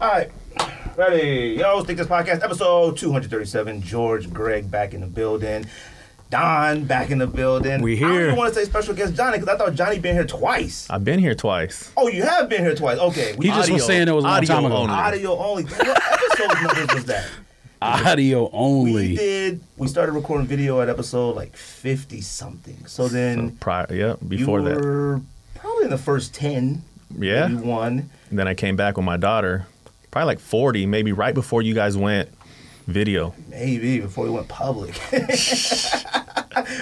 right. Ready. Yo, Think This Podcast, episode 237. George Greg back in the building. Don back in the building. We I don't here. even want to say special guest Johnny because I thought Johnny been here twice. I've been here twice. Oh, you have been here twice. Okay. We He just was Audio- saying it was a long audio time ago. only. audio only. What episode numbers was that? Audio We only. did. We started recording video at episode like 50 something. So then Prior, yeah, before you that. were probably in the first 10. Yeah. Maybe one. And then I came back with my daughter, probably like 40, maybe right before you guys went video. Maybe before we went public.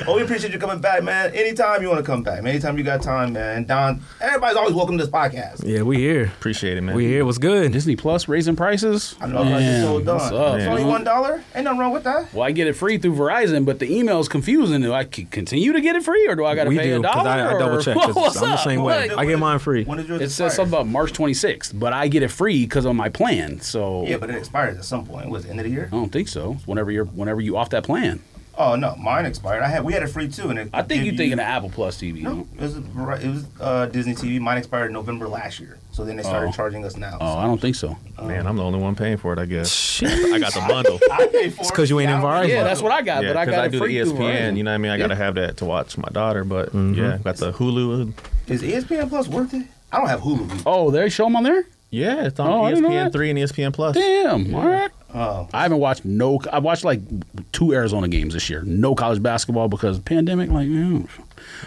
well, we appreciate you coming back, man. Anytime you want to come back, man. Anytime you got time, man. Don, everybody's always welcome to this podcast. Yeah, we here. Appreciate it, man. We here. What's good? Disney Plus raising prices. I know I just Man, told Don. what's up, It's only man? one dollar. Ain't nothing wrong with that. Well, I get it free through Verizon, but the email is confusing. Do I c- continue to get it free, or do I got to We pay do a because dollar? I, I or- double check. 'cause What's I'm the up? same way. Like, I get mine free. When did yours it expire? says something about March 26th, but I get it free because of my plan. So Yeah, but it expires at some point. Was it end of the year? I don't think so. It's Whenever you're, whenever you off that plan, Oh no, mine expired. I had we had it free too, and it I think give you're thinking of Apple Plus TV. No, it was right- it was uh, Disney TV. Mine expired November last year, so then they started Oh. charging us now. Oh, I don't think so. man, I'm the only one paying for it, I guess. Shit. I got the bundle. So I paid for it. 'cause you ain't Yeah, in I don't- Verizon. Yeah, that's what I got, Yeah, but I 'cause got I it do the E free E Mm-hmm. through ESPN. Verizon. You know what I mean? I gotta have that to watch my daughter, but yeah, got the Hulu. Is E ESPN Plus worth it? I don't have Hulu. Oh, they show them on there. Yeah, it's on E Oh, I didn't know ESPN that. three and ESPN Plus. Damn. All right. Oh, I haven't watched no. I watched like two Arizona games this year. No college basketball because pandemic. Like, mm.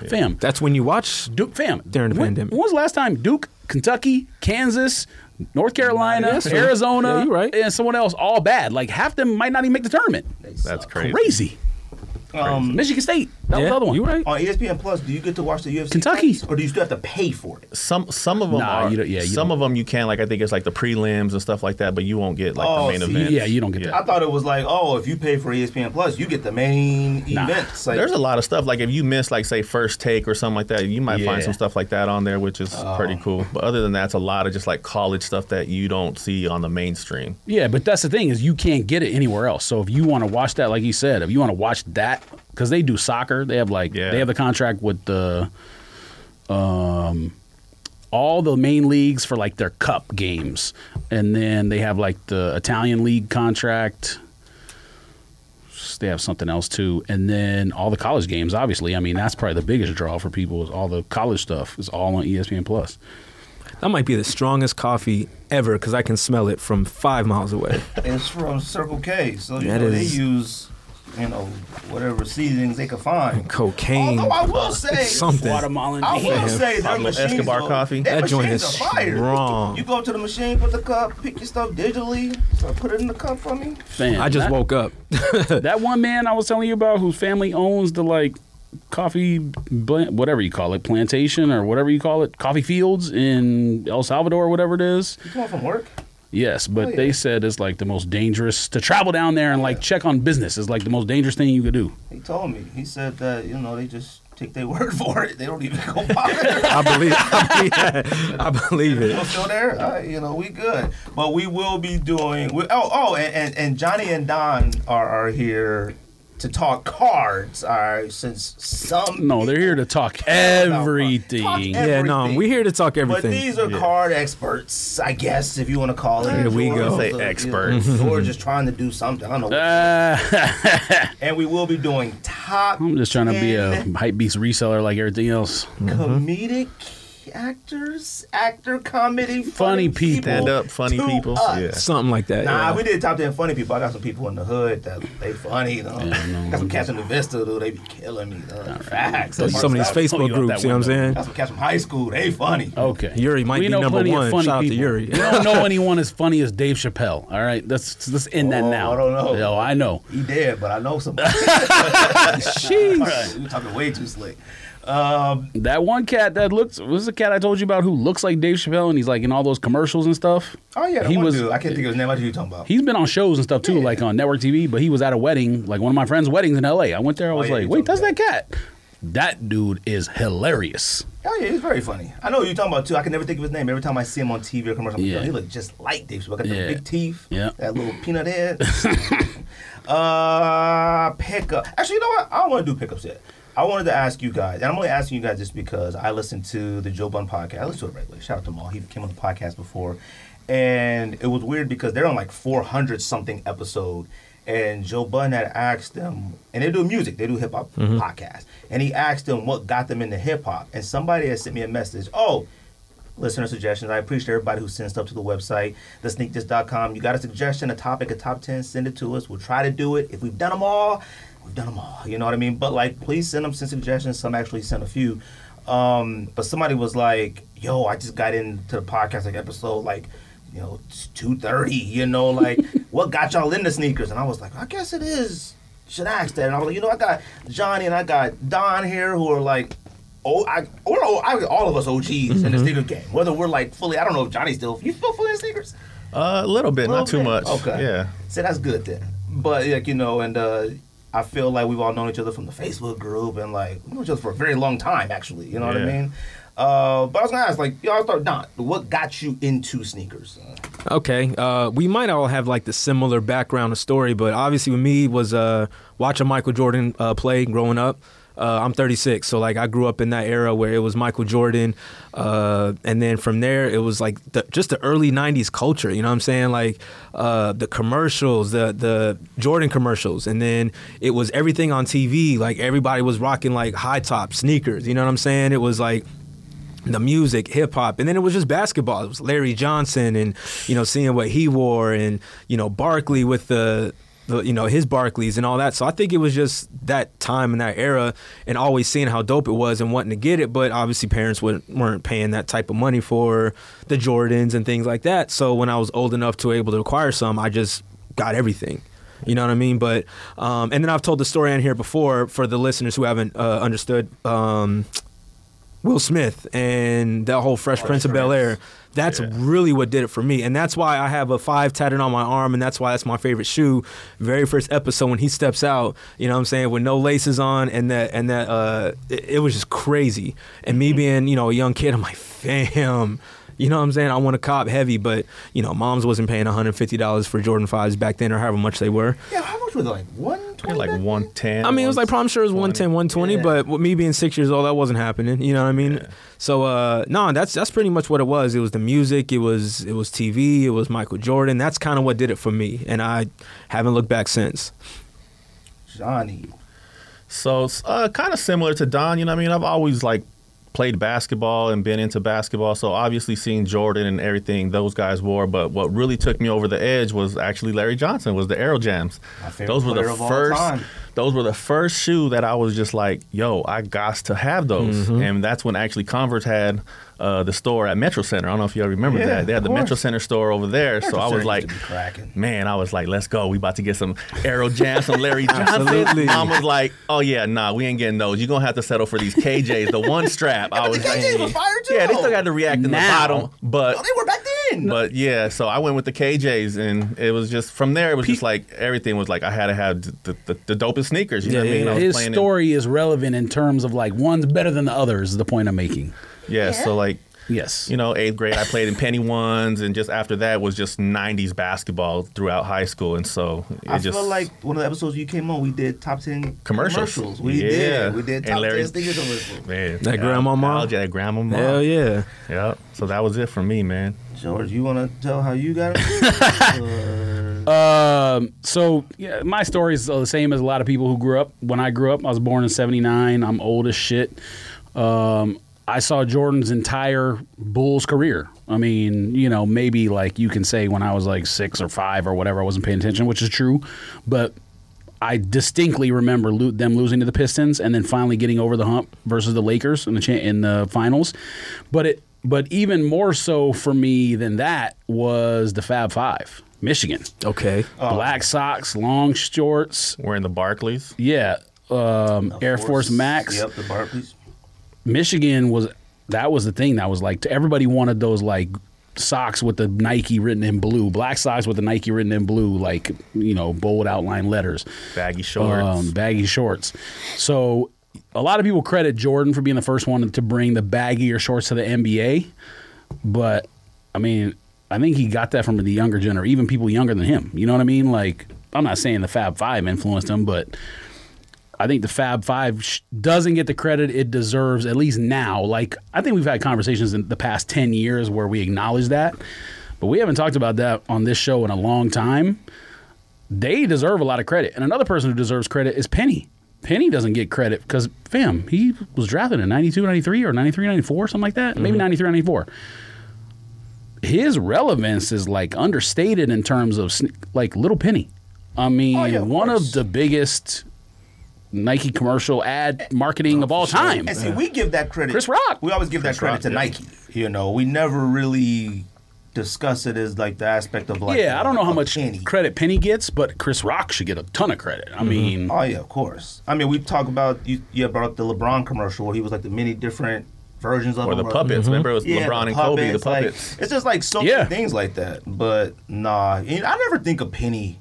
fam, That's when you watch. Duke, fam. During the when, pandemic. when was the last time Duke, Kentucky, Kansas, North Carolina, that's fair. Arizona, Yeah, you right. and someone else all bad? Like half them might not even make the tournament. they That's suck. crazy. Crazy. Um, Michigan State. That was Yeah, the other one. You right? on E ESPN Plus, do you get to watch the UFC? Kentucky. fights, or do you still have to pay for it? Some some of them Nah, are. you don't- yeah, you some don't- of them you can like I think it's like the prelims and stuff like that, but you won't get like Oh, the main see, event. Yeah, you don't get I that. thought it was like, oh, if you pay for ESPN Plus, you get the main events. Like, There's a lot of stuff. Like if you miss like say first take or something like that, you might find Yeah. some stuff like that on there, which is pretty cool. But other than that, it's a lot of just like college stuff that you don't see on the mainstream. Yeah, but that's the thing is you can't get it anywhere else. So if you want to watch that, like you said, if you want to watch that, because they do soccer, they have like Yeah. they have the contract with the, um, all the main leagues for like their cup games, and then they have like the Italian league contract. They have something else too, and then all the college games. Obviously, I mean that's probably the biggest draw for people is all the college stuff is all on E ESPN Plus. That might be the strongest coffee ever because I can smell it from five miles away. It's from Circle K, so you That know, is- they use you know whatever seasonings they could find. Cocaine. Although I will say, Something. Guatemalan. I will Damn. say their Pablo machines Escobar are, coffee. their That joint machines is are fire. strong. You go to the machine, put the cup, pick your stuff digitally, so put it in the cup for me. Fan. I just That- woke up. That one man I was telling you about whose family owns the like coffee blan whatever you call it, plantation or whatever you call it, coffee fields in El Salvador, whatever it is. You come home from work. Yes, but Oh, yeah. they said it's like the most dangerous to travel down there and like check on business is like the most dangerous thing you could do. He told me. He said that you know they just take their word for it. They don't even go bother. I believe. I believe, that. I believe We're it. still there. All right, you know, we good. But we will be doing. We, oh, oh, and, and, and Johnny and Don are, are here to talk cards. All right, since some. No, they're here to talk about everything. cards. Talk Yeah, no, everything. we here to talk But everything. these are card experts, I guess, if you want to call it. Here we Or- go. Say you know, experts. Or just trying to do something. I don't know. Ah, and we will be doing top I'm just trying to be a 10 hype beast reseller like everything else. Mm-hmm. comedic actors, actor comedy, Funny people. Stand up, funny to people. us. Yeah. Something like that. Nah, yeah. we did top ten funny people. I got some people in the hood that they funny though. no, got some cats in the Vista though. They be killing me though. Facts. Those are some of these Got Facebook you out that groups. You know what I'm saying? some cats from high school. They funny. Okay. Yuri might be number plenty of one. funny Shout out to people. Yuri. we don't know anyone as funny as Dave Chappelle. All right, let's let's end that Oh, now. I don't know. Yo, I know. He dead, but I know some. All right, we talking way too slick. Um, That one cat that looks was the cat I told you about who looks like Dave Chappelle and he's like in all those commercials and stuff. oh yeah, the he one was. dude. I can't think of his name. I know who you talking about. He's been on shows and stuff too, Yeah. like on network TV. But he was at a wedding, like one of my friends' weddings in L.A. I went there. I Oh, was yeah, you like, wait, told that's me that cat. That dude is hilarious. oh yeah, he's very funny. I know who you talking about too. I can never think of his name. Every time I see him on TV or commercial, I'm like, Yeah. "Yo, he look just like Dave Chappelle. Got the Yeah. big teeth. Yeah. That little peanut head. uh, pickup. Actually, you know what? I don't want to do pickups yet. I wanted to ask you guys, and I'm only asking you guys just because I listened to the Joe Bun podcast. I listen to it regularly. Shout out to Maul. He came on the podcast before. and it was weird because they're on like 400 something episode and joe budden had asked them and they do music they do hip-hop podcast and he asked them what got them into hip-hop and somebody had sent me a message oh listener suggestions i appreciate everybody who sends stuff to the website thesneakdisc.com you got a suggestion a topic a top 10 send it to us we'll try to do it if we've done them all we've done them all you know what i mean but like please send them some suggestions some actually sent a few um, but somebody was like, "Yo, I just got into the podcast like episode like, you know, two thirty. You know, like what got y'all into sneakers?" And I was like, "I guess it is." Should I ask that? And I was like, "You know, I got Johnny and I got Don here who are like." Oh, I, we're all, I, all of us OGs in the sneaker game. Whether we're like fully, I don't know if Johnny's still. You still fully in sneakers? Uh, a little bit, not too Okay. much. Okay. Yeah. So that's good then. But like you know, and uh, I feel like we've all known each other from the Facebook group and like we know each other for a very long time actually. You know what I Yeah. mean? Uh, but I was gonna ask, like, y'all start Don, what got you into sneakers? Uh, Okay, uh, we might all have like the similar background or story, but obviously with me was uh, watching Michael Jordan uh, play growing up. Uh, I'm 36, so like I grew up in that era where it was Michael Jordan, uh, and then from there it was like the, just the early 90s culture. You know what I'm saying? Like uh, the commercials, the the Jordan commercials, and then it was everything on TV. Like everybody was rocking like high top sneakers. You know what I'm saying? It was like the music, hip hop, and then it was just basketball. It was Larry Johnson, and you know, seeing what he wore, and you know, Barkley with the, the you know his Barclays and all that. So I think it was just that time and that era, and always seeing how dope it was and wanting to get it. But obviously, parents wouldn't, weren't paying that type of money for the Jordans and things like that. So when I was old enough to able to acquire some, I just got everything. You know what I mean? But um, and then I've told the story on here before for the listeners who haven't uh, understood. Um, Will Smith and that whole Fresh Prince of Bel Air. That's really what did it for me, and that's why I have a five tatted on my arm, and that's why that's my favorite shoe. Very first episode when he steps out, you know what I'm saying, with no laces on, and that and that uh, it, it was just crazy. And me being you know a young kid, I'm like, fam. You know what I'm saying? I want to cop heavy, but you know, moms wasn't paying $150 for Jordan fives back then, or however much they were. yeah, how much were they? Like one You're twenty? like 110. I mean, it was like probably I'm sure it was 120. 110, 120, Yeah. but with me being six years old, that wasn't happening. You know what I mean? So uh, no, that's that's pretty much what it was. It was the music, it was it was TV, it was Michael Jordan. That's kind of what did it for me, and I haven't looked back since. Johnny. So it's, uh, kind of similar to Don, you know what I mean? I've always like played basketball and been into basketball. So obviously seeing Jordan and everything those guys wore, but what really took me over the edge was actually Larry Johnson was the Arrow Jams. My favorite Those were the player of all time. first those were the first shoe that I was just like, yo, I got to have those. Mm-hmm. And that's when actually Converse had uh, the store at Metro Center. I don't know if y'all remember Yeah, that. They had of the course. Metro Center store over there. so Metro I was Center used like, to be cracking. man, I was like, let's go. We about to get some Arrow Jams, some Larry Johnson. Absolutely. Mom was like, oh yeah, nah, we ain't getting those. You're gonna have to settle for these KJs, the one strap. I But was the KJs were like, fire too. yeah, they still got to react in the Now. bottom, but Oh, they were back then. but yeah, so I went with the KJs, and it was just from there. It was just like everything was like I had to have the the, the dopest sneakers. You know what I mean? I was His in- story is relevant in terms of like one's better than the other is the point I'm making. yeah, so like. Yes. You know, eighth grade, I played in penny ones, and just after that was just '90s basketball throughout high school, and so it I just feel like one of the episodes you came on, we did top ten Commercials. We Yeah. did. We did And top ten Larry- sneakers commercials. man, That grandma mom? nostalgia, that grandma mom, Hell yeah! yeah. So that was it for me, man. George, you want to tell how you got it? Um, so yeah, my story is the same as a lot of people who grew up. When I grew up, I was born in '79. I'm old as shit. Um, I saw Jordan's entire Bulls career. I mean, you know, maybe like you can say when I was like six or five or whatever, I wasn't paying attention, which is true. But I distinctly remember lo- them losing to the Pistons and then finally getting over the hump versus the Lakers in the cha- in the finals. But it, but even more so for me than that was the Fab Five, Michigan Okay, black socks, long shorts. We're in the Barclays. Yeah, um, Air Force, Max. Yep, the Barclays. Michigan was that was the thing that was like everybody wanted those like socks with the Nike written in blue, black socks with the Nike written in blue, like you know bold outline letters, Baggy shorts. um, baggy shorts. So a lot of people credit Jordan for being the first one to bring the baggier shorts to the NBA, but I mean, I think he got that from the younger generation, even people younger than him. You know what I mean? Like, I'm not saying the Fab Five influenced him, but I think the Fab Five sh- doesn't get the credit it deserves, at least now. Like, I think we've had conversations in the past 10 years where we acknowledge that. But we haven't talked about that on this show in a long time. They deserve a lot of credit. And another person who deserves credit is Penny. Penny doesn't get credit because, fam, he was drafted in 92, 93 or 93, 94, something like that. Mm-hmm. Maybe 93, 94 his relevance is like understated in terms of sne- like Little Penny. I mean, Oh, yeah, of one course. of the biggest Nike commercial ad marketing Oh, of all time. And see, we give that credit. Chris Rock. We always give that credit Rock, to yeah. Nike. You know, we never really discuss it as like the aspect of like. Yeah, I don't know how a much penny. credit Penny gets, but Chris Rock should get a ton of credit. I mean, Oh yeah, of course. I mean, we talk about you. You brought up the LeBron commercial where he was like the many different versions of Or the him, Mm-hmm. puppets. Remember, it was Yeah, LeBron the and Kobe, the like, puppets. it's just like so Yeah. many things like that. But nah, you know, I never think of Penny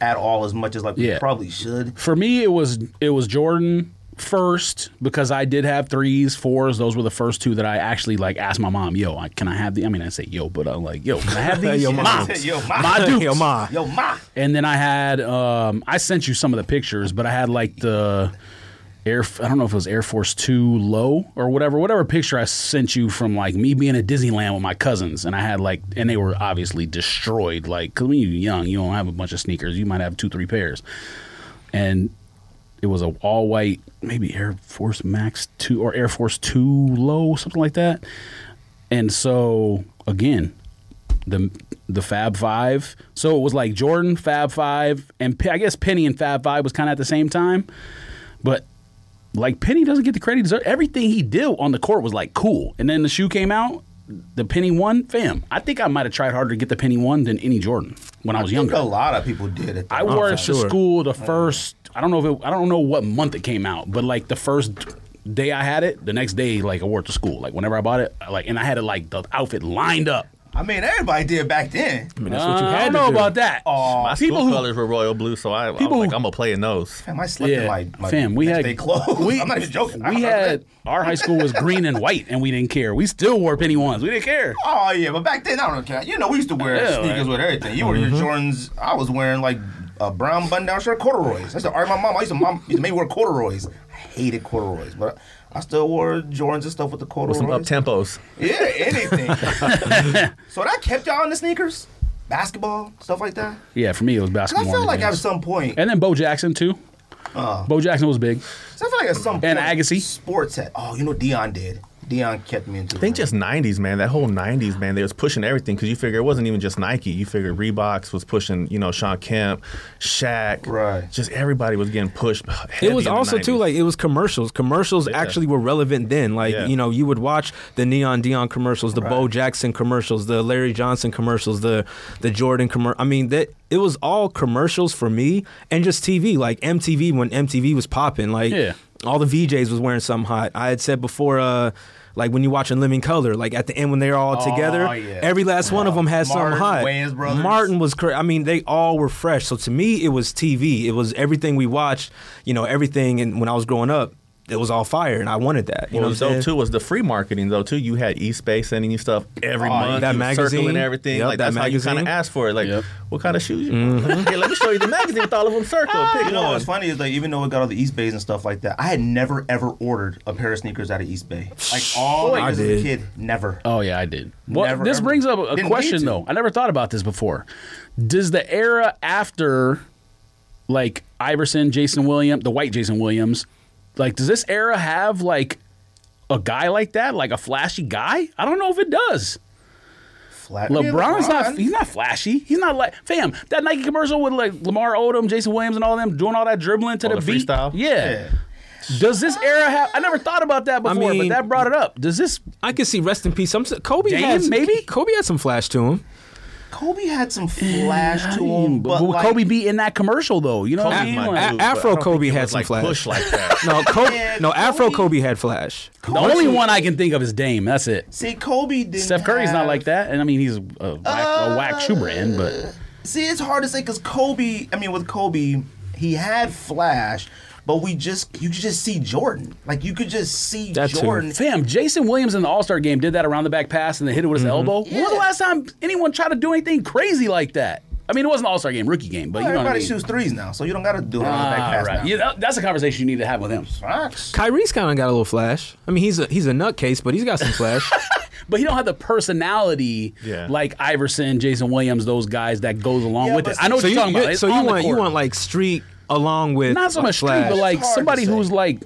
at all as much as like we Yeah. probably should. for me, it was it was Jordan first because I did have threes, fours. Those were the first two that I actually like asked my mom, "Yo, I, can I have the?" I mean, I say "Yo," but I'm like, "Yo, can I have these?" Yo, Mom. Moms. yo, ma, My dudes. Yo, ma. yo, ma. And then I had um, I sent you some of the pictures, but I had like the Air I don't know if it was Air Force Two low or whatever, whatever picture I sent you from like me being at Disneyland with my cousins, and I had like and they were obviously destroyed. Like 'cause when you're young, you don't have a bunch of sneakers, you might have two three pairs, and it was a all white maybe Air Force Max Two or Air Force Two low something like that. And so again, the the Fab Five. So it was like Jordan, Fab Five, and Pe- I guess Penny and Fab Five was kind of at the same time. But like Penny doesn't get the credit. he deserves. Everything he did on the court was like cool. And then the shoe came out, the Penny one, fam. I think I might have tried harder to get the Penny one than any Jordan when I was I think a younger. lot of people did it. I wore it to sure. school the first. I don't know if it, I don't know what month it came out, but like the first day I had it, the next day like I wore it to school. Like whenever I bought it, I, like and I had it like the outfit lined up. I mean, everybody did back then. that's what you Uh, I don't had to know do. about that. Oh, My people school who colors were royal blue, so I, I was People like, who- I'm gonna play in those. Fam, I slept in my, my fam, we next had day clothes. We, I'm not even joking. I We remember had that. our high school was green and white, and we didn't care. We still wore penny ones. We didn't care. Oh yeah, but back then I don't care. You know, we used to wear Yeah, sneakers like- with everything. You were your Jordans. I was wearing like a brown button down shirt, corduroys. I used to argue with my mom. I used to mom used to make me wear corduroys. I hated corduroys, but I still wore Jordans and stuff with the corduroys. Some up tempos. yeah, anything. so that kept y'all in the sneakers, basketball stuff like that. Yeah, for me it was 'Cause I Oh. basketball. feel and like at things. some point, 'cause and then Bo Jackson too. Bo Jackson was big. I feel like at some And point, Agassi. sports had. Oh, you know, Dion did. Dion kept me into. I think just 90s, man. That whole 90s, man. They was pushing everything because you figure it wasn't even just Nike. You figure Reeboks was pushing, you know, Sean Kemp, Shaq. Right. Just everybody was getting pushed. heavy It was in the also too 90s. like it was commercials. Commercials actually were relevant then. Like Yeah. you know, you would watch the Neon Dion commercials, the Bo Jackson commercials, the Larry Johnson commercials, the the Jordan commercial. I mean, that it was all commercials for me and just TV. Like MTV when MTV was popping. Like Yeah. all the VJs was wearing something hot. I had said before. uh like when you watching Living Color, like at the end when they're all Oh, together, yeah. every last one of them had Martin, something hot. Wayans Brothers. Martin was crazy. I mean, they all were fresh. So to me, it was TV. It was everything we watched. You know, everything. And when I was growing up, it was all fire, and I wanted that. Well, You know, what I'm though saying? too was the free marketing though too. You had eSpace sending you stuff every Oh, month, that you were circling magazine. everything. Yep, like that that's how you magazine. kind of asked for it. Like, Yep. what kind of shoes? You Here, let me show you the magazine with all of them circled. Pick You know one. what's funny is like even though it got all the East Bays and stuff like that, I had never ever ordered a pair of sneakers out of East Bay. Like all I I did as a did. kid, never. Oh yeah, I did. Well, Never, this ever. brings up a Didn't need question to. though. I never thought about this before. Does the era after, like Iverson, Jason Williams, the white Jason Williams, like does this era have like a guy like that, like a flashy guy? I don't know if it does. Flat. LeBron's not. Yeah, He's not flashy. He's not like fam. That Nike commercial with like Lamar Odom, Jason Williams, and all them doing all that dribbling to All the, the beat. freestyle? Yeah. Yeah. Does this era have? I never thought about that before, mean- but that brought it up. Does this? I could see rest in peace. Some Kobe Damn, had maybe? Kobe had some flash to him. Kobe had some flash to him, But but, would like, Kobe be in that commercial though? You know what I Kobe mean? might Like, do. Dude, but Afro I don't think Kobe it had was, some like flash. push like that. No, Kobe, Yeah, no Afro Kobe- Kobe had flash. the only one I can think of is Dame. That's it. See, Kobe didn't. Steph Curry's not have- like that, and I mean he's a whack, a whack shoe brand, but See, it's hard to say because Kobe. I mean, with Kobe, he had flash, but we just you could just see Jordan. Like you could just see That too. Jordan. fam, Jason Williams in the All Star game Mm-hmm. did that around the back pass and then hit it with his elbow. When was the Yeah. last time anyone tried to do anything crazy like that? I mean, it wasn't an All Star game, rookie game, but Well, you know what I everybody mean. shoots threes now, so you don't got to do it on that Ah, cast right. now. Yeah, that- that's a conversation you need to have with him. Facts. Kyrie's kind of got a little flash. I mean, he's a he's a nutcase, but he's got some flash. But he don't have the personality Yeah. like Iverson, Jason Williams, those guys that goes along Yeah, with but it. I know what so you're you, talking you- about. It's so you on the want you court. want like street along with not so like, much street, flash. but like It's hard to somebody say. who's like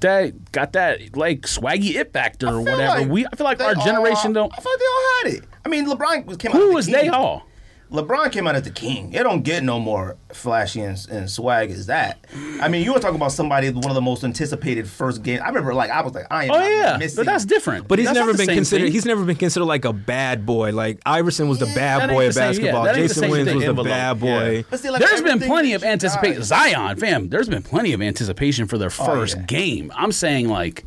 that got that like swaggy it factor or I feel whatever. like we I feel like they our generation all, don't. I feel like they all had it. I mean, LeBron was- came out. as Who the was they king. all? LeBron came out as the king. It don't get no more flashy and, and swag as that. I mean, you were talking about somebody one of the most anticipated first game. I remember, like, I was like, I am. Oh not yeah, missing. but that's different. But he's That's not never the been same considered. thing. He's never been considered like a bad boy. Like Iverson was the that bad ain't boy the of same- yeah, basketball. that ain't the Jason same Williams thing. was the Envelope, bad yeah. boy. But see, like, There's been everything plenty that of you anticipation. tried- Zion, fam. There's been plenty of anticipation for their first Oh, yeah. game. I'm saying like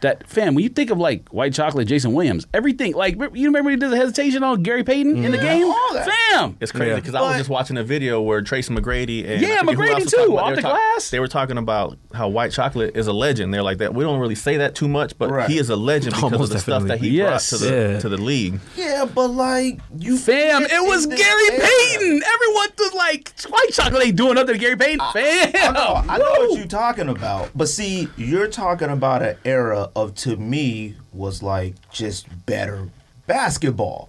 that, fam. When you think of like white chocolate, Jason Williams, everything like re- you remember he did the hesitation on Gary Payton in the Yeah, game, all that. fam. It's crazy Yeah. because I was But- just watching a video where Tracy McGrady and Yeah, I forget who McGrady else was too, talking off about- they were the talk- glass. They were talking about how white chocolate is a legend. They're like that. We don't really say that too much, but Right. he is a legend because of Almost the stuff that definitely. he Yes. brought to the Yeah. to the league. Yeah, but like you, Fam, fit it was in this Gary era. Payton. Everyone was like, "White chocolate ain't doing nothing to Gary Payton." Fam, I know, I know Woo! what you're talking about, but see, you're talking about an era of to me was like just better basketball.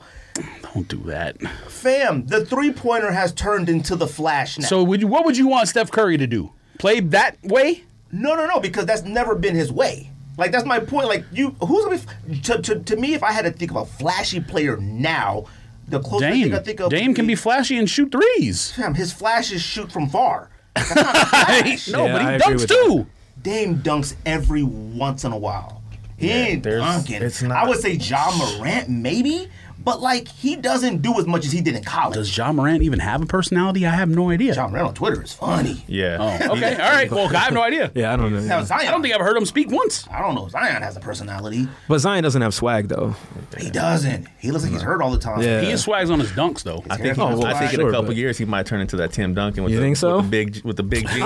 Don't do that. Fam, the three pointer has turned into the flash now. So, would you, what would you want Steph Curry to do? Play that way? No, no, no, because that's never been his way. Like that's my point. Like you, who's gonna be to, to, to me? If I had to think of a flashy player now, the closest thing Dame, I think of Dame would can be flashy and shoot threes. fam. His flashes shoot from far. That's not a flash. No, Yeah, but he I agree dunks with too. Dame dunks every once in a while. He ain't there's- dunking. it's not- I would say John Morant maybe, but like he doesn't do as much as he did in college. Does John Morant even have a personality? I have no idea. John Morant on Twitter is funny. Yeah. Oh, okay, all right. Well, I have no idea. Yeah, I don't know. Now Zion, I don't think I've heard him speak once. I don't know. if Zion has a personality. But Zion doesn't have swag though. He doesn't. He looks like he's hurt all the time. Yeah. He is swags on his dunks though. I think, Oh, well, I think in a sure, couple but- years he might turn into that Tim Duncan with, You the, think so? with the big with the big G.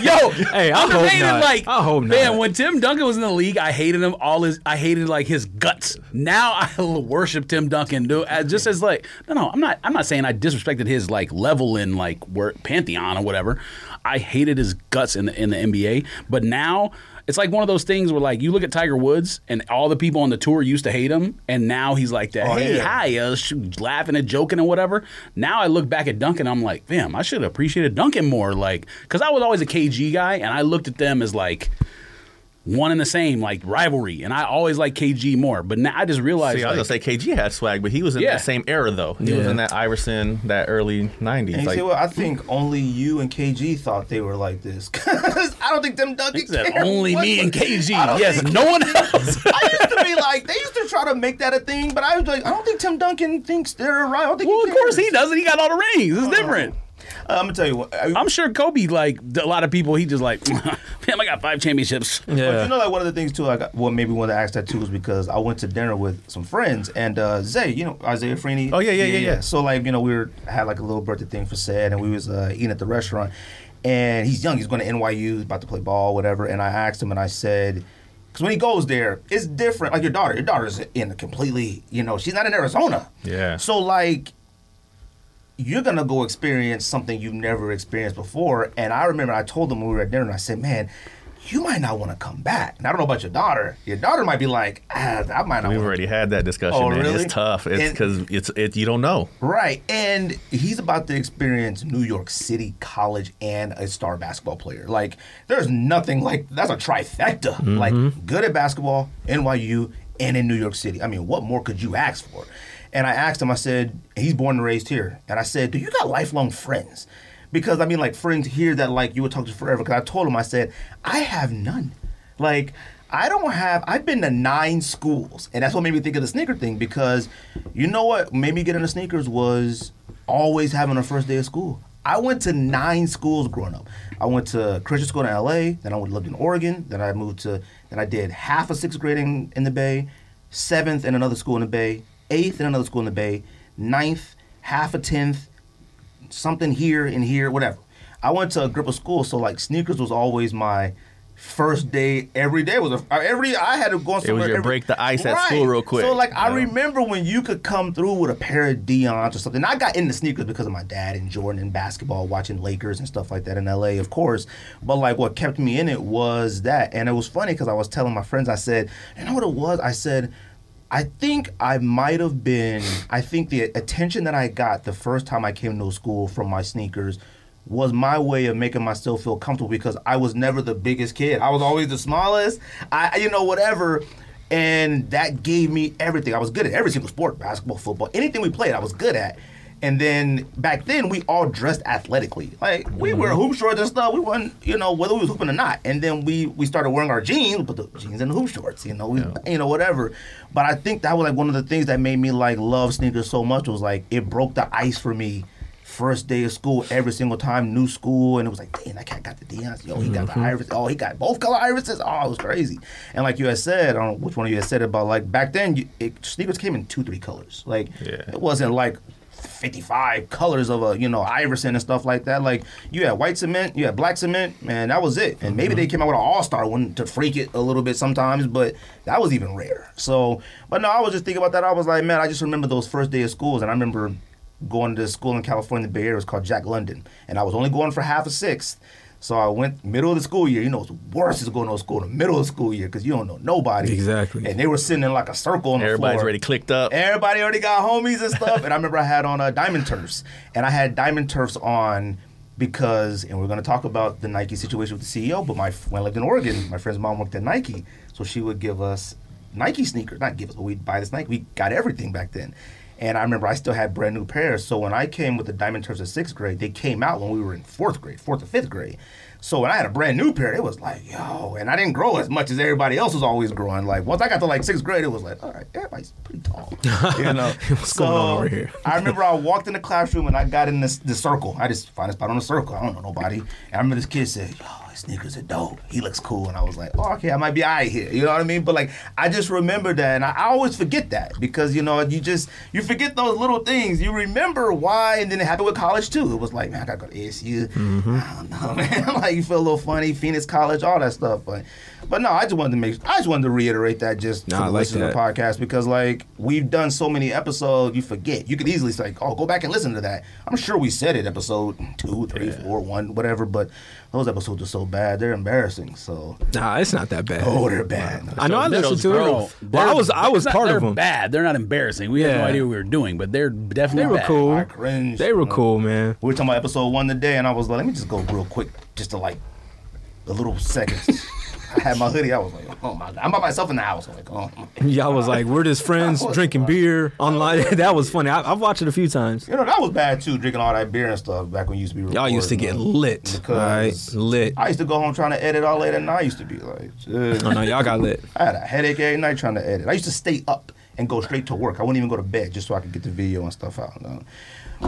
Yo, Hey, I hope underrated, not. Like, I hope not. Man, when Tim Duncan was in the league, I hated him. All his, I hated like his guts. Now I worship Tim Duncan. Dude, as, just as like, no, no, I'm not. I'm not saying I disrespected his like level in like work pantheon or whatever. I hated his guts in the in the NBA. But now it's like one of those things where like you look at Tiger Woods and all the people on the tour used to hate him, and now he's like that. Oh, hey, yeah. hi, uh, sh- laughing and joking and whatever. Now I look back at Duncan, I'm like, damn, I should have appreciated Duncan more. Like, because I was always a KG guy, and I looked at them as like one and the same, like rivalry. And I always like KG more. But now I just realized, See, I like, was gonna say KG had swag, but he was in Yeah. that same era though. He was Yeah. in that Iverson, that early '90s. And you Like, see what? I think only you and KG thought they were like this. 'Cause I don't think them Duncan he said, cared only what- me and KG. I don't Yes, think- no one else. I used to be like, they used to try to make that a thing, but I was like, I don't think Tim Duncan thinks they're right. I don't think well, of course he does. doesn't. He got all the rings. It's different. I'm gonna tell you what. I, I'm sure Kobe, like a lot of people, he just like, damn, I got five championships. But Yeah. you know, like one of the things too, like well, maybe one of the asked that too was because I went to dinner with some friends and uh, Zay, you know Isaiah Freeney. Oh, yeah, yeah, yeah, yeah. So like you know we were had like a little birthday thing for Sad, and we was uh, eating at the restaurant, and he's young, he's going to NYU, he's about to play ball, whatever. And I asked him, and I said. Because when he goes there, it's different. Like your daughter, your daughter's in a completely, you know, she's not in Arizona. Yeah. So like, you're gonna go experience something you've never experienced before. And I remember I told them when we were at dinner, and I said, "Man, you might not want to come back." And I don't know about your daughter. Your daughter might be like, ah, "I might not." We've wanna- already had that discussion, Oh, man. really? It's tough. It's And- because it's it. You don't know. Right, and he's about to experience New York City college and a star basketball player. Like, there's nothing like that's a trifecta. Like, good at basketball, NYU, and in New York City. I mean, what more could you ask for? And I asked him. I said, he's born and raised here, and I said, do you got lifelong friends? Because I mean, like friends here that like you would talk to forever. Because I told him, I said, I have none. Like, I don't have. I've been to nine schools, and that's what made me think of the sneaker thing because, you know what, made me get into sneakers was always having a first day of school. I went to nine schools growing up. I went to Christian school in L.A., then I went- lived in Oregon, then I moved to, then I did half of sixth grade in, in the Bay, seventh in another school in the Bay, eighth in another school in the Bay, ninth, half a tenth, something here and here, whatever. I went to a group of schools, so like sneakers was always my first day every day was a, every I had to go somewhere. your every- break the ice at school real quick, So like I you know? remember when you could come through with a pair of Dion's or something. I got into sneakers because of my dad and Jordan and basketball, watching Lakers and stuff like that in LA, of course. But like what kept me in it was that, and it was funny because I was telling my friends, I said, you know what it was? I said. I think I might have been. I think the attention that I got the first time I came to school from my sneakers was my way of making myself feel comfortable because I was never the biggest kid. I was always the smallest. I, you know, whatever. And that gave me everything. I was good at every single sport basketball, football, anything we played, I was good at. And then back then, we all dressed athletically. Like, we were hoop shorts and stuff. We weren't, you know, whether we was hooping or not. And then we we started wearing our jeans, but the jeans and the hoop shorts, you know, we, you know, whatever. But I think that was like one of the things that made me like love sneakers so much was like it broke the ice for me first day of school every single time, new school, and it was like, dang, that cat got the Dion's. Yo, he got the iris. Oh, he got both color irises. Oh, it was crazy. And like you had said, I don't know which one of you had said about like back then, you, it, sneakers came in two, three colors. Like Yeah. it wasn't like. 55 colors of a you know Iverson and stuff like that like you had white cement you had black cement man that was it and maybe they came out with an all-star one to freak it a little bit sometimes but that was even rare so but no I was just thinking about that I was like man I just remember those first day of schools and I remember going to school in California, the Bay Area, it was called Jack London. And I was only going for half a sixth. So I went middle of the school year. You know, it's worse is going to school in the middle of the school year because you don't know nobody. Exactly. And they were sitting in like a circle on the floor. Everybody's already clicked up. Everybody already got homies and stuff. and I remember I had on uh, Diamond Turfs. And I had Diamond Turfs on because, and we're going to talk about the Nike situation with the CEO, but my when I lived in Oregon, my friend's mom worked at Nike. So she would give us Nike sneakers. Not give us, but we'd buy this Nike. We got everything back then. And I remember I still had brand new pairs. So when I came with the Diamond Turfs in sixth grade, they came out when we were in fourth grade, fourth or fifth grade. So when I had a brand new pair, it was like, yo, and I didn't grow as much as everybody else was always growing. Like once I got to like sixth grade, it was like, all right, everybody's pretty tall. You know? What's going on over here? I remember I walked in the classroom and I got in this the circle. I just find a spot on the circle. I don't know nobody. And I remember this kid said, "Yo, his sneakers are dope. He looks cool." And I was like, "Oh, okay, I might be alright here." You know what I mean? But like, I just remember that, and I, I always forget that because you know you just you forget those little things. You remember why, and then it happened with college too. It was like, man, I gotta go to ASU. Mm-hmm. I don't know, man. like you feel a little funny, Phoenix College, all that stuff. But but no, I just wanted to make, I just wanted to reiterate that just Nah, for I the like listeners of the that. podcast podcast because like we've done so many episodes, you forget. You could easily say, like, oh, go back and listen to that. I'm sure we said it episode two, three, four, one, whatever. But those episodes are so bad, they're embarrassing. So Nah, it's not that bad. oh, they're bad. I know I Those listened to girls, it. Well, I was I It's was not- part they're of them. Bad. They're not embarrassing. We had no Yeah. idea what we were doing, but they're definitely They were bad. I cool. cringe. They were cool, man. We were talking about episode one today, and I was like, let me just go real quick, just to like a little seconds. I had my hoodie. I was like, oh my god, I'm by myself in the house. I'm like, oh. My. Y'all was like, we're just friends drinking beer online. that was funny. I, I've watched it a few times. You know that was bad too, drinking all that beer and stuff back when you used to be. Y'all used to recording, get like, lit. All right, because lit. I used to go home trying to edit all late at night. I used to be like, "Ugh." Oh no, y'all got lit. I had a headache every night trying to edit. I used to stay up and go straight to work. I wouldn't even go to bed just so I could get the video and stuff out. uh,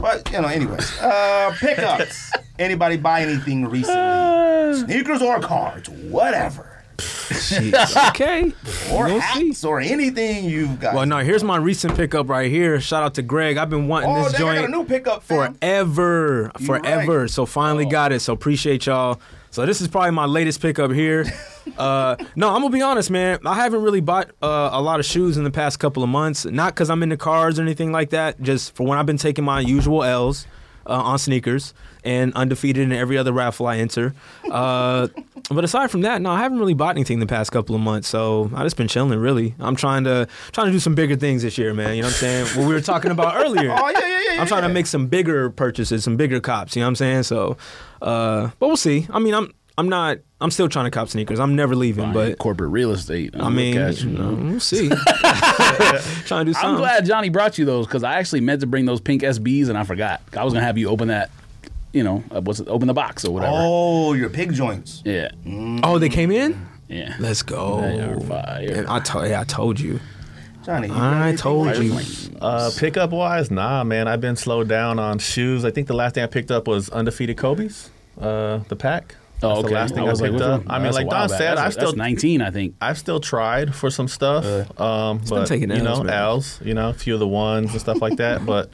But you know, anyways, uh, pickups. Anybody buy anything recently? Sneakers or cards, whatever, okay. or We'll see. hats or anything you've got. Well, no, here's my recent pickup right here. Shout out to Greg. I've been wanting oh, this dang, I got a joint new pickup fam. forever, You forever. right. Oh. So finally got it. So appreciate y'all. So this is probably my latest pickup here. uh, no, I'm gonna be honest, man. I haven't really bought uh, a lot of shoes in the past couple of months. Not because I'm into cars or anything like that. Just for when I've been taking my usual L's uh, on sneakers and undefeated in every other raffle I enter. Uh, but aside from that, no, I haven't really bought anything the past couple of months. So I just been chilling. Really, I'm trying to trying to do some bigger things this year, man. You know what I'm saying? what we were talking about earlier. Oh, yeah, yeah, yeah, yeah, I'm trying yeah. to make some bigger purchases, some bigger cops. You know what I'm saying? So, uh, but we'll see. I mean, I'm I'm not. I'm still trying to cop sneakers. I'm never leaving. But But corporate real estate. I mean, look at you, you know. we'll see. trying to do something. I'm glad Johnny brought you those because I actually meant to bring those pink SBs and I forgot. I was gonna have you open that, you know, uh, what's it, open the box or whatever. Oh, your pig joints. Yeah, Mm. Oh, they came in. yeah. Let's go. They are fire. And I told. Yeah, I told you. Johnny, you got I anything told like- you. Uh, pickup wise, nah, man. I've been slowed down on shoes. I think the last thing I picked up was undefeated Kobe's, uh, the pack. Oh, That's okay. the last thing I, was like, which picked up. one? I mean, That's a like while Don back. said, That's- I've that's still 19, I think. I've still tried for some stuff. um, but taking you know, Ls, man. L's, you know, a few of the ones and stuff like that. But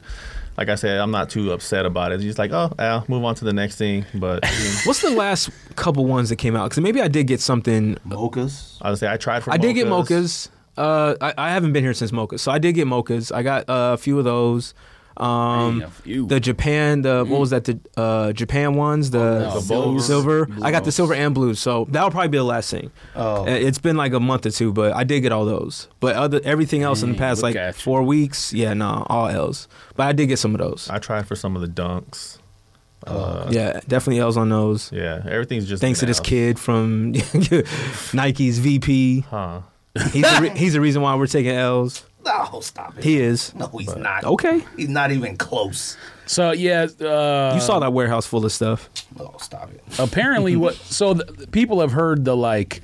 like I said, I'm not too upset about it. It's just like, oh, I'll move on to the next thing. But What's the last couple ones that came out? Because maybe I did get something. Mochas. I would say I tried for. I did get mochas. mochas. Uh, I, I haven't been here since mochas, so I did get mochas. I got uh, a few of those. Um, Dang, a few. the Japan, the what was that? The uh, Japan ones, the, Oh, no. The bowls. silver. I got the Blues. silver and blues, so that'll probably be the last thing. Oh. Uh, It's been like a month or two, but I did get all those. But other everything else in the Dang, past look like at you. four weeks, yeah, no, all L's. But I did get some of those. I tried for some of the dunks. Uh, yeah, definitely L's on those. Yeah, everything's just Thanks to this now. kid from Nike's VP. Huh. He's the, re- he's the reason why we're taking L's. No, stop it. He is. No, he's not. Okay. He's not even close. So yeah, uh, You saw that warehouse full of stuff. No, Oh, stop it. apparently what so the, people have heard the like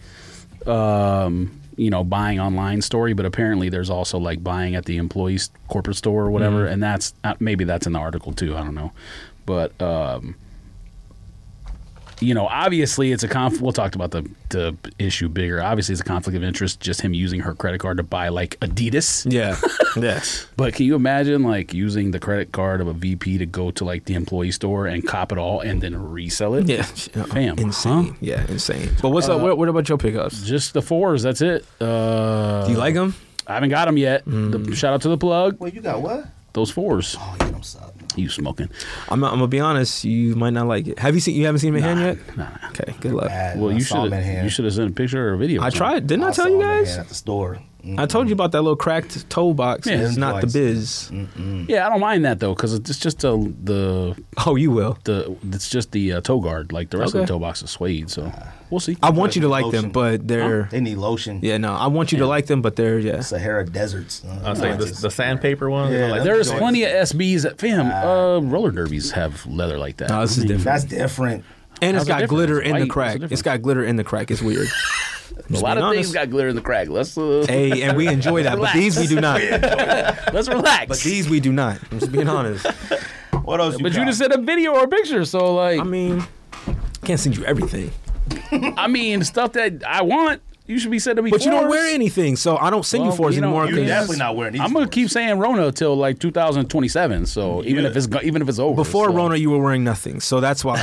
um you know buying online story but apparently there's also like buying at the employees corporate store or whatever and that's uh, maybe that's in the article too i don't know but um you know obviously it's a conf we'll talk about the the issue bigger obviously it's a conflict of interest just him using her credit card to buy like adidas Yeah. yes. but can you imagine like using the credit card of a vp to go to like the employee store and cop it all and then resell it Yeah. Fam, Insane. huh? Uh, Yeah, insane. But what's up? What, what about your pickups? Just the fours. That's it. Uh, Do you like Mm. them? I haven't got them yet. The, shout out to the plug. Wait, you got what? Those fours. Oh, yeah, I'm sorry. You smoking? I'm, not, I'm gonna be honest. You might not like it. Have you seen? You haven't seen him in hand yet? Nah, nah. Okay. Good luck. Bad. Well, I you saw should him in have. hand. You should have sent a picture or a video. or I something. tried. Didn't I, saw tell you him in hand guys? At the store. Mm. I told you about that little cracked toe box. Yeah. Mm. it's not the Twice. biz. Yeah, I don't mind that though, because it's just uh, the Oh, you will. the it's just the uh, toe guard. Like the rest of Okay. the toe box is suede, so we'll see. I want you to like Lotion. them, but they're They need lotion. yeah. No, I want you to like them, but they're yeah. Sahara deserts. Uh, I was like the, it's- the sandpaper one. Yeah, Yeah, like, There's Joints. plenty of SBs that, fam. Uh, roller derbies have leather like that. No, this is I mean, different. That's different. And How's it it's got different? glitter It's in white. the What's crack. the It's got glitter in the crack. It's weird. A lot of being things honest. got glitter in the crack. Let's uh, hey, and we enjoy that, but Relax. these we do not. let's relax. But these we do not. I'm just being honest. What else? but you got? you just sent a video or a picture, so like I mean, can't send you everything, I mean, stuff that I want, you should be sending me. but you don't fours. wear anything, so I don't send Well, you fours you don't- anymore. you 'cause definitely not wearing these I'm gonna fours. keep saying Rona till like 2027. So even if it's go- even if it's over Before so. Rona, you were wearing nothing, so that's why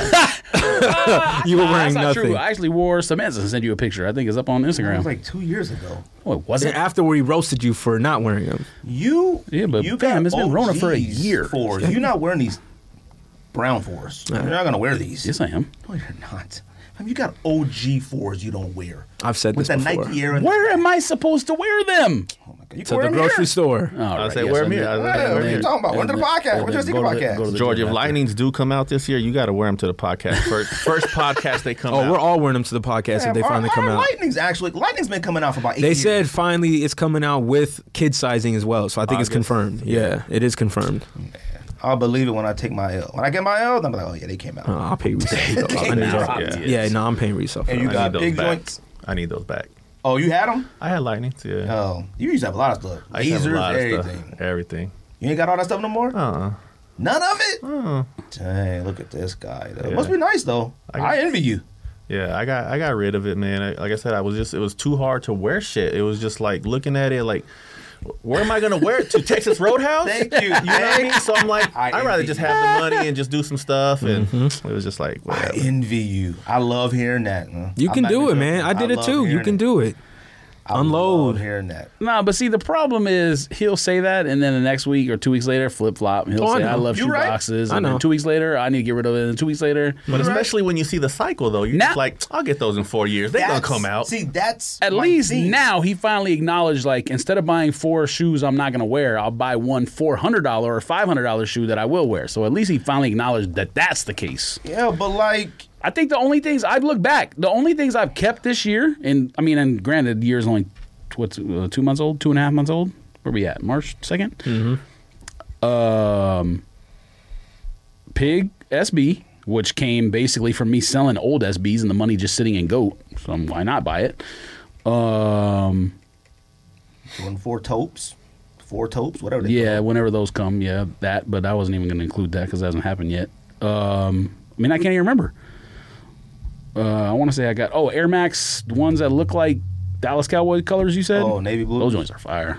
you were Ah, wearing that's not nothing. true. I actually wore cements and sent you a picture. I think it's up on That Instagram. was like two years ago. oh, it wasn't. And after we roasted you for not wearing them, You, Yeah, but you fam, got it's been Rona for a OGs year. Fours. You're not wearing these brown fours. You're not gonna wear these. yes, I am. No, you're not. I mean, you got OG fours you don't wear. I've said With the this before. Nike era. Where am I supposed to wear them? Oh my God. You to the grocery store. All I right, say yes, wear I me. did. I was like, Yeah, wear what are me. you talking about? Went to the podcast. What you think Go to about the- go to podcast? the George, gym if after. lightnings do come out this year, you got to wear them to the podcast first. First podcast they come Oh, out. we're all wearing them to the podcast if they Damn, finally our- come our out. Lightning's actually lightning's been coming out for about eight They years. said finally it's coming out with kid sizing as well, so I think August. it's confirmed. Yeah, it is confirmed. I'll believe it when I take my L. When I get my L, I'm like, oh yeah, they came out. Uh, I'll pay resale. for Came those. out. Yeah. yeah, no, I'm paying resale. for And you those. I got need those big back. joints? I need those back. Oh, you had them? I had lightnings. Yeah. Oh, you used to have a lot of stuff. I used to have a Lasers, lot of stuff. everything. Everything. You ain't got all that stuff no more. Uh-uh. None of it. Dang, look at this guy. Though. Yeah. Must be nice though. I, I got- envy you. Yeah, I got I got rid of it, man. I, like I said, I was just it was too hard to wear shit. It was just like looking at it, like where am I gonna wear it to Texas Roadhouse? Thank you. You know what I Thank- mean? So I'm like, I I would rather envy just you. have the money and just do some stuff, and it was just like I whatever. envy you. I love hearing that. man. You I'm can not do even it, man. joking. I did it love too. You hearing can it. do it. I Unload. love hearing that. Nah, but see, the problem is he'll say that, and then the next week or two weeks later, flip flop. He'll Oh, I say, "I, know. love You shoe right. boxes." I And then know. two weeks later, I need to get rid of it. And two weeks later, But especially when you see the cycle, though, you're Now- just like, I'll get those in four years. They're gonna That's- come out. See, that's at my least thing. now he finally acknowledged like instead of buying four shoes I'm not gonna wear, I'll buy one four hundred dollar or five hundred dollar shoe that I will wear. So at least he finally acknowledged that that's the case. Yeah, but like, I think the only things I've looked back, the only things I've kept this year, and I mean, and granted, the year's only what's uh, two months old, two and a half months old. Where we at? March 2nd Um, pig SB, which came basically from me selling old SBs and the money just sitting in goat. So why not buy it? Um, doing four topes, four topes, whatever. They yeah, whenever those come, yeah, that. But I wasn't even going to include that because that hasn't happened yet. Um, I mean, I can't even remember. Uh, I want to say I got oh Air Max the ones that look like Dallas Cowboy colors. You said Oh, navy blue. Those joints are fire.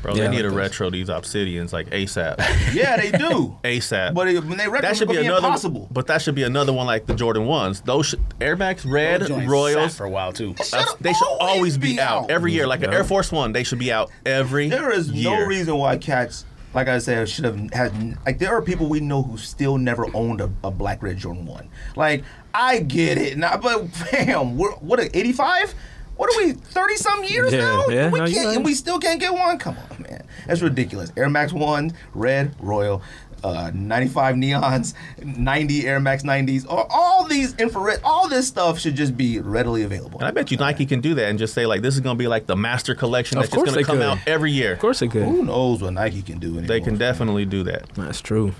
Bro, Yeah. they need to retro these Obsidians like ASAP. Yeah, they do. ASAP. But it, when they retro, that should be another. impossible. But that should be another one like the Jordan ones. Those should, Air Max Red Those joints Royals. sat for a while too. That's- they should always always be, be out. out. every year. Like an Air Force One, they should be out every. There is no year. reason why cats, like I said, should have had. Like there are people we know who still never owned a, a black red Jordan one. Like I get it, now, but fam, we're what a eighty five. What are we thirty some years Yeah, now? yeah, we no, you can't, right. and we still can't get one. Come on, man, that's ridiculous. Air Max one, red Royal. Uh, 95 neons, 90 Air Max 90s, all, all these infrared, all this stuff should just be readily available. And I bet you Nike can do that and just say like, this is going to be like the master collection Of that's just course going they to come could. out every year. Of course they could. Who knows what Nike can do anymore? They can definitely do that. That's true.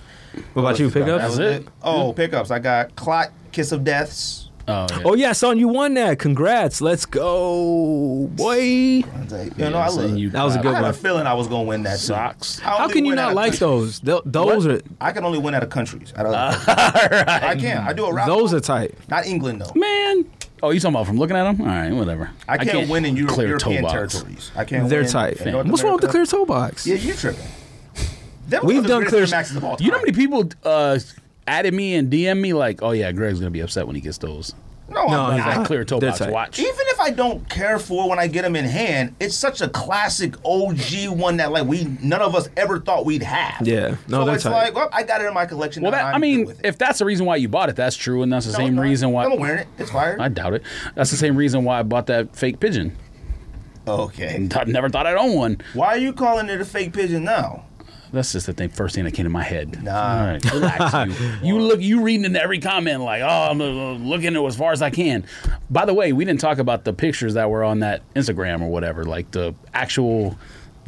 What about you? Pickups? That was it. Oh, pickups. I got Clot, Kiss of Deaths. Oh, yeah. Oh yeah, son, you won that. Congrats. Let's go, boy. I was like, You Yeah, know, I, so look, you That was a got I good had a one. feeling I was going to win that. too. Socks. I How only can you win out not of like countries. those? Th- those I can only win out of countries. I, don't, I can't. I do a are rap. those are tight. not England though. Man. Oh, you talking about from looking at them? All right, whatever. I can't, win in Euro- clear toe European box. territories. I can't. They're win tight. in North What's wrong with the America. clear toe box? Yeah, you tripping. Them We've are the done greatest clear- Air Maxes of all You know how time. many people uh, added me and DM me like, "Oh yeah, Greg's gonna be upset when he gets those." No, I'm No, not. he's I not. clear toe They're box tight. watch. Even if I don't care for when I get them in hand, it's such a classic OG one that like we none of us ever thought we'd have. Yeah. No, so they're it's tight. like, well, I got it in my collection. Well, now, that, I'm I mean, good with it. if that's the reason why you bought it, that's true, and that's the No, same no, reason why I'm wearing it. It's fire. I doubt it. That's the same reason why I bought that fake pigeon. okay. I never thought I'd own one. Why are you calling it a fake pigeon now? That's just the thing, first thing that came to my head. Nah. All right, relax. you. you look, you reading into every comment like, oh, I'm uh, looking as far as I can. By the way, we didn't talk about the pictures that were on that Instagram or whatever, like the actual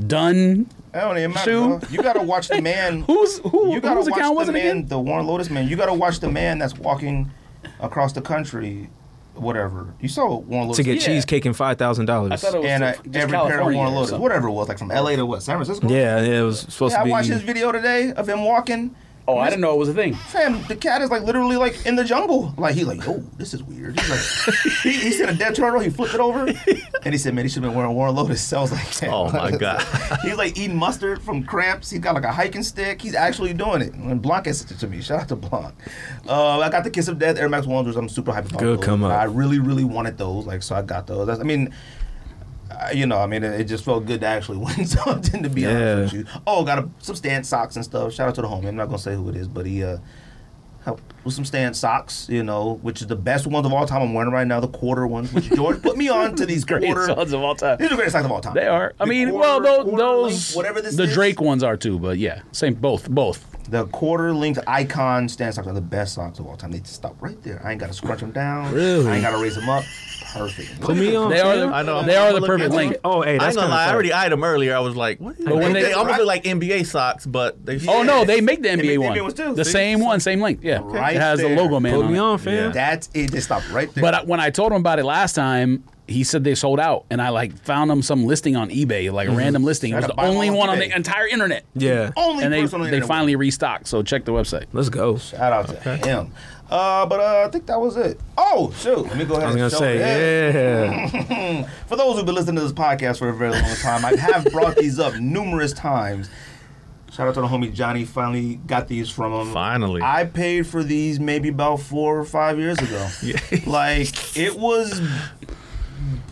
done. I don't even matter. Shoe? bro. You gotta watch the man. Who's- who- You gotta whose watch account the was it man, again? the Warren Lotus man. You gotta watch the man that's walking across the country, whatever. You saw Warren Lotus To get Yeah. cheesecake and five thousand dollars. thought it was and uh, just every pair of California Warren or Lotus, something. whatever it was, like from L.A. to what San Francisco. Yeah, yeah, it was supposed Yeah, I to be. watched his video today of him walking. Oh, I didn't know it was a thing. Fam, the cat is like literally like in the jungle. Like he like, oh, this is weird. He's like, he, he seen a dead turtle. He flipped it over, and he said, man, he should have been wearing Warren Lotus. So I was like, damn. Oh, my God. he's like eating mustard from cramps. He got like a hiking stick. He's actually doing it. And Blanc has sent it to me. Shout out to Blanc. Uh, I got the Kiss of Death Air Max Ones, which I'm super hyped about. Good those. come up. I really, really wanted those. Like, so I got those. That's, I mean. I- You know, I mean, it it just felt good to actually win something. To be Yeah. honest with you, oh, got a, some Stan socks and stuff. Shout out to the homie. I'm not gonna say who it is, but he uh, help with some Stan socks, you know, which is the best ones of all time. I'm wearing right now the quarter ones, which George put me on to these Greatest quarter. sons of all time. These are the greatest socks of all time. They are. I The mean, quarter- well, those, quarter those length, whatever this the is, Drake ones are too, but yeah, same, both, both. the quarter length icon Stan socks are the best socks of all time. They just stop right there. I ain't gotta scrunch them down. Really? I ain't gotta raise them up. Perfect. Put me on. They are. The, fam. I know. They are the Look, perfect it's- length. Oh, hey, I that's ain't gonna kinda lie. I tight. already eyed them earlier. I was like, what? But when when they- they, almost look like NBA socks, but they. Oh no, Yes. they make the They make NBA the one. NBA ones too. The See? same one, same length. Yeah, Right it has there. the logo man. Put me it. on, fam. That's it. They stop right there. But I, when I told him about it last time, he said they sold out, and I like found him some listing on eBay, like a random listing. It Mm-hmm. Try was to the buy 'em only off one on eBay. the entire internet. Yeah. only and they person on the they internet finally restocked. So check the website. Let's go. Shout out to him. Uh, but uh, I think that was it. Oh, shoot. Let me go ahead I was and gonna show say, it. yeah. For those who've been listening to this podcast for a very long time, I have brought these up numerous times. Shout out to the homie Johnny. Finally got these from him. Finally. I paid for these maybe about four or five years ago. Like it was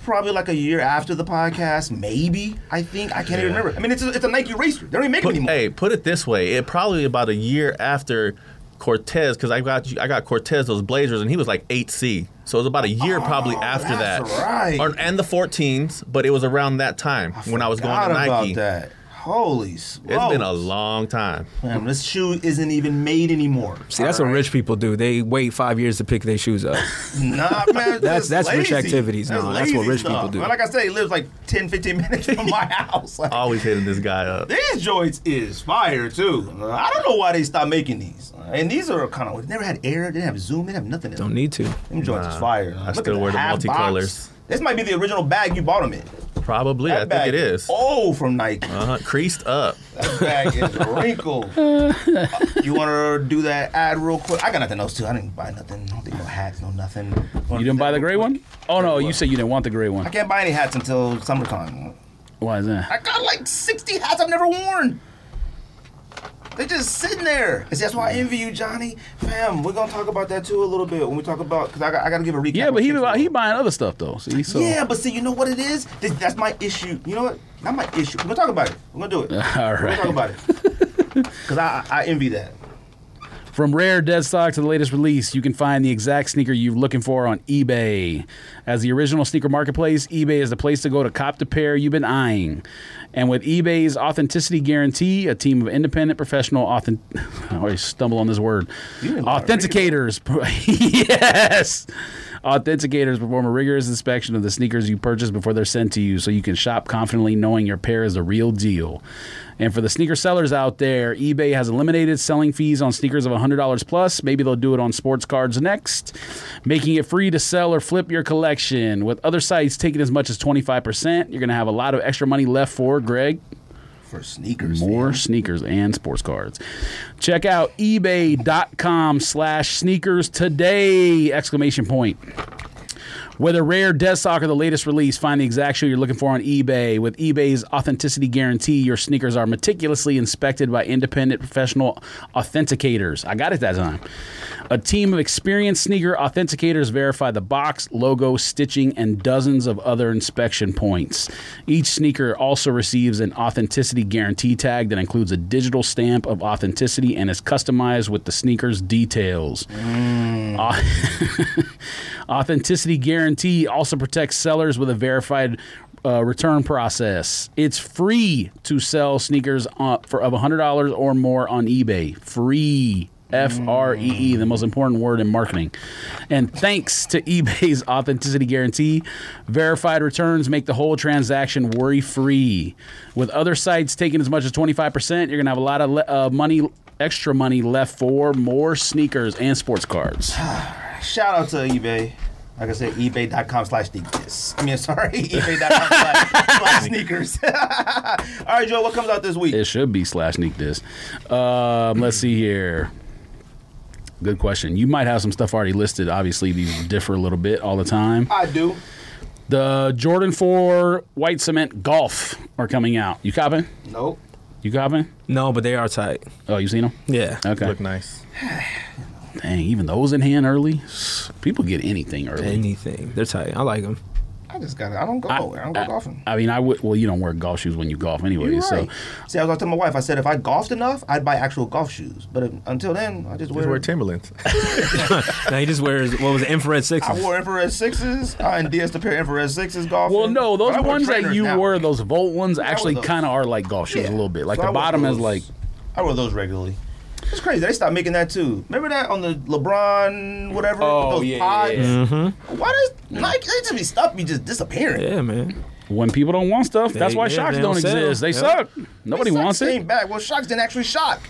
probably like a year after the podcast, maybe. I think I can't even Yeah. remember. I mean, it's a, it's a Nike racer. They don't even make them Put- anymore. hey, put it this way: it probably about a year after Cortez, because I got you- I got Cortez those Blazers, and he was like eight C. So it was about a year probably after Oh, that's that, right. Or- and the 14s, but it was around that time when I was going Forgot to about Nike. that. Holy smokes! It's been a long time. Man, this shoe isn't even made anymore. See, that's what rich people do. They wait five years to pick their shoes up. Nah, man. That's- that's rich lazy. activities. No, that's what lazy rich people do. Man, like I said, he lives like 10, 15 minutes from my house. Uh, Like, Always hitting this guy up. these joints is fire too. Uh, I don't know why they stopped making these. Uh, And these are kind of they never had air, they didn't have zoom, they didn't have nothing. In Don't them. need to. them joints is fire. I Look still at wear the half box. multicolors. This might be the original bag you bought them in. Probably, I think bag it is. Oh, from Nike. Uh. Uh-huh. Creased up. That bag is wrinkled. Uh, you want to do that ad real quick? I got nothing else too. I didn't buy nothing. I don't think no hats, no nothing. You didn't buy the gray one? Oh no, you said you didn't want the gray I one. can't buy any hats until summertime. Why is that? I got like 60 hats I've never worn. They just sitting there. And see, that's why I envy you, Johnny. Fam, we're gonna talk about that too a little bit when we talk about because I got, I got to give a recap. Yeah, of but he Kickstarter. he buying other stuff though. See, so Yeah, but see, you know what it is? Th- that's my issue. You know what? Not my issue. We're gonna talk about it. We're gonna do it. All We're gonna right. talk about it. Cause I I I envy that. From rare dead stock to the latest release, you can find the exact sneaker you're looking for on eBay. As the original sneaker marketplace, eBay is the place to go to cop the pair you've been eyeing. And with eBay's authenticity guarantee, a team of independent professional authentic I always stumble on this word. You didn't want to read it. Authenticators. yes. Authenticators perform a rigorous inspection of the sneakers you purchase before they're sent to you so you can shop confidently knowing your pair is the real deal. And for the sneaker sellers out there, eBay has eliminated selling fees on sneakers of $100 plus. Maybe they'll do it on sports cards next, making it free to sell or flip your collection. With other sites taking as much as 25%, you're going to have a lot of extra money left for Greg For sneakers. more man. sneakers and sports cards check out ebay.com slash sneakers today exclamation point whether rare, dead stock, or the latest release, find the exact shoe you're looking for on eBay. With eBay's authenticity guarantee, your sneakers are meticulously inspected by independent professional authenticators. I got it that time. A team of experienced sneaker authenticators verify the box, logo, stitching, and dozens of other inspection points. Each sneaker also receives an authenticity guarantee tag that includes a digital stamp of authenticity and is customized with the sneaker's details. Authenticity guarantee also protects sellers with a verified uh, return process. It's free to sell sneakers uh, for of $100 or more on eBay. Free. F R E E, the most important word in marketing. And thanks to eBay's authenticity guarantee, verified returns make the whole transaction worry free. With other sites taking as much as 25%, you're going to have a lot of le- uh, money, extra money left for more sneakers and sports cards. Shout out to eBay. Like I said, ebay.com slash sneakers. I mean, sorry, ebay.com slash- slash sneakers. All right, Joe, what comes out this week? It should be slash sneak this. Um, let's see here. Good question. You might have some stuff already listed. Obviously, these differ a little bit all the time. I do. The Jordan 4 White Cement Golf are coming out. You copping? Nope. You copping? No, but they are tight. Oh, you seen them? Yeah. Okay. Look nice. Dang, even those in hand early? People get anything early. Anything. They're tight. I like them. I just got it. I don't go nowhere. I don't go golfing. I mean, I would. Well, you don't wear golf shoes when you golf anyway. You're So, right. See, I was telling my wife, I said if I golfed enough, I'd buy actual golf shoes. But if, until then, I just wear. Just wear Timberlands. Now he just wears what was it, infrared sixes. I wore infrared sixes. I endorsed a pair of infrared sixes golfing. well, no, But those I wear ones that trainers you now. wear, those Volt ones, actually those. kind of are like golf shoes Yeah. a little bit. Like So I the wear bottom is those- like I wear those regularly. It's crazy. They stopped making that too. Remember that on the LeBron whatever? Oh, those yeah, pods? yeah, Mm-hmm. Why does Nike they just be stuff be just disappearing? Yeah, man. when people don't want stuff. that's why yeah, shocks they don't, don't sell. exist. They Yep. suck. Nobody Socks wants it. Came back. Well, Shocks didn't actually shock.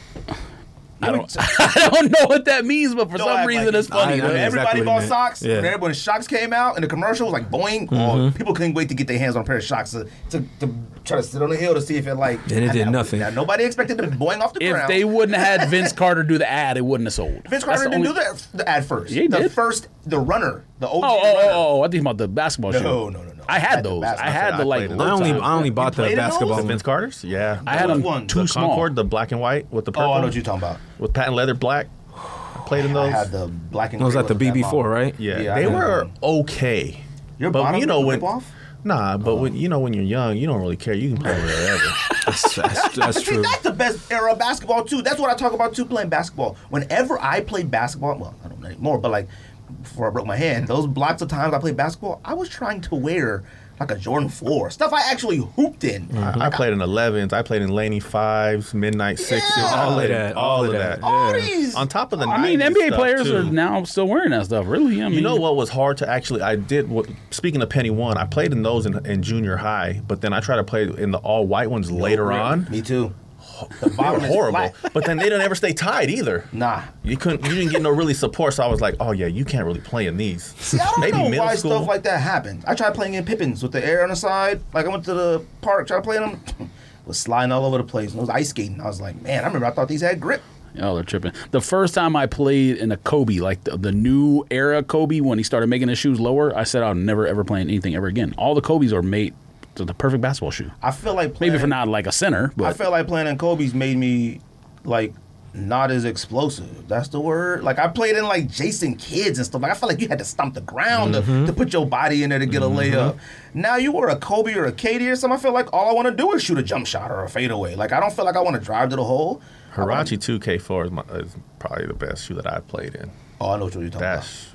I don't, I don't know what that means, but for Don't some act reason like it's it. I funny. know. When exactly everybody what he bought meant. socks, Yeah. when everybody, Shocks came out and the commercial was like boing, Mm-hmm. oh, people couldn't wait to get their hands on a pair of Shocks to, to, to try to sit on the hill to see if it like. And it did now- nothing. Now, nobody expected them boing off the If ground. they wouldn't have had Vince Carter do the ad, it wouldn't have sold. Vince That's Carter the didn't only- do the, the ad first. Yeah, he the did. first, the runner, the OG Oh, oh, runner. oh, oh! I think about the basketball shoe. No, no, no, no. I had That's the those. I basketball had shoe. the I like. played in low I only top. I only bought the played in those? basketball. Vince Carter's? Yeah. I had Which them one? too the small. Concord, the black and white with the Oh, purple. I know what you're talking about. With patent leather black. I played in those. I had the black and. I was gray at the ones that BB4, model. right? Yeah, Yeah, I they had were them. okay. Your but bottom you know didn't when rip off? nah, but when you know when you're young, you don't really care. You can play wherever. That's, that's, that's But see, true. that's the best era of basketball too. That's what I talk about too, playing basketball. Whenever I played basketball, well, I don't know anymore, but like before I broke my hand, those blocks of times I played basketball, I was trying to wear like a Jordan four stuff I actually hooped in. I, I played in 11s. I played in Laney fives, midnight sixes, Yeah. all, All of of that, that, all of that. that. All Yeah. these On top of the, I mean, 90s NBA stuff, players too. are now still wearing that stuff. Really, I mean, You know what was hard to actually? I did. What, speaking of Penny One, I played in those in, in junior high, but then I tried to play in the all white ones later on. Me too. The They were bottom is horrible, flat. but then they didn't ever stay tied either. Nah. you couldn't. You didn't get no really support, so I was like, oh yeah, you can't really play in these. See, I don't know why stuff like that happens. I tried playing in Pippins with the air on the side. Like I went to the park, tried playing them, was sliding all over the place. And it was ice skating. I was like, man, I remember I thought these had grip. Oh, they're tripping. The first time I played in a Kobe, like the, the new era Kobe, when he started making his shoes lower, I said I'll never ever play in anything ever again. All the Kobe's are made the, the perfect basketball shoe. I feel like Maybe playing, if not like a center, I but felt like playing in Kobe's made me like not as explosive. That's the word. Like I played in like Jason Kids and stuff. Like I felt like you had to stomp the ground Mm-hmm. to, to put your body in there to get a layup. Now you were a Kobe or a KD or something. I feel like all I want to do is shoot a jump shot or a fadeaway. Like I don't feel like I want to drive to the hole. Hirachi 2K4 is, my, is probably the best shoe that I played in. Oh, I know what you're talking about. That's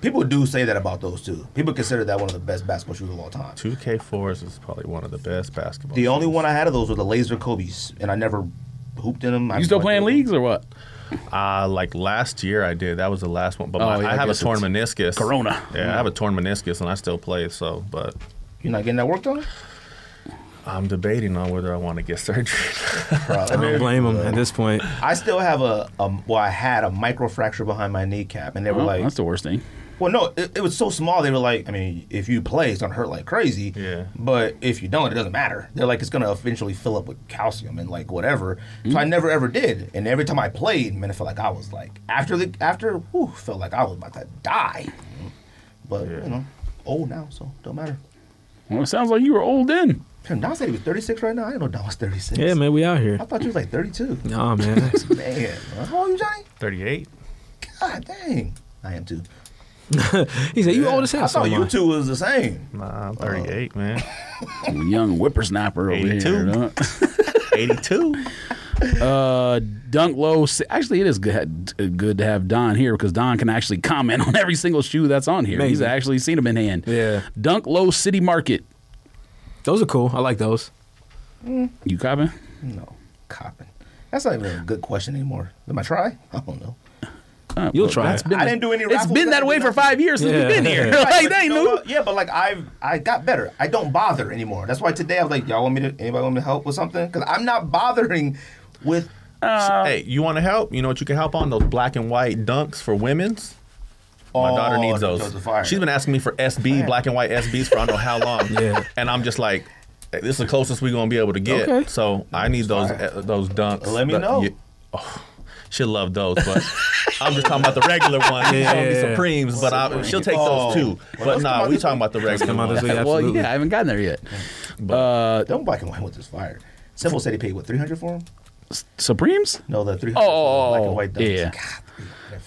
People do say that about those two. People consider that one of the best basketball shoes of all time. 2K4s is probably one of the best basketball. The shoes. only one I had of those were the laser Kobe's, and I never hooped in them. I you still played playing them. leagues or what? Uh, like last year I did. That was the last one. But my, Oh, yeah, I I have a guess torn it's meniscus. Corona. Yeah, I have a torn meniscus and I still play. So, but You're not getting that worked on? I'm debating on whether I want to get surgery. Probably. I don't blame him at this point. I still have a, a well, I had a microfracture behind my kneecap, and they were Well, like, Oh, that's the worst thing. well, no, it, it was so small. They were like, I mean, if you play, it's gonna hurt like crazy. Yeah. But if you don't, it doesn't matter. They're like, it's gonna eventually fill up with calcium and like whatever. So Mm. I never ever did, and every time I played, man, I felt like I was like after the after, whew, felt like I was about to die. But you know, old now, so don't matter. Well, it sounds like you were old then. Damn, Don said he was 36 right now. I didn't know Don was 36. Yeah, man, we out here. I thought you was like 32. Nah, man. Man, how old are you, Johnny? 38. God dang. I am too. He said, "You old as I hell." thought son of you mine." two was the same. Nah, I'm 38, man. Young whippersnapper over 82. here. huh? 82. Uh, Dunk Low. si- Actually, it is good, good to have Don here because Don can actually comment on every single shoe that's on here. He's Amazing. actually seen them in hand. Yeah. Dunk Low City Market. Those are cool. I like those. You copying? No, copping. That's not even a good question anymore. Am I try? I don't know. Uh, You'll well, try. that's been I the- didn't do any It's raffles, been I that didn't way do for nothing. five years since Yeah. we've been here. Right, like but they no, knew. no, Yeah, but like I've I got better. I don't bother anymore. That's why today I was like, y'all want me to anybody want me to help with something? Because I'm not bothering with hey, you want to help? You know what you can help on? Those black and white dunks for women's. My Oh, daughter needs those. those are fire. She's been asking me for SB, black and white SBs for I don't know how long. Yeah. And I'm just like, hey, this is the closest we're going to be able to get. Okay. So I need those uh, those dunks. Let me But know. you- oh, she'll love those, but I'm just talking about the regular one. She's Yeah, gonna be yeah, yeah. Supremes, but I, she'll take Oh. those too. Well, But those come nah, out we this talking week. about the Those regular come out one. this week. well, Absolutely. yeah, I haven't gotten there yet. Uh, them black and white ones is fire. Simple said he paid what three hundred for them. Supremes? No, the three hundred Oh, black and white. dunks. yeah. God,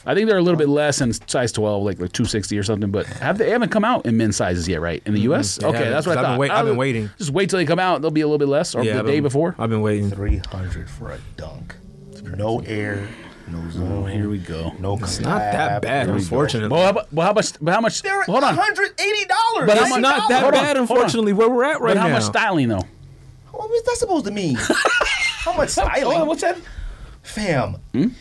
I think they're a little bit less in size 12, like like 260 or something, but have they, they haven't come out in men's sizes yet, right? In the U.S.? Mm-hmm. They Okay, haven't, that's what I 'cause I've thought. been wait- I've been would- waiting. Just wait till they come out. They'll be a little bit less, or the I've day been- before. I've been waiting. 300 for a dunk. No air, no zone. here we go. No It's not that bad, unfortunately. Well, how, mu- well, how much? But how much? They're Hold on. $180. But It's how much- not that hold on, bad, hold on. unfortunately. Where we're at right But how now. much styling though? What was that supposed to mean? How much styling? Oh, what's Hmm? that? Fam, you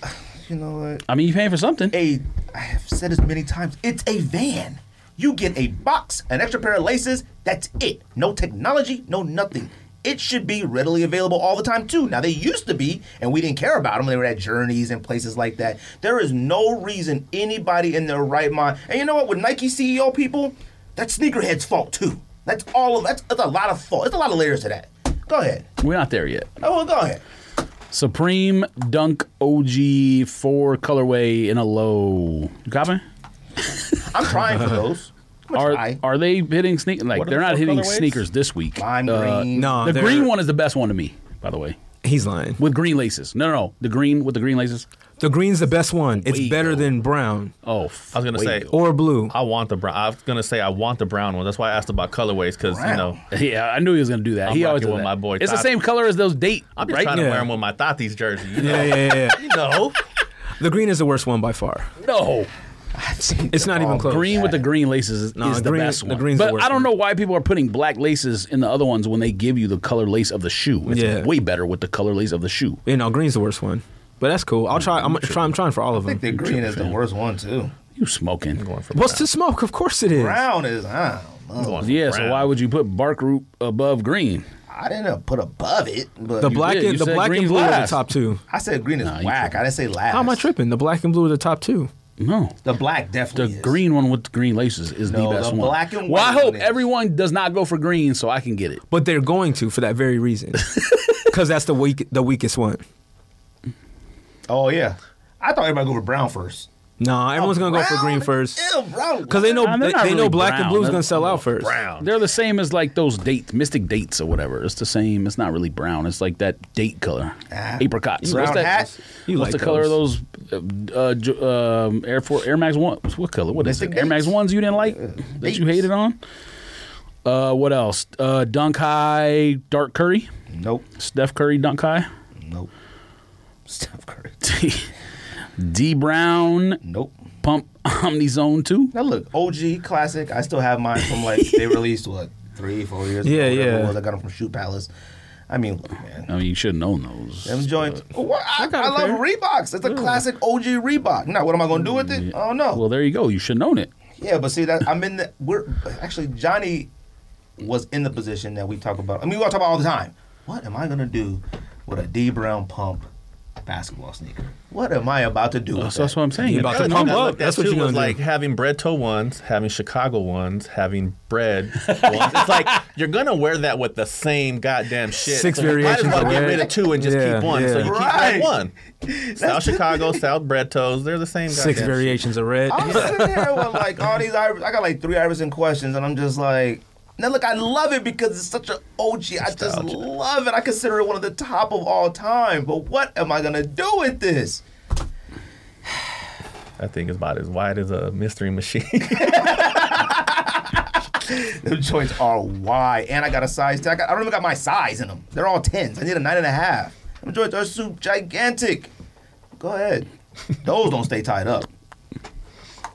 know what? I mean, you paying for something. A, I have said this many times, it's a van. You get a box, an extra pair of laces, that's it. No technology, no nothing. It should be readily available all the time too. Now they used to be, and we didn't care about them. They were at Journeys and places like that. There is no reason anybody in their right mind. And you know what? With Nike CEO people, that's sneakerheads' fault too. That's all of that's, that's a lot of fault. It's a lot of layers to that. Go ahead. We're not there yet. Oh, well, go ahead. Supreme Dunk OG four colorway in a low. You copy? I'm trying for those. I'm gonna Are try. are they hitting sneak? Like What are they're the not four hitting colorways? sneakers this week. Lime Uh, green. No, the they're- green one is the best one to me, by the way, He's lying. with green laces. No, no, no, the green with the green laces. The green's the best one. It's Way better go. than brown Oh, I was going to say, or blue. Uh, I want the brown. I was going to say, I want the brown one. That's why I asked about colorways because, you Brown. know. yeah, I knew he was gonna do that. I'm he always rocking does with that. my boy It's the Todd. same color as those date, I'm just right? trying to Yeah. wear them with my Tati's jersey. You know? Yeah, yeah, yeah, yeah. You know? The green is the worst one by far. No, I've seen It's not them even all. close. green with the green laces is, No, is the green- best the one. green's the but worst I don't one. know why people are putting black laces in the other ones when they give you the color lace of the shoe. It's Yeah. way better with the color lace of the shoe. You know, green's the worst one. But that's cool. I'll try. I'm try. I'm trying for all of I think the them. green is the worst one too. You smoking? What's the smoke? Of course it is. Brown is I don't know. Going yeah. So brown. why would you put bark root above green? I didn't put above it, but The black did. You and the said black and green's blue are the last. top two. I said green is Nah, you whack. I didn't say last. How am I tripping? The black and blue are the top two. No. The black The definitely. is. green one with the green laces is No, the best the one. black and well, I white hope one is. everyone does not go for green so I can get it. But they're going to for that very reason, because that's the weak, the weakest one. Oh yeah. I thought everybody go for brown first. Nah, everyone's gonna go for green first because they know Nah, they're they, not they know really black and brown. blue's gonna That's- sell out first. Brown. They're the same as like those date mystic dates or whatever. It's the same. It's not really brown. It's like that date color, Ah. apricots. Brown what's that? hat? You what's like the color of those? Uh, uh, ju- um, Air Force Air Max One. What color? What is Uh, Mystic it? Air Max dates? Ones you didn't like that you dates. hated on. Uh, what else? Uh, Dunk High Dark Curry. Nope. Steph Curry Dunk High. Nope. Steph Curry. D Brown Nope. Pump Omni Zone Two. Now look, OG classic. I still have mine from like they released what three, four years. ago, Yeah, whatever it yeah. was. I got them from Shoe Palace. I mean, look, man. I mean, you shouldn't own those. Them joints. Oh, what? I, got I a love pair. Reeboks. It's a classic OG Reebok. Now, what am I going to do with it? I don't know. Well, there you go. You should own it. Yeah, but see that I'm in the we're actually Johnny was in the position that we talk about. I mean, we all talk about all the time. What am I gonna do with a D Brown pump basketball sneaker? What am I about to do? With So that's that? what I'm saying. You You about gotta to own pump that. up? Look, That's that what too you was gonna like do. having bread toe ones, having Chicago ones, having bread ones. It's like you're gonna wear that with the same goddamn shit. Six so you variations Might as of well get bread. rid of two and just Yeah, keep one. So yeah. you Right. keep that one. South Chicago, South bread toes. They're the same. Six goddamn shit. variations of red. I'm sitting here with like all these Iverson. I got like three Iverson questions, and I'm just like, now look, I love it because it's such an OG. I just Nostalgia. love it. I consider it one of the top of all time. But what am I gonna do with this? That thing is about as wide as a mystery machine. Them joints are wide, and I got a size. 10. I, got, I don't even got my size in them. They're all tens. I need a nine and a half. Them joints are so gigantic. Go ahead. Those don't stay tied up.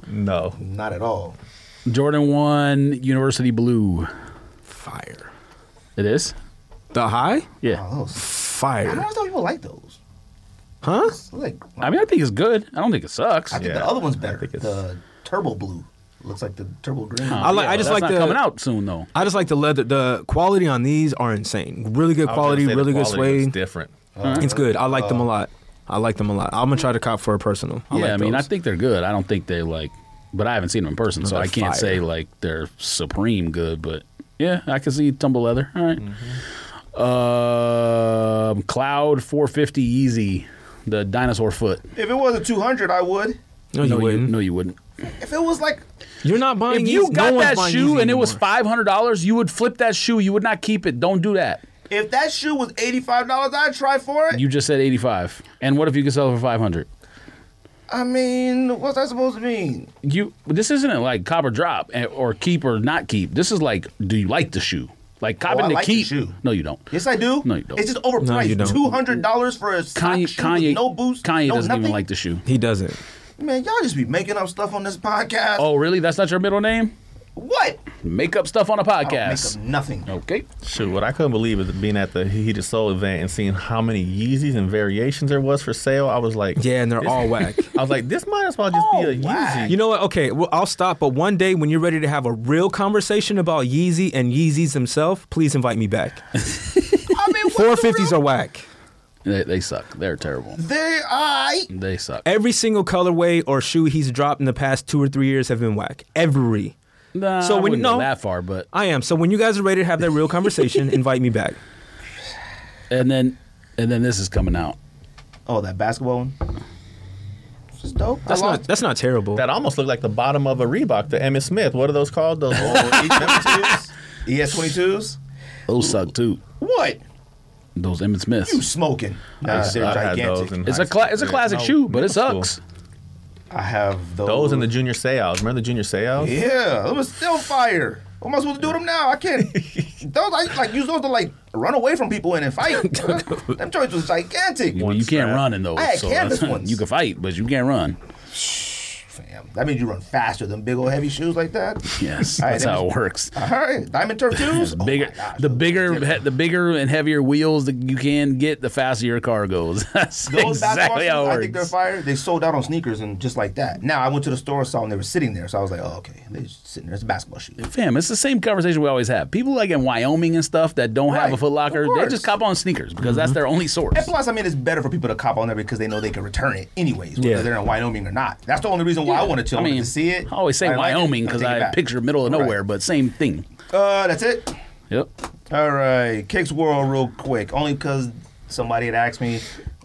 no. Not at all. Jordan One University Blue. Fire. It is. The high? Yeah. Oh, those. I Fire. don't know if people like those. Huh? It's like I mean, I think it's good. I don't think it sucks. I think Yeah, the other one's I better. think it's- the turbo blue looks like the turbo green. Uh, I like- yeah, I just that's like not the- coming out soon though. I just like the leather. The quality on these are insane. Really good I was gonna quality. say the Really good quality was suede. Different. It's good. I like them a lot. I like them a lot. I'm gonna try to cop for a personal. I yeah, like I mean, those. I think they're good. I don't think they like, but I haven't seen them in person, so They're I can't fire. say like they're supreme good. But yeah, I can see tumble leather. All right. Mm-hmm. Um, Cloud 450 Easy, the dinosaur foot. If it was a 200, I would. no, you wouldn't. no, you wouldn't. If it was like, You're not buying. If you Yeezys. got no one's that buying shoe Yeezys and it was anymore. five hundred dollars, you would flip that shoe. You would not keep it. Don't do that. if that shoe was $85, I'd try for it. You just said eighty five. And what if you could sell it for five hundred? I mean, what's that supposed to mean? You this isn't like cop or drop eh, or keep or not keep. This is like, do you like the shoe? Like copping Oh, I to like the keep. shoe. No, you don't. Yes, I do. No, you don't. It's just No, you overpriced. don't. Two hundred dollars for a sock Kanye, shoe Kanye, with no boost. Kanye no doesn't nothing. even like the shoe. He doesn't. Man, y'all just be making up stuff on this podcast. Oh, really? That's not your middle name? What? Make up stuff on a I don't make podcast. up nothing. Okay. Shoot, what I couldn't believe is being at the Heated Soul event and seeing how many Yeezys and variations there was for sale. I was like, Yeah, and they're all whack. I was like, this might as well just be a Oh, wow. Yeezy. You know what? Okay, well, I'll stop. But one day when you're ready to have a real conversation about Yeezy and Yeezys themselves, please invite me back. I mean, Four what the fifties real- are whack. They, they suck. They're terrible. They, I. They suck. Every single colorway or shoe he's dropped in the past two or three years have been whack. Every. Nah, So I when- wouldn't no. go that far, but I am. So when you guys are ready to have that real conversation, invite me back. and then and then this is coming out. Oh, that basketball one. It's just dope. That's I not lost- that's not terrible. That almost looked like the bottom of a Reebok, the Emmett Smith. What are those called? Those Oh, E ES E twenty twos. Those suck too. What? Those Emmett Smiths. You smoking? Nah, they're gigantic. It's a cla- it's a classic shoe, but it sucks. I have those. Those in the junior seals. Remember the junior seals? Yeah, it was still fire. What am I supposed to do with them now? I can't. those I like use those to like run away from people in and fight. them joints was gigantic. Well, you One can't strap. run in those. I had so canvas that's- ones. You can fight, but you can't run. Fam, that means you run faster than big old heavy shoes like that. Yes, All right, that's that how was- it works. All right, diamond turf shoes. Oh bigger, my gosh, the those bigger, were different. he- the bigger and heavier wheels that you can get, the faster your car goes. That's Those basketball exactly shoes, how I it think they're works. fire. They sold out on sneakers and just like that. Now I went to the store, saw them. They were sitting there, so I was like, "Oh, okay, they're just sitting there. It's a basketball shoe." Fam, it's the same conversation we always have. People like in Wyoming and stuff that don't have a Right, Foot Locker, of they course. just cop on sneakers because that's their only source. And plus, I mean, it's better for people to cop on there because they know they can return it anyways, whether Yeah. they're in Wyoming or not. That's the only reason why I wanted to. I, wanted to see it. I always say I like it. Wyoming I'll because take it I back. picture middle of Right. nowhere, but same thing. Uh, that's it. Yep. All right, Kicks World, real quick, only because somebody had asked me.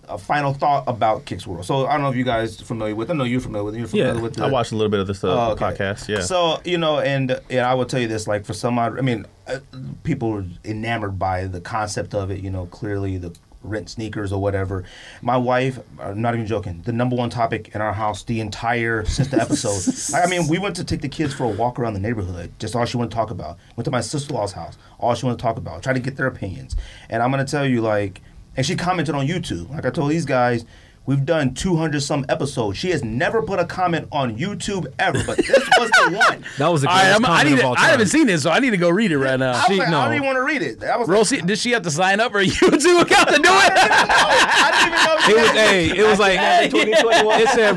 a final thought about Kicks World. So I don't know if you guys are familiar with. I know you're familiar with. You're familiar Yeah, with. The, I watched a little bit of this uh, Oh, okay. podcast. Yeah. So you know, and and I will tell you this: like for some odd, I mean, uh, people are enamored by the concept of it. You know, clearly the rent sneakers or whatever. My wife, I'm not even joking. The number one topic in our house the entire since the episode. like, I mean, we went to take the kids for a walk around the neighborhood. Just all she wanted to talk about. Went to my sister-in-law's house. All she wanted to talk about. Try to get their opinions. And I'm gonna tell you, like, and she commented on YouTube. Like I told these guys. We've done 200 some episodes. She has never put a comment on YouTube ever, but this was the one. That was the I, greatest am, I, comment need of to, all I time. haven't seen this, so I need to go read it right now. I, was She- like, I no. don't even want to read it. I was like, Rosie, did she have to sign up for a YouTube account to do it? I didn't It even know. was hey, it was like it said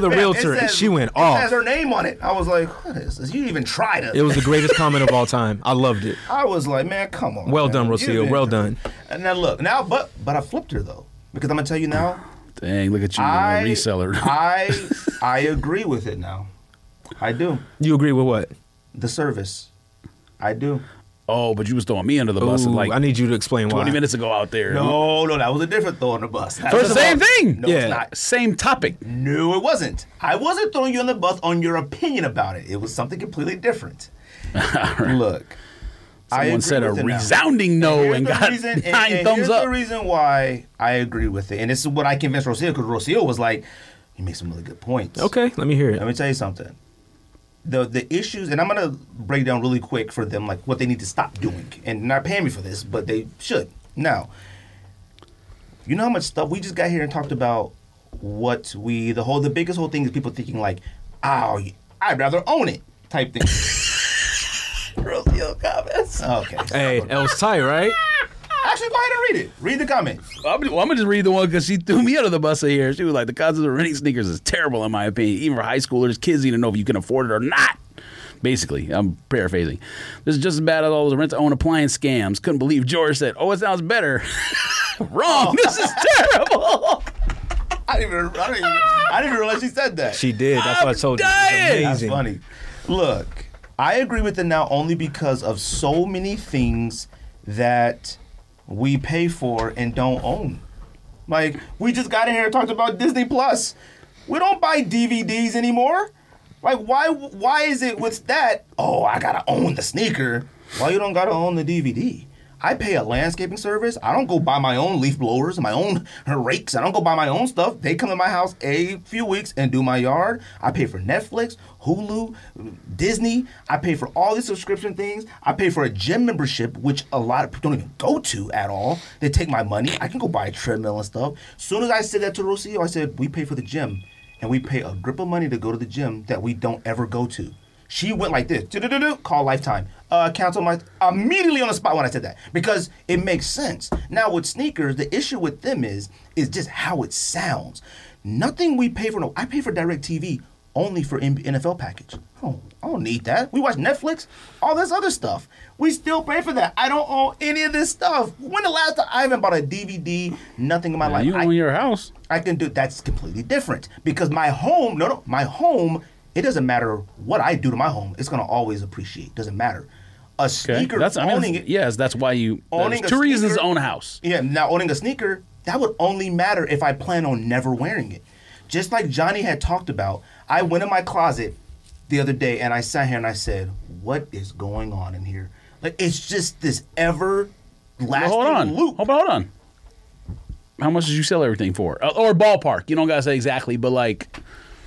the realtor, and she went It has off. her name on it. I was like, what is this? You even tried to. It was the greatest comment of all time. I loved it. I was like, man, come on. Well man. done, You Rocio. didn't Well try. done. And then look, now, but but I flipped her though, because I'm gonna tell you now, Dang, look at you, I reseller. I I agree with it now. I do You agree with what? the service. I do. Oh, but you was throwing me under the bus Ooh, in like I need you to explain 20 why. minutes ago out there. No, no, that was a different throw on the bus. That For was the a- same thing. No, Yeah. it's not. Same topic. No, it wasn't. I wasn't throwing you on the bus on your opinion about it. It was something completely different. Look, I Someone agree said a with it now. resounding no Here's and the got reason- and- nine and thumbs here's up. the reason why I agree with it, and this is what I convinced Rocio because Rocio was like, "You make some really good points." Okay, let me hear Let it. me tell you something. The the issues, and I'm gonna break down really quick for them, like what they need to stop doing, and not paying me for this, but they should. Now, you know how much stuff we just got here and talked about. What we the whole the biggest whole thing is people thinking like, oh, I'd rather own it type thing. Rocio comments. Okay, Hey, that was tight, right? actually, go ahead and read it. Read the comment. I'm, well, I'm gonna just read the one because she threw me under the bus right here. She was like, "The concept of renting sneakers is terrible, in my opinion. Even for high schoolers, kids need to know if you can afford it or not." Basically, I'm paraphrasing. This is just as bad as all those rent-to-own appliance scams. Couldn't believe George said, "Oh, it sounds better." Wrong. This is terrible. I didn't even, I didn't even, I didn't even realize she said that. She did. That's what I I'm told you. dying. It's That's amazing. funny. Look, I agree with it now only because of so many things that we pay for and don't own. Like we just got in here and talked about Disney Plus. We don't buy DVDs anymore. Like why why is it with that? Oh, I gotta own the sneaker. Why you don't gotta own the DVD? I pay a landscaping service. I don't go buy my own leaf blowers, and my own rakes. I don't go buy my own stuff. They come to my house a few weeks and do my yard. I pay for Netflix, Hulu, Disney. I pay for all these subscription things. I pay for a gym membership, which a lot of people don't even go to at all. They take my money. I can go buy a treadmill and stuff. Soon as I said that to Rocio, I said, We pay for the gym. And we pay a grip of money to go to the gym that we don't ever go to. She went like this, do-do-do-do, call Lifetime. Uh, cancel my immediately on the spot when I said that because it makes sense. Now with sneakers, the issue with them is is just how it sounds. Nothing we pay for. No, I pay for Direct TV only for M- NFL package. I don't, I don't need that. We watch Netflix, all this other stuff. We still pay for that. I don't own any of this stuff. When the last time I even bought a DVD, nothing in my life. you I- own your house. I can do that's completely different because my home, no, no, my home, it doesn't matter what I do to my home, it's gonna always appreciate. Doesn't matter. A Okay. sneaker That's I mean, owning it, Yes, that's why you. Owning Owning a two reasons to sneaker- own a house. yeah, now owning a sneaker, that would only matter if I plan on never wearing it. Just like Johnny had talked about, I went in my closet the other day and I sat here and I said, What is going on in here? Like it's just this ever Well, hold on. lasting loop. Hold, hold on. How much did you sell everything for? Uh, Or ballpark? You don't gotta say exactly, but like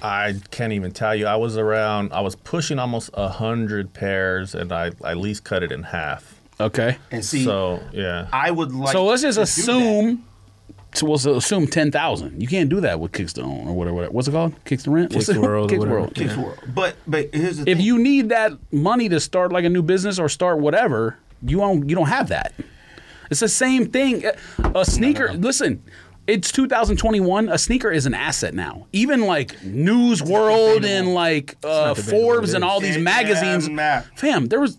I can't even tell you. I was around. I was pushing almost a hundred pairs, and I I at least cut it in half. okay. And see so yeah. I would like so let's just to do that. assume. So we'll so assume ten thousand. You can't do that with kicks to own or whatever. whatever. What's it called? Kicks to rent. Kicks What's to it- World or Kicks whatever. World. Kicks World. But but here's the If thing. you need that money to start like a new business or start whatever, you don't you don't have that. It's the same thing. A- A sneaker. Listen. It's 2021. A sneaker is an asset now. Even like News World and like uh, Forbes and all these It magazines. doesn't matter. Fam, there was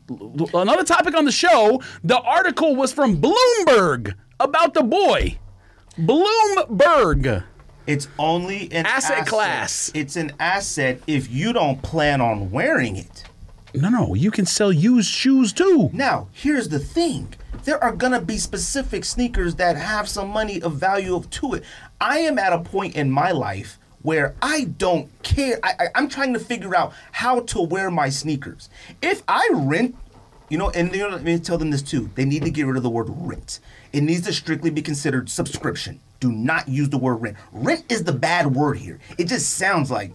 another topic on the show. The article was from Bloomberg about the boy. Bloomberg. It's only an Asset class. It's an asset if you don't plan on wearing it. No, no, you can sell used shoes too. Now, here's the thing. There are gonna be specific sneakers that have some money of value of to it. I am at a point in my life where I don't care. I, I, am trying to figure out how to wear my sneakers. If I rent, you know, and you know, let me tell them this too. They need to get rid of the word rent. It needs to strictly be considered subscription. Do not use the word rent. Rent is the bad word here. It just sounds like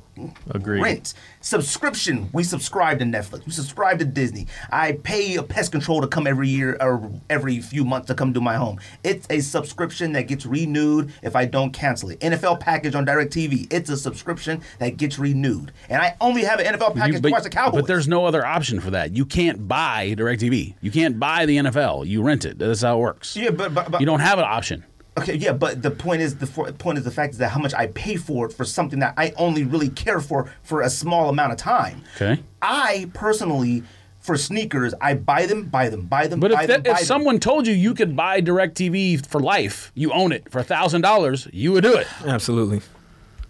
Agreed. rent. Subscription. We subscribe to Netflix. We subscribe to Disney. I pay a pest control to come every year or every few months to come to my home. It's a subscription that gets renewed if I don't cancel it. NFL package on DirecTV. It's a subscription that gets renewed. And I only have an NFL package You- to watch the Cowboys. but there's no other option for that. You can't buy DirecTV. You can't buy the NFL. You rent it. That's how it works. Yeah, but- but- but- you don't have an option. Okay, yeah, but the point is the for, point is the fact is that how much I pay for it for something that I only really care for for a small amount of time. Okay. I personally, for sneakers, I buy them, buy them, buy them, But buy if, them, that, buy if them. someone told you you could buy DirecTV for life, you own it for thousand dollars, you would do it. Absolutely.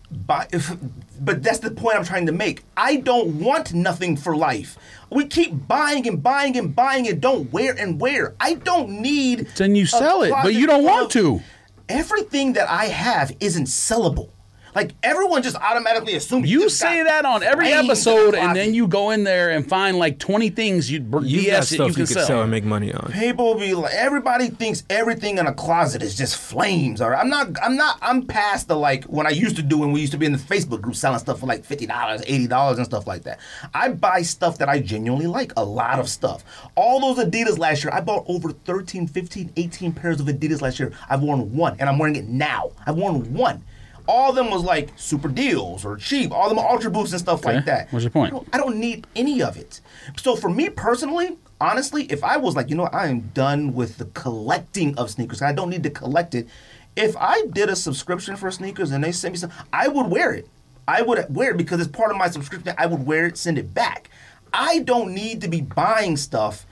But, if, but that's the point I'm trying to make. I don't want nothing for life. We keep buying and buying and buying and don't wear and wear. I don't need. Then you a sell it, but closet you don't full want of- to. Everything that I have isn't sellable. Like everyone just automatically assumes You just say got that on every frames in the episode, and closet. then you go in there and find like twenty things you'd br- You got BS that stuff you can sell. and make money on. people be like everybody thinks everything in a closet is just flames or i'm not i'm not i'm past the like when i used to do when we used to be in the facebook group selling stuff for like $50 $80 and stuff like that i buy stuff that i genuinely like a lot of stuff all those adidas last year i bought over 13 15 18 pairs of adidas last year i've worn one and i'm wearing it now i've worn one all of them was like super deals or cheap. All them ultra boosts and stuff like Okay. that. What's your point? You know, I don't need any of it. So for me personally, honestly, if I was like, you know, what, I am done with the collecting of sneakers. I don't need to collect it. If I did a subscription for sneakers and they sent me some, I would wear it. I would wear it because it's part of my subscription. I would wear it, send it back. I don't need to be buying stuff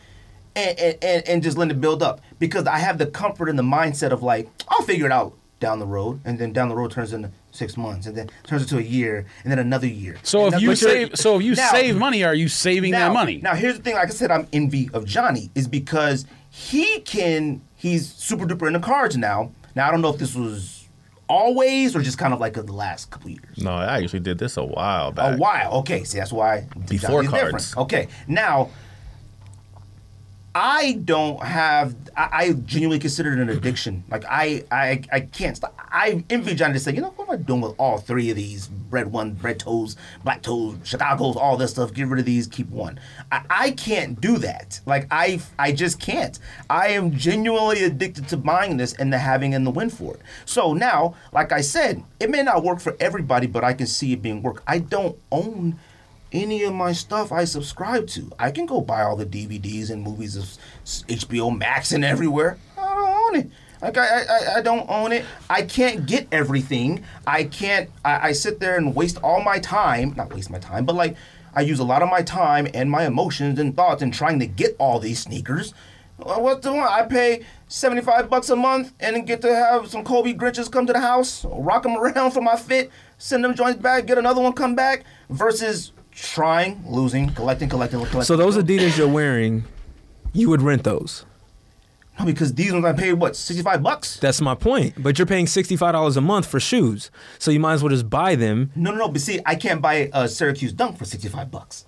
and, and, and, and just let it build up because I have the comfort and the mindset of like, I'll figure it out down the road. And then down the road turns into six months and then turns into a year and then another year. So And if that- you but you're- save, so if you Now- save money, are you saving now, that money? Now here's the thing. Like I said, I'm envy of Johnny is because he can. He's super duper in the cards now. Now I don't know if this was always or just kind of like of the last couple years. No, I actually did this a while back. A while. Okay, see that's why Before Johnny's cards. Different. Okay, now I don't have. I, I genuinely consider it an addiction. Like I, I, I can't stop. I envy Johnny to say, you know, what am I doing with all three of these? Red one, red toes, black toes, Chicago's, all this stuff. Get rid of these, keep one. I, I can't do that. Like I, I just can't. I am genuinely addicted to buying this and the having and the win for it. So now, like I said, it may not work for everybody, but I can see it being work. I don't own any of my stuff I subscribe to. I can go buy all the DVDs and movies of s- HBO Max and everywhere. I don't own it. Like I, I- I, I don't own it. I can't get everything. I can't. I, I sit there and waste all my time. Not waste my time, but like I use a lot of my time and my emotions and thoughts in trying to get all these sneakers. Well, What's the one? I pay seventy five bucks a month and then get to have some Kobe Grinches come to the house, rock them around for my fit, send them joints back, get another one, come back. Versus trying, losing, collecting, collecting, collecting. So those Adidas you're wearing, you would rent those. no, because these ones I paid what sixty five bucks. That's my point. But you're paying sixty-five dollars a month for shoes, so you might as well just buy them. No, no, no. But see, I can't buy a Syracuse dunk for sixty five bucks.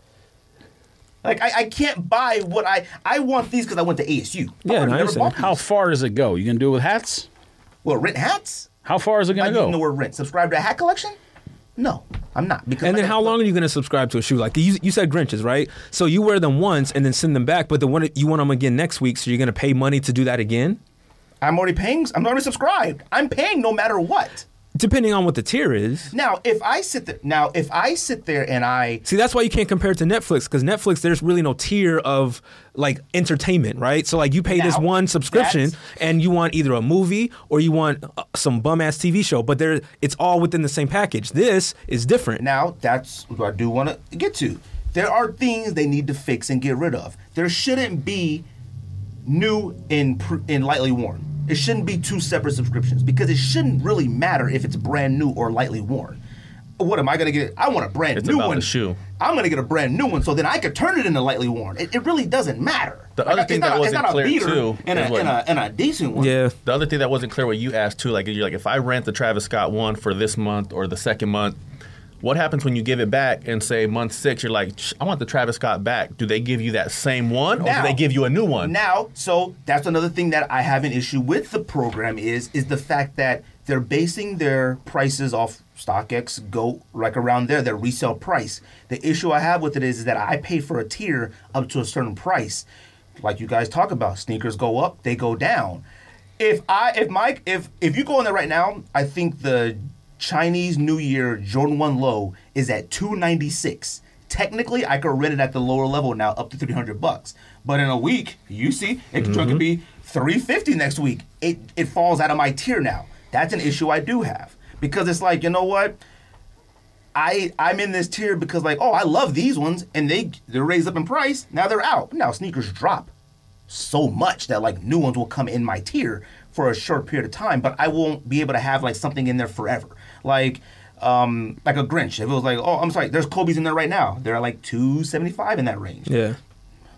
Like I, I can't buy what I I want these because I went to ASU. I Yeah, would've no, I never understand. bought these. How far does it go? You gonna do it with hats? well rent hats? How far is it I gonna using the go? word rent. Subscribe to a hat collection? No, I'm not. Because And like then I- how long are you going to subscribe to a shoe? Like you, you said, Grinches, right? So you wear them once and then send them back, but the one you want them again next week, so you're going to pay money to do that again. I'm already paying. I'm already subscribed. I'm paying no matter what. Depending on what the tier is. Now, if I sit there, now if I sit there and I See, that's why you can't compare it to Netflix because Netflix, there's really no tier of like entertainment, right? So like you pay this Now, one subscription that's- and you want either a movie or you want uh, some bum ass TV show, but there it's all within the same package. This is different. now that's what I do want to get to. There are things they need to fix and get rid of. There shouldn't be new and pr- and lightly worn. It shouldn't be two separate subscriptions because it shouldn't really matter if it's brand new or lightly worn. What am I gonna get? I want a brand It's new about one. the shoe. I'm gonna get a brand new one, so then I could turn it into lightly worn. It, it really doesn't matter. The Like, other thing it's not, that a- wasn't it's not clear a beater too and a, is what- and, a, and a decent one. Yeah. The other thing that wasn't clear what you asked too, like you're like, if I rent the Travis Scott one for this month or the second month, what happens when you give it back and say month six, you're like, "Shh, I want the Travis Scott back. Do they give you that same one or Now- do they give you a new one? Now, so that's another thing that I have an issue with the program is is the fact that they're basing their prices off StockX go like around there, their resale price. The issue I have with it is, is that I pay for a tier up to a certain price. Like you guys talk about, sneakers go up, they go down. If I if Mike if if you go on there right now, I think the Chinese New Year Jordan 1 low is at 296. Technically, I could rent it at the lower level now up to 300 bucks. But in a week, you see, it could could be 350 next week. It it falls out of my tier now. That's an issue I do have because it's like, you know what? I I'm in this tier because like, oh, I love these ones and they they're raised up in price. Now they're out. Now sneakers drop so much that like new ones will come in my tier for a short period of time, but I won't be able to have like something in there forever. Like um like a Grinch. If it was like, oh, I'm sorry, there's Kobe's in there right now. They're at like 275 in that range. Yeah.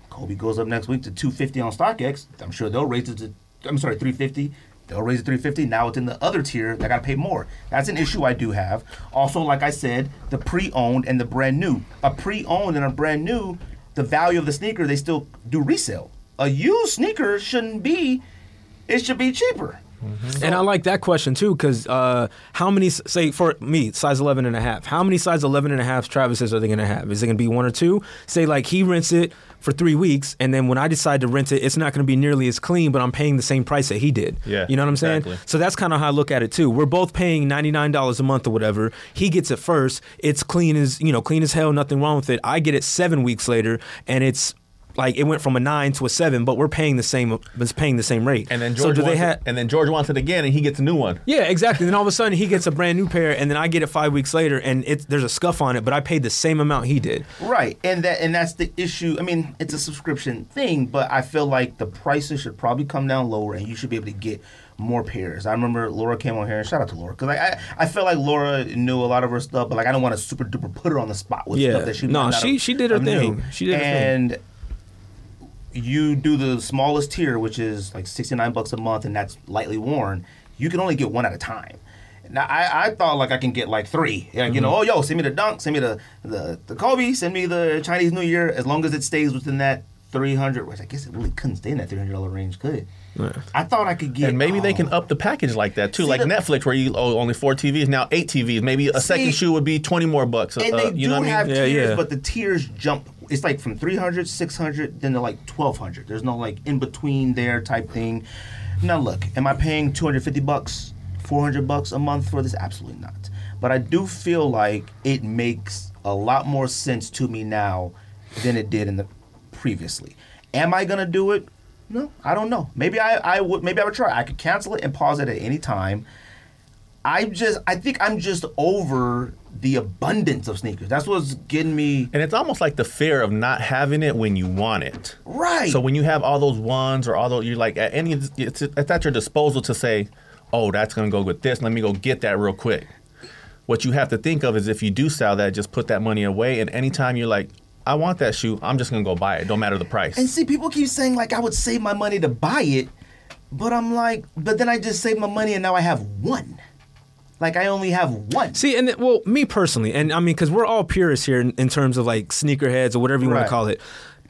Kobe goes up next week to 250 on StockX. I'm sure they'll raise it to, I'm sorry, 350. They'll raise it to 350. Now it's in the other tier. They got to pay more. That's an issue I do have. Also, like I said, the pre owned and the brand new. A pre owned and a brand new, the value of the sneaker, they still do resale. A used sneaker shouldn't be, it should be cheaper. Mm-hmm. And I like that question too, because uh, how many, say for me, size 11 and a half, how many size 11 and a half Travis's are they going to have? Is it going to be one or two? Say, like, he rents it for three weeks, and then when I decide to rent it, it's not going to be nearly as clean, but I'm paying the same price that he did. Yeah, You know what I'm saying? exactly. So that's kind of how I look at it too. We're both paying $99 a month or whatever. He gets it first. It's clean as, you know, clean as hell, nothing wrong with it. I get it seven weeks later, and it's, like it went from a nine to a seven, but we're paying the same. It's paying the same rate. And then so George do they wants it- have? and then George wants it again and he gets a new one. Yeah, exactly. Then all of a sudden he gets a brand new pair, and then I get it five weeks later, and it, there's a scuff on it, but I paid the same amount he did. Right, and that and that's the issue. I mean, it's a subscription thing, but I feel like the prices should probably come down lower, and you should be able to get more pairs. I remember Laura came on here, and shout out to Laura because I, I I felt like Laura knew a lot of her stuff, but like I don't want to super duper put her on the spot with Yeah. stuff that she No, might not she- have- she did her have knew. thing. She did her thing. and you do the smallest tier, which is like sixty nine bucks a month, and that's lightly worn. You can only get one at a time. Now I, I thought like I can get like three. Like, You Mm-hmm. know, oh yo, send me the dunk, send me the, the the Kobe, send me the Chinese New Year. As long as it stays within that three hundred, which I guess it really couldn't stay in that three hundred dollar range, could it? I thought I could get. And maybe they can oh. up the package like that too, See, like the- Netflix, where you oh only four TVs now eight TVs. Maybe a second See, shoe would be twenty more bucks. uh, and they uh, you do know what I mean? have Yeah, tiers, yeah. but the tiers jump. It's like from 300, 600, then to like 1200. There's no like in between there type thing. Now look, am I paying 250 bucks, 400 bucks a month for this? Absolutely not. But I do feel like it makes a lot more sense to me now than it did in the previously. Am I gonna do it? No, I don't know. Maybe I, I would maybe I would try. I could cancel it and pause it at any time. I'm just I think I'm just over the abundance of sneakers. That's what's getting me And it's almost like the fear of not having it when you want it. right. So when you have all those ones or all those, you're like at any, it's, it's at your disposal to say, oh, that's gonna go with this. Let me go get that real quick. What you have to think of is if you do sell that, just put that money away. And anytime you're like, I want that shoe, I'm just gonna go buy it. Don't matter the price. and see people keep saying like I would save my money to buy it, but I'm like but then I just save my money and now I have one. Like I only have one. See, and it- well, me personally, and I mean, because we're all purists here in, in terms of like sneakerheads or whatever you want Right. to call it.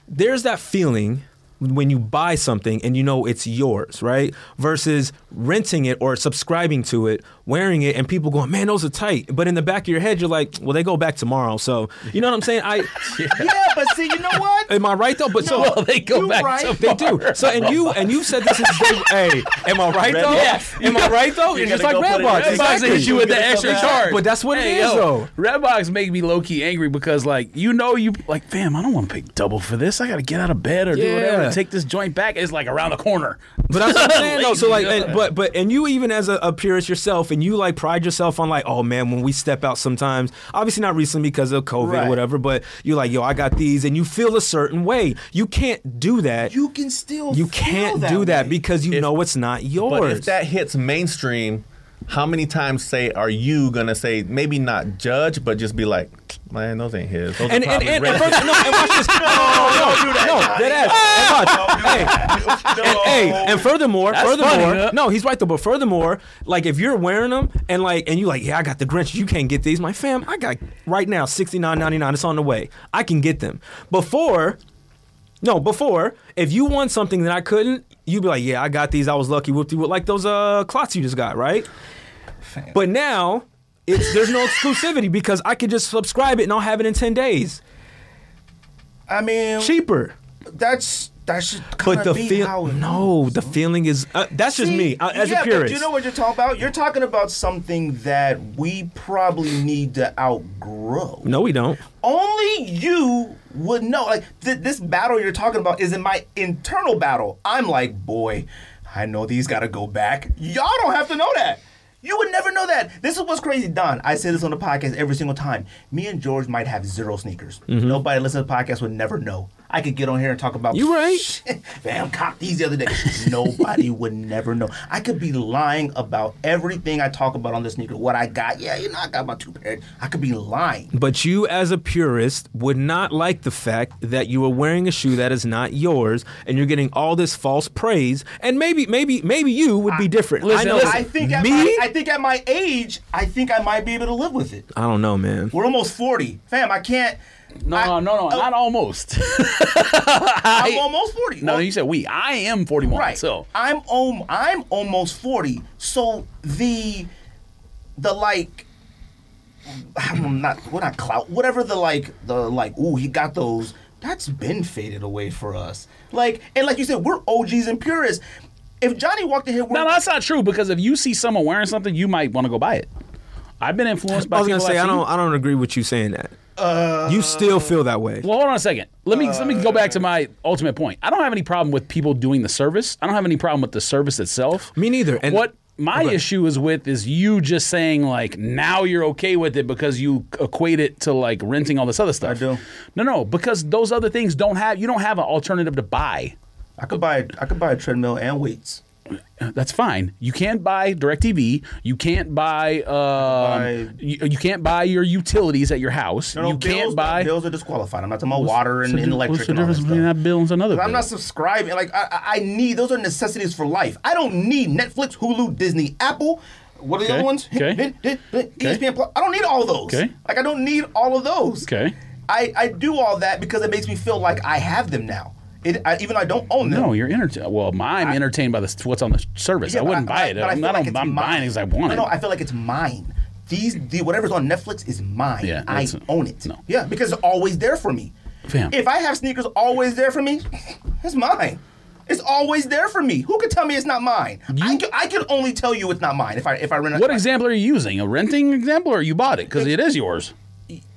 There's that feeling when you buy something and you know it's yours, right? Versus renting it or subscribing to it, wearing it, and people going, "Man, those are tight." But in the back of your head, you're like, "Well, they go back tomorrow." So you know what I'm saying? I. yeah, but see, you know what? Am I right though? But so No, They go you back right. They do. So and you and you said this is hey. Am I right Red though? box. Am I right though? You It's just like gotta go put it in Redbox. Redbox. Exactly. Redbox hit you with the extra charge. But that's what it Hey, is yo, though. Redbox make me low key angry because like you know you like fam I don't want to pay double for this I got to get out of bed or do whatever Yeah. to take this joint back it's like around the corner But that's what I'm saying though. So like, Lazy. and, but but and you even as a, a purist yourself, and you like pride yourself on like, oh man, when we step out sometimes, obviously not recently because of COVID Right. or whatever, but you're like, yo, I got these, and you feel a certain way. You can't do that. You can still You feel can't do that way. because you If- know it's not yours. But if that hits mainstream, how many times say are you gonna say maybe not judge, but just be like, Man, those ain't his. Those And are and probably and, and Reddit. first, no, and watch this. No, no, do that, no, Johnny. that ass. And watch. Hey, No. Hey, and furthermore, furthermore, funny, huh? no, he's right though. But furthermore, like if you're wearing them and like and you like, yeah, I got the Grinch. You can't get these. My fam, I got right now sixty nine ninety nine. It's on the way. I can get them. Before, no, before if you won something that I couldn't, you'd be like, yeah, I got these. I was lucky. Whoopty whoop. Like those uh clots you just got, right? But now. It's, there's no exclusivity because I could just subscribe it and I'll have it in ten days, I mean, cheaper. that's that should kind But the of be how feel, it no, the feeling is uh, that's just See, me uh, as yeah, a purist. But you know what you're talking about? You're talking about something that we probably need to outgrow. No, we don't. Only you would know. Like th- this battle you're talking about is in my internal battle. I'm like, boy, I know these got to go back. Y'all don't have to know that. You would never know that. This is what's crazy, Don. I say this on the podcast every single time. Me and George might have zero sneakers. Mm-hmm. Nobody listening to the podcast would never know. I could get on here and talk about You right. Damn, cop these the other day. Nobody would never know. I could be lying about everything I talk about on this sneaker. What I got, yeah, you know, I got my two pairs. I could be lying. But you, as a purist, would not like the fact that you are wearing a shoe that is not yours, and you're getting all this false praise. And maybe, maybe, maybe you would be different. listen, I know. listen, I think at me. my, I think at my age, I think I might be able to live with it. I don't know, man. We're almost forty, fam. I can't. No, I, no, no, no, not almost. I'm almost forty. no, Well, you said we. I am 41. right. So I'm om- I'm almost forty. So the the like. I'm not. We're not clout. Whatever the like. The like. Ooh, he got those. That's been faded away for us. Like and like you said, we're OGs and purists. If Johnny walked in here, we're, no, that's not true because if you see someone wearing something, you might want to go buy it. I've been influenced by. I was gonna people say I I've seen. don't. I don't agree with you saying that. you Uh, still feel that way. Well, hold on a second. Let me let me go back to my ultimate point. I don't have any problem with people doing the service. I don't have any problem with the service itself. Me neither, and- what my Okay. issue is with is you just saying like now you're okay with it because you equate it to like renting all this other stuff. I do. No, no, because those other things don't have you don't have an alternative to buy. I could buy. I could buy a treadmill and weights. That's fine. You can't buy DirecTV. You can't buy. Um, Buy- you, you can't buy your utilities at your house. No, no, you can't bills, buy. bills are disqualified. I'm not talking about water and, and electric. What's the and all that difference between stuff. that bill and another? But I'm bill? not subscribing. Like I, I- I need those are necessities for life. I don't need Netflix, Hulu, Disney, Apple. What are the Okay, other ones? okay, ESPN Plus. I don't need all those. okay. Like I don't need all of those. Okay. I, I do all that because it makes me feel like I have them now. It, I, even though I don't own them. No, you're entertained. Well, I'm entertained by this, what's on the service. Yeah, I but wouldn't buy it. but I I'm feel not like on- it's I'm mine. buying it because I want No, it. no, I feel like it's mine. These the whatever's on Netflix is mine. Yeah, I that's- own it. no. Yeah, because it's always there for me. Fam. If I have sneakers always there for me, it's mine. It's always there for me. Who could tell me it's not mine? I, can, I can only tell you it's not mine if I if I rent. a- what example are you using? A renting example, or you bought it because it is yours?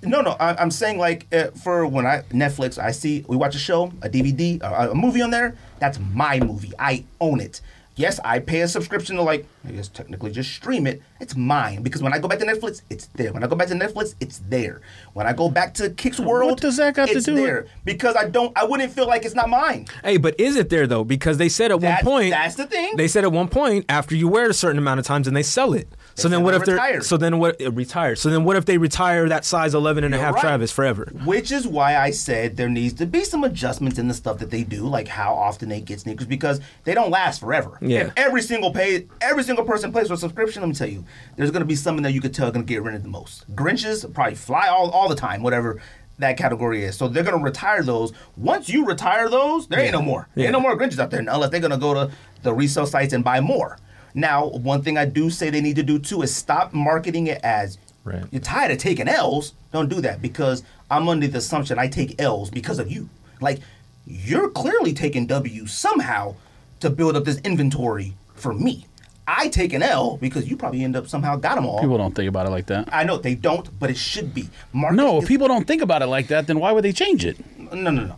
No, no. I, I'm saying like uh, for when I Netflix, I see we watch a show, a DVD, a, a movie on there. That's my movie. I own it. Yes, I pay a subscription to like I guess technically just stream it. It's mine because when I go back to Netflix, it's there. When I go back to Netflix, it's there. When I go back to Kick's World, does that got to it's do with- there because I don't. I wouldn't feel like it's not mine. Hey, but is it there though? Because they said at That's- one point that's the thing. They said at one point after you wear it a certain amount of times and they sell it. so then said what they're if they're retired. so then what it retired. So then what if they retire that size 11 and a half right. Travis forever? Which is why I said there needs to be some adjustments in the stuff that they do, like how often they get sneakers, because they don't last forever. Yeah. If every single pay, every single person pays for a subscription, let me tell you, there's gonna be something that you could tell gonna get rented the most. Grinches probably fly all, all the time, whatever that category is. So they're gonna retire those. Once you retire those, there ain't no more. There Ain't no more Grinches out there unless they're gonna go to the resale sites and buy more. Now, one thing I do say they need to do too is stop marketing it as Right. you're tired of taking L's. Don't do that because I'm under the assumption I take L's because of you. Like you're clearly taking W somehow to build up this inventory for me. I take an L because you probably end up somehow got them all. People don't think about it like that. I know they don't, but it should be. Marketing No, is- if people don't think about it like that, then why would they change it? No, no, no.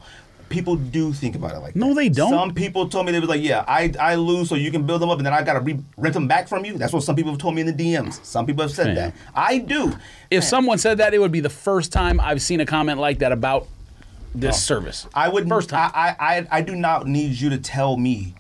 People do think about it like No, that. they don't. Some people told me they was like, "Yeah, I, I lose, so you can build them up, and then I gotta re- rent them back from you." That's what some people have told me in the DMs. Some people have said Man. that. I do. If someone said that, it would be the first time I've seen a comment like that about this service. Oh. I would First time. I, I I I do not need you to tell me.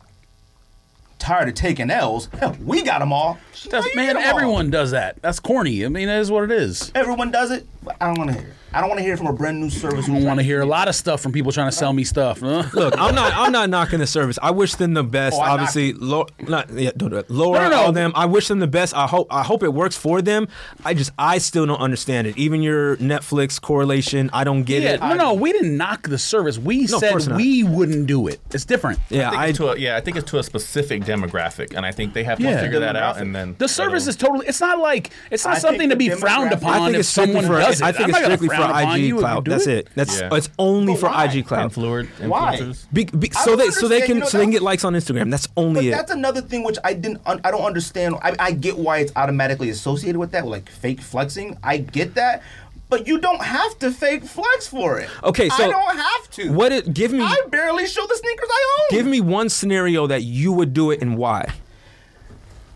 Tired of taking L's. Hell, we got them all. That's, No, you man, get 'em all. everyone does that. That's corny. I mean, it is what it is. Everyone does it. But I don't want to hear. it. I don't want to hear from a brand new service. I who's want to like, hear a lot of stuff from people trying to sell me stuff. huh? Look, I'm not. I'm not knocking the service. I wish them the best. Oh, I obviously, Lo- not yeah, don't do it. Laura, No, no, no. all them. I wish them the best. I hope. I hope it works for them. I just. I still don't understand it. Even your Netflix correlation. I don't get yeah, it. no, no, we didn't knock the service. We of course said not. we wouldn't do it. It's different. yeah, I think I. it's to a, yeah, I think it's to a specific demographic, and I think they have to Yeah. figure that out. And Demographic. then The service is totally. It's not like it's not I think something to the be frowned demographic- upon I think if it's strictly someone for. does it. I think I'm it's not gonna strictly for frown upon you IG if you cloud. do That's it. it. That's Yeah. it's only But for why? IG cloud. influence. Why? influencers. Be, be, I so don't they so they understand, can you know, so they can that's- get likes on Instagram. That's only But it. that's another thing which I didn't. Un- I don't understand. I, I get why it's automatically associated with that, with like fake flexing. I get that, but you don't have to fake flex for it. Okay, so I don't have to. what it- give me- I barely show the sneakers I own. Give me one scenario that you would do it and why.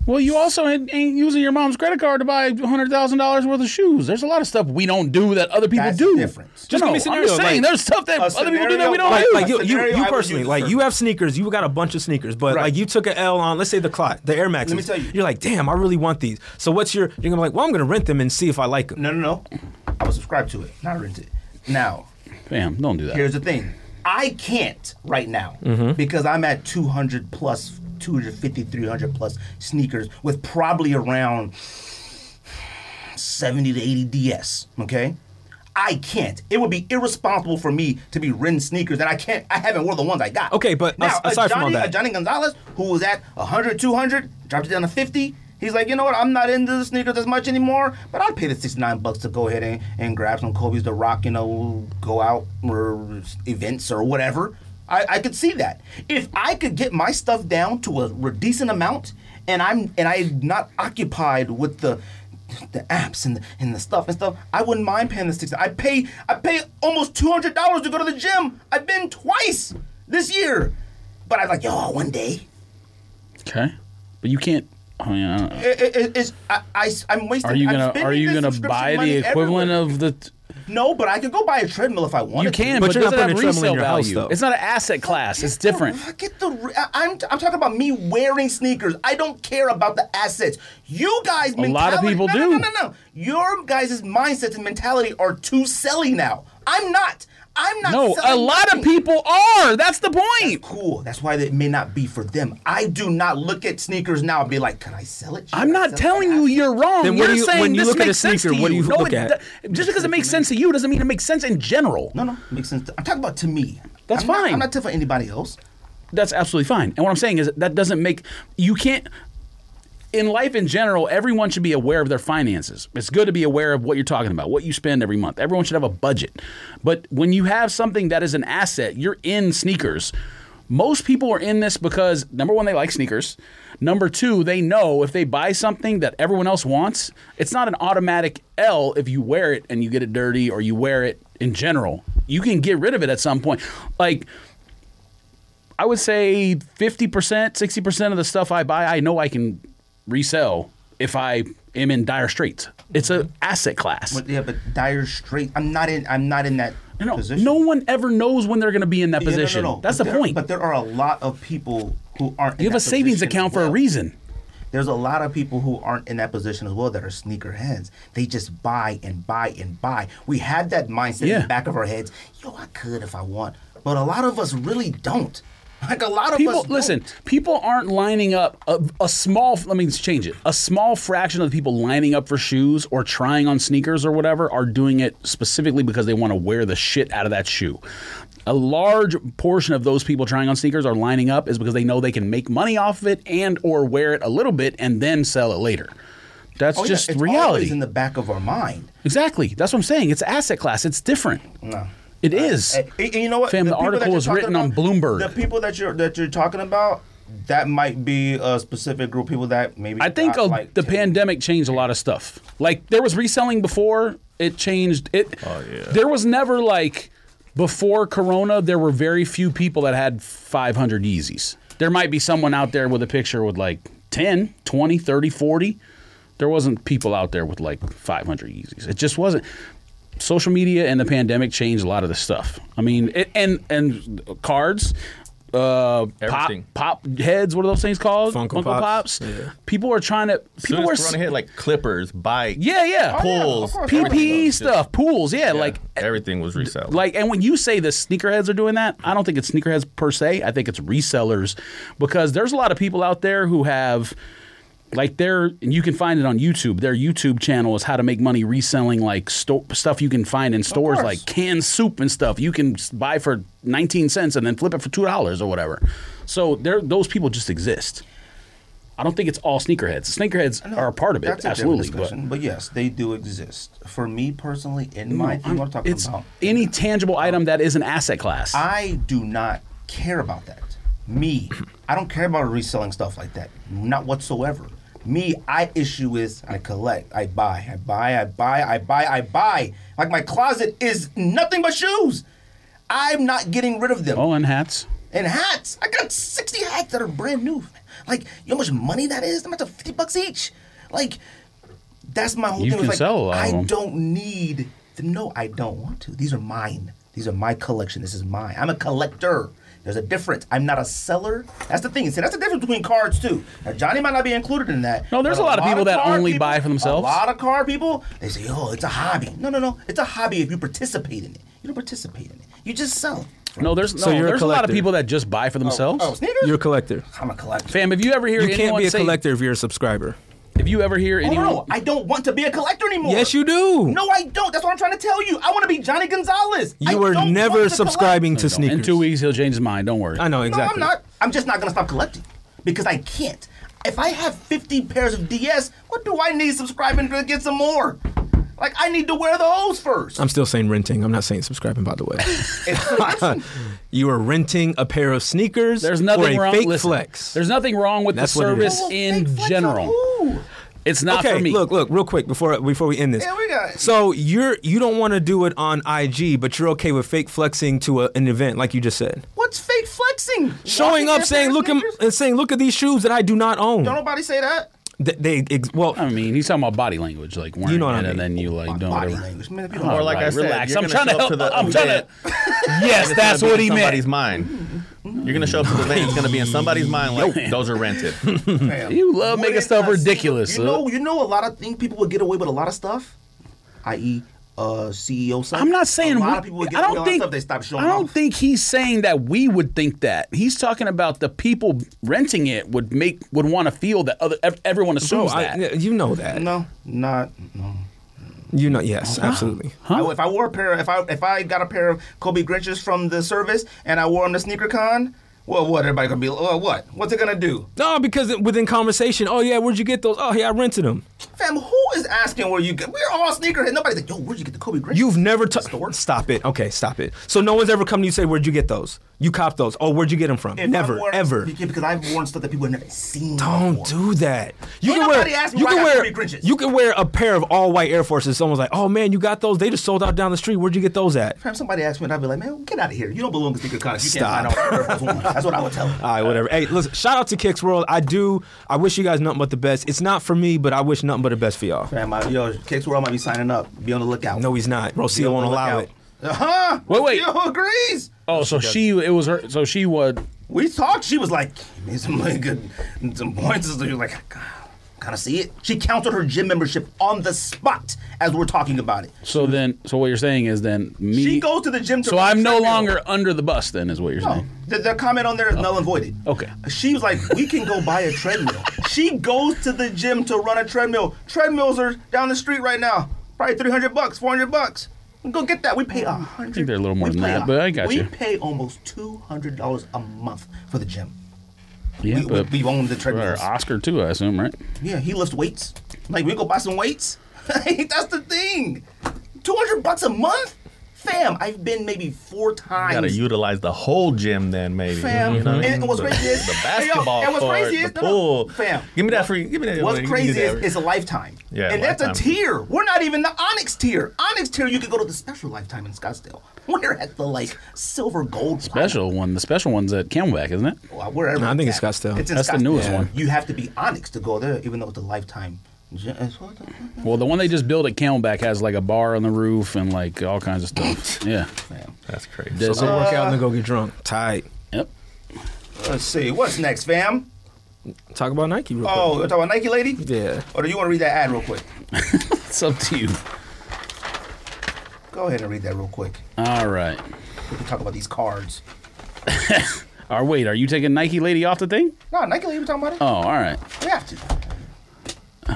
Well, you also ain't ain't using your mom's credit card to buy hundred thousand dollars worth of shoes. There's a lot of stuff we don't do that other people That's do. the difference. Just Just give no, me I'm scenario, just saying, like- there's stuff that A other people do that we don't scenario, like, do. like you, you, Scenario I you would personally, use like for- you have sneakers, you got a bunch of sneakers, but Right. like you took an L on, let's say the Clyde, the Air Maxes. Let me tell you. you're like, damn, I really want these. So what's your? You're gonna be like, well, I'm gonna rent them and see if I like them. No, no, no. I would subscribe to it, not rent it. Now, Damn, don't do that. here's the thing. I can't right now Mm-hmm. because I'm at 200 plus, 250, 300 plus sneakers with probably around 70 to 80 DS. Okay. I can't. It would be irresponsible for me to be renting sneakers that I can't. I haven't worn the ones I got. Okay, but now, as- aside a from all Johnny, that- a Johnny Gonzalez who was at 100, 200, dropped it down to 50. He's like, you know what? I'm not into the sneakers as much anymore, but I'd pay the 69 bucks to go ahead and, and grab some Kobe's to rock. You know, go out or events or whatever. I, I could see that. If I could get my stuff down to a re- decent amount, and I'm and I'm not occupied with the the apps and the, and the stuff and stuff, I wouldn't mind paying the 69. I pay I pay almost two hundred dollars to go to the gym. I've been twice this year, but I'm like, yo, one day. Okay, but you can't. I mean, I don't know. It, it- it- it's, I, I, am wasting. Are you I'm gonna spending Are you this gonna subscription buy money the equivalent everywhere. of the? No, but I could go buy a treadmill if I wanted. You to. can, But but, you're does not it have putting a treadmill resale in your house, value? though. it's not an asset class. It's Get different. The, I get the. re- I- I'm, I'm talking about me wearing sneakers. I don't care about the assets. You guys, A lot of mentality- people no, do. No, no, no, no. Your guys' mindsets and mentality are too selly now. I'm not. I'm not. No, a selling lot of nothing. people are. That's the point. Cool. That's why it may not be for them. I do not look at sneakers now and be like, "Can I sell it?" Should I'm I not sell it? telling Can I you sell it?" you're wrong. Then what you're do you- saying when you this look at a makes sense sneaker, to what do you. you no, look it at? do- just because it makes sense to you doesn't mean it makes sense in general. No, no, makes sense. I'm talking about to me. That's I'm not- fine. I'm not telling anybody else. That's absolutely fine. And what I'm saying is that doesn't make you can't. In life in general, everyone should be aware of their finances. It's good to be aware of what you're talking about, what you spend every month. Everyone should have a budget. But when you have something that is an asset, you're in sneakers. Most people are in this because number one, they like sneakers. Number two, they know if they buy something that everyone else wants, it's not an automatic L if you wear it and you get it dirty or you wear it in general. You can get rid of it at some point. Like, I would say 50%, 60% of the stuff I buy, I know I can resell if I am in dire straits. It's an asset class. But yeah, but dire straight. I'm not in. I'm not in that no, position. no one ever knows when they're going to be in that Yeah, no, no, position. no. That's But the there- point. But there are a lot of people who aren't. you in have a that savings position account as for a well. reason. There's a lot of people who aren't in that position as well that are sneakerheads. They just buy and buy and buy. We had that mindset in Yeah. the back of our heads. Yo, I could if I want, but a lot of us really don't. Like a lot of People, us. listen, don't. people aren't lining up a, a small, let me just change it. A small fraction of the people lining up for shoes or trying on sneakers or whatever are doing it specifically because they want to wear the shit out of that shoe. A large portion of those people trying on sneakers are lining up is because they know they can make money off of it and or wear it a little bit and then sell it later. That's Oh, yeah, just it's always reality. in the back of our mind. exactly. That's what I'm saying. It's an asset class. It's different. No. It is. And, and you know what? Fam, the, people that article you're was talking written on about- Bloomberg. The people that you're that you're talking about, that might be a specific group of people that maybe I think got, uh, like, the ten- pandemic changed a lot of stuff. Like there was reselling before it changed it. Oh, yeah. There was never like before Corona. There were very few people that had 500 Yeezys. There might be someone out there with a picture with like 10, 20, 30, 40. There wasn't people out there with like 500 Yeezys. It just wasn't. Social media and the pandemic changed a lot of the stuff. I mean, it, and and cards. uh, pop, Everything. pop heads. What are those things called? Funko Pops. Yeah. People are trying to. Soon People as were. Corona s- hit, like clippers, bike, Yeah, yeah. Oh, yeah, of pools, course, PPE E stuff, pools. Yeah, Yeah, like everything was reselling. like and when you say the sneakerheads are doing that i don't think it's sneakerheads per se i think it's resellers because there's a lot of people out there who have like their and you can find it on youtube their youtube channel is how to make money reselling like sto- stuff you can find in stores course. like canned soup and stuff you can s- buy for 19 cents and then flip it for $2 or whatever so there those people just exist i don't think it's all sneakerheads sneakerheads No, are a part of it that's a different absolutely but discussion, but, yes, they do exist. For me personally, in my No, thing, what I'm talking it's about, any tangible item that is an asset class I do not care about that. Me, I don't care about reselling stuff like that. Not whatsoever. Me, I issue is I collect, I buy, I buy, I buy, I buy, I buy. Like my closet is nothing but shoes. I'm not getting rid of them. oh and hats And hats. I got 60 hats that are brand new. Like, you know how much money that is? I'm at 50 bucks each. Like, that's my whole You thing. It's can like, sell a lot of I them. don't need the, no, I don't want to. These are mine. These are my collection. This is mine. I'm a collector. There's a difference. I'm not a seller. That's the thing. See, that's the difference between cards too. Now, Johnny might not be included in that. No, there's but a lot of people that card only buy for themselves. A lot of car people, they say, "Oh, it's a hobby." No, no, no. It's a hobby if you participate in it. You don't participate in it. You just sell. No, there's no. So you're a there's a, lot of collector. people that just buy for themselves. Oh, sneakers? You're a collector. I'm a collector. Fam, if you ever hear You anyone can't be a say, collector if you're a subscriber. if you ever hear Oh, anyone, no, I don't want to be a collector anymore. Yes, you do. No, I don't. That's what I'm trying to tell you. I want to be Johnny Gonzalez. I You were don't never want to subscribing to in sneakers. two weeks he'll change his mind. Don't worry. I know collect. exactly. No, I'm not. I'm just not going to stop collecting because I can't. If I have 50 pairs of DS, what do I need subscribing to get some more? Like I need to wear those first. I'm still saying renting. I'm not saying subscribing, by the way. It's- you are renting a pair of sneakers There's nothing or a wrong. fake listen, flex. There's nothing wrong with That's the what it service is. in Fake flex on general. who? It's not okay, for me. look, look, real quick before before we end this. Yeah, we got- So you're you don't want to do it on IG, but you're okay with fake flexing to a, an event, like you just said, What's fake flexing? Walking showing in up a pair saying of look at sneakers? and saying look at these shoes that I do not own. Don't nobody say that. Th- they, ex- well, I mean, he's talking about body language, like wearing know what it, I mean. and then you like don't. Body whatever. language, man. If you don't Or like Right, I said, relax. you're I'm gonna trying to show up help. to the I'm trying to. event. yes, that's gonna what be he in somebody's meant. mind. You're gonna show up to the event. It's gonna be in somebody's mind. Like those are rented. Fam, You love wouldn't making a stuff single- ridiculous, You huh? know, you know, a lot of things people would get away with a lot of stuff, i.e., uh, CEO stuff. I'm not saying a lot we- of people would get away I with don't a lot of think stuff. They stop showing I don't off. think he's saying that we would think that. He's talking about the people renting it would make would want to feel that other ev- everyone bro, assumes I, that. you know that. No, not. No. You know, yes, Uh-huh. absolutely. I- if I wore a pair, if I if I got a pair of Kobe Grinches from the service and I wore them to SneakerCon, well, what everybody gonna be? like, Well, what? What's it gonna do? No, because it- within conversation, oh yeah, where'd you get those? Oh yeah, I rented them. Fam, who is asking where you get? We're all sneakerheads. Nobody's like, yo, where'd you get the Kobe Grinches? You've never t- Store. stop it. Okay, stop it. So no one's ever come to you and say, "Where'd you get those? You copped those? Oh, where'd you get them from? If I never, wore- ever. Yeah, because I've worn stuff that people have never seen. Don't before. do that. You Ain't can nobody wear. asked me You why can I got wear. three Grinches. You can wear a pair of all white Air Forces. Someone's like, "Oh man, you got those? They just sold out down the street. Where'd you get those at?" Fam, somebody asked me, and I'd be like, man, get out of here. You don't belong to sneaker con. if You Stop. can't find out. where Air Force One. That's what I would tell them. All right, whatever. Hey, listen. Shout out to Kicks World. I do. I wish you guys nothing but the best. It's not for me, but I wish nothing but the best for y'all. Fam, I, yo, Kicks World might be signing up. Be on the lookout. No, he's not. Rocio won't allow it. Uh huh. Wait, wait. Yo agrees. Oh, so she it was her. So she would. We talked. She was like, "Give me some like good, some points. And You're like, God, gotta see it. She counted her gym membership on the spot as we're talking about it. So then, so what you're saying is then me. She goes to the gym. To So I'm no treadmill. longer under the bus. Then is what you're No, saying. the, the comment on there is null and voided. Okay. She was like, we can go buy a treadmill. she goes to the gym to run a treadmill. Treadmills are down the street right now. Probably 300 bucks, 400 bucks. Go get that. We pay a hundred. I they're a little more than that, but I got you. We pay almost two hundred dollars a month for the gym. Yeah, we, we, we own the or treadmills. Oscar too, I assume, right? Yeah, he lifts weights. Like we go buy some weights. That's the thing. Two hundred bucks a month, fam. I've been maybe four times. Gotta utilize the whole gym then maybe. Fam, You know what I and mean? what's The- crazy is- the hey, yo, basketball and what's court, crazy is- the no, no, pool. fam, Give me that free. Give me that. What's you can do crazy that. is it's a lifetime. Yeah, and that's a lifetime. tier. We're not even the Onyx tier. Onyx tier, you could go to the special lifetime in Scottsdale. We're at the like silver gold Special one. The special one's at Camelback, isn't it? platinum. Well, wherever. No, I think at. it's Scottsdale. in That's the Scottsdale. newest one. You have to be Onyx to go there, even though it's a lifetime. Ju- it's what the- Well, the one they just built at Camelback has like a bar on the roof and like all kinds of stuff. Yeah. Fam. That's crazy. Does So go work out and then go get drunk. Tight. it? Yep. Let's see. What's next, fam? Talk about Nike real Oh, we're talking about Nike Lady? Yeah. Or do you want to read that ad real quick? It's up to you. Go ahead and read that real quick. All right. We can talk about these cards. Or wait, are you taking Nike Lady off the thing? No, Nike Lady, we're talking about it. Oh, all right. we have to.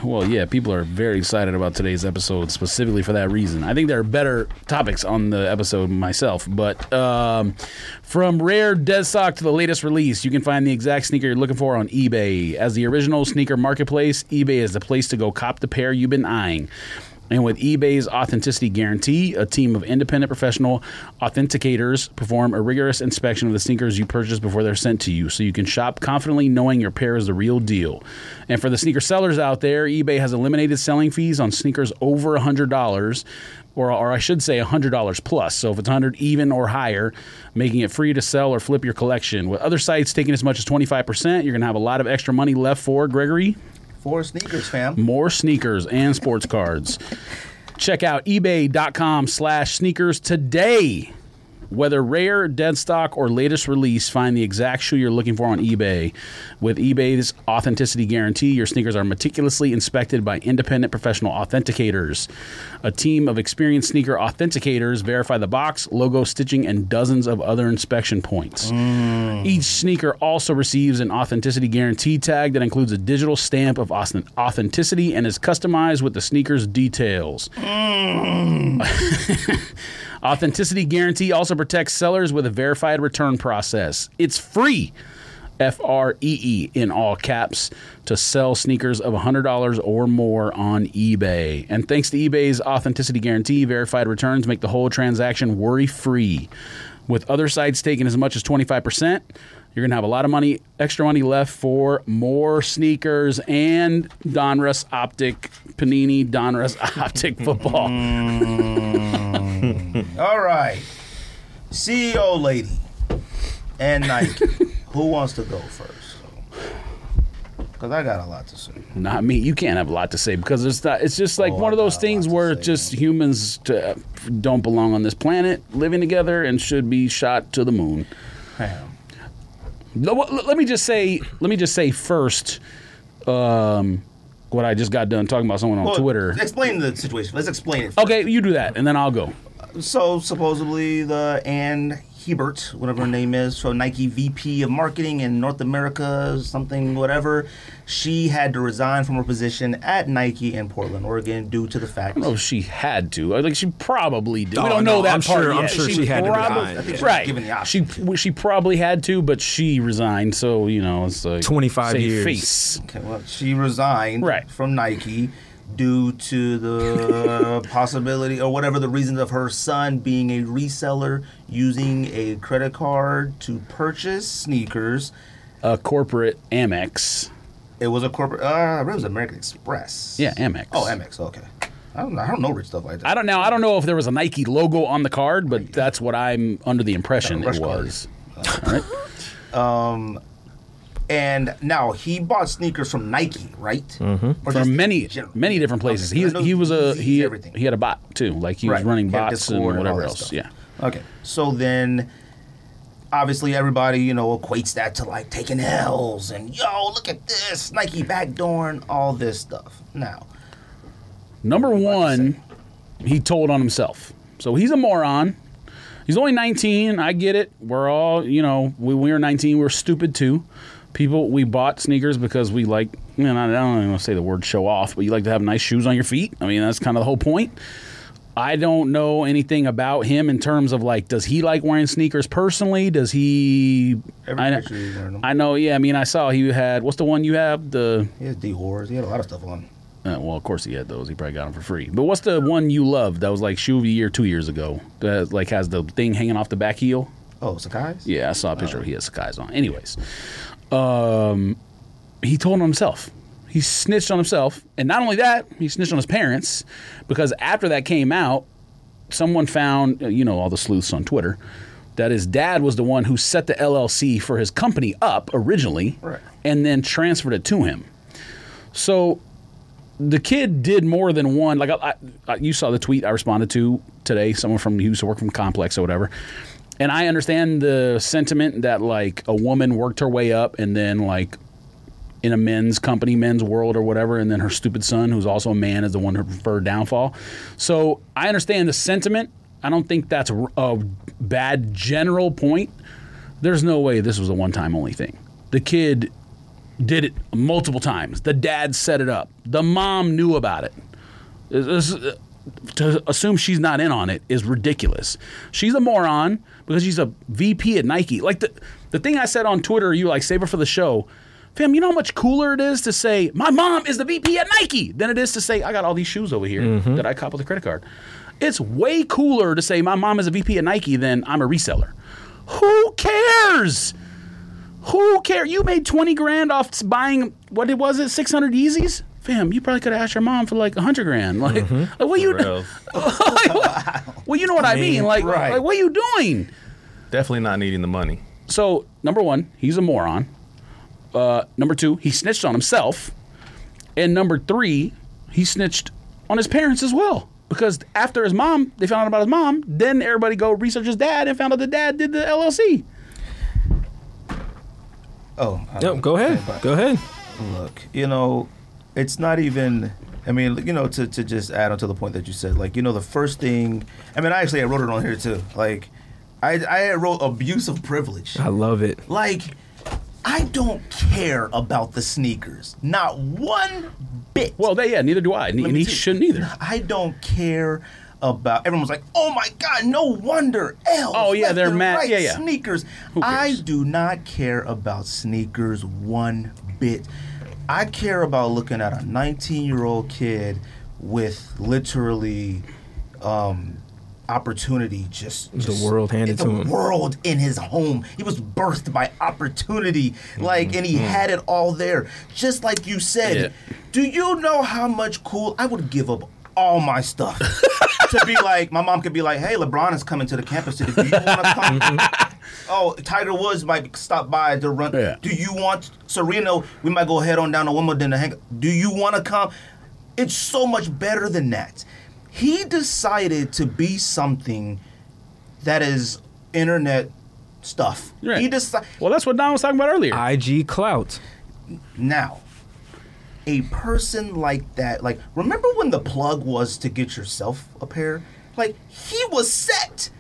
Well, yeah, people are very excited about today's episode specifically for that reason. I think there are better topics on the episode myself, but um, from rare dead stock to the latest release, you can find the exact sneaker you're looking for on eBay. As the original sneaker marketplace, eBay is the place to go cop the pair you've been eyeing. And with eBay's authenticity guarantee, a team of independent professional authenticators perform a rigorous inspection of the sneakers you purchase before they're sent to you, so you can shop confidently knowing your pair is the real deal. And for the sneaker sellers out there, eBay has eliminated selling fees on sneakers over $100. Or, or I should say $100 plus. So if it's 100 even or higher, making it free to sell or flip your collection. With other sites taking as much as 25%, you're going to have a lot of extra money left for Gregory Four sneakers, fam. more sneakers and sports cards. Check out ebay.com slash sneakers today. Whether rare, dead stock, or latest release, find the exact shoe you're looking for on eBay. With eBay's authenticity guarantee, your sneakers are meticulously inspected by independent professional authenticators. A team of experienced sneaker authenticators verify the box, logo stitching, and dozens of other inspection points. Each sneaker also receives an authenticity guarantee tag that includes a digital stamp of austin- authenticity and is customized with the sneaker's details. authenticity guarantee also protects sellers with a verified return process. It's free. F R E E in all caps to sell sneakers of $100 or more on eBay. And thanks to eBay's authenticity guarantee, verified returns make the whole transaction worry free. With other sites taking as much as 25%, you're going to have a lot of money, extra money left for more sneakers and Donruss Optic, Panini Donruss Optic football. All right. CEO Lady and Nike. Who wants to go first? Because I got a lot to say. Not me. You can't have a lot to say because it's not, it's just like Oh, I one of those got a things lot to where say, just humans to, don't belong on this planet, living together, and should be shot to the moon. Fam. Let- Let let me just say. Let me just say first, um, what I just got done talking about someone on Well, Twitter. Explain the situation. Let's explain it. Okay, you do that, and then I'll go. So supposedly the Ann Hebert, whatever her name is, so Nike VP of marketing in North America, something whatever, she had to resign from her position at Nike in Portland, Oregon, due to the fact. Oh, she had to. I think she probably did. we Oh, don't no, know that I'm part sure- I'm yet. sure she had to probably- resign. I think she was right. given the she option. w- she probably had to, but she resigned. So you know, it's like 25 save years. face. Okay, well, she resigned Right. from Nike due to the possibility or whatever the reasons of her son being a reseller using a credit card to purchase sneakers. A uh, corporate Amex. It was a corporate. Uh, I read it was American Express. Yeah, Amex. Oh, Amex. Okay. I don't. know- I don't know rich stuff like that. I don't know. I don't know if there was a Nike logo on the card, but that's what I'm under the impression Rush it card. was. All right. And now he bought sneakers from Nike, right? Mm-hmm. Or just from many in general? many different places. Okay, He I know he was a Yeezys, he everything. he had a bot too. Like he was Right. running He had bots and Discord and all whatever that else. stuff. Yeah. Okay. So then, obviously, everybody you know equates that to like taking L's and yo, look at this Nike backdooring all this stuff. Now, Number about to one, he told on himself. So he's a moron. He's only 19. I get it. We're all, you know, we, we were 19. We are stupid too. People, we bought sneakers because we like, you know, I don't even want to say the word show off, but you like to have nice shoes on your feet. I mean, that's kind of the whole point. I don't know anything about him in terms of like, does he like wearing sneakers personally? Does he? Every I, kn- picture he's wearing 'em. I know, yeah. I mean, I saw he had, what's the one you have? The he has D whores. He had a lot of stuff on. uh, well, of course he had those. He probably got them for free. But what's the one you loved that was like shoe of the year two years ago? That like has the thing hanging off the back heel. Oh, Sakai's. Yeah, I saw a picture. where He had Sakai's on. Anyways, um, he told on himself. He snitched on himself, and not only that, he snitched on his parents because after that came out, someone found uh, you know all the sleuths on Twitter that his dad was the one who set the LLC for his company up originally, Right. and then transferred it to him. So the kid did more than one. Like I, I, you saw the tweet I responded to today. Someone from who used to work from Complex or whatever, And I understand the sentiment that like a woman worked her way up and then like in a men's company, men's world or whatever, and then her stupid son, who's also a man, is the one who preferred downfall. So I understand the sentiment. I don't think that's a, a bad general point. There's no way this was a one time only thing. The kid did it multiple times. The dad set it up. The mom knew about it. This- this- to assume she's not in on it is ridiculous. She's a moron because she's a VP at Nike. Like the the thing I said on Twitter, you like save her for the show. Fam, you know how much cooler it is to say my mom is the VP at Nike than it is to say I got all these shoes over here that I cop with a credit card. It's way cooler to say my mom is a VP at Nike than I'm a reseller. Who cares? Who care? You made twenty grand off s- buying what it was it six hundred Yeezys, fam. You probably could have asked your mom for like hundred grand. Like, like, what you? Real. like, what- well, you know what I mean. Like, right. like, what are you doing? Definitely not needing the money. So number one, he's a moron. Uh, number two, he snitched on himself, and number three, he snitched on his parents as well. Because after his mom, they found out about his mom. Then everybody go research his dad and found out the dad did the LLC. Oh, I No, don't- go ahead. Go ahead. Look, you know, it's not even. I mean, you know, to, to just add on to the point that you said, like, you know, the first thing. I mean, I actually I wrote it on here too. Like, I I wrote abuse of privilege. I love it. Like, I don't care about the sneakers, not one bit. Well, they, yeah, neither do I, and he- Let and me he tell you, shouldn't either. I don't care about. Everyone's like, "Oh my God, no wonder." L. Oh, yeah, they're mad- yeah, yeah. Sneakers. I cares? do not care about sneakers one bit. I care about looking at a 19-year-old kid with literally um, opportunity just, just world handed the to him. world in his home. He was birthed by opportunity, Mm-hmm. like, and he had it all there. Just like you said, Yeah. do you know how much cool I would give up all my stuff to be like? My mom could be like, "Hey, LeBron is coming to the campus today. Do you want to come?" Mm-hmm. oh, Tiger Woods might stop by to run. Yeah. Do you want Serena? We might go head on down to Wimbledon to hang. Do you want to come? It's so much better than that. He decided to be something that is internet stuff. Right. He decided Well, that's what Don was talking about earlier. IG clout. now. A person like that, like remember when the plug was to get yourself a pair? Like he was set.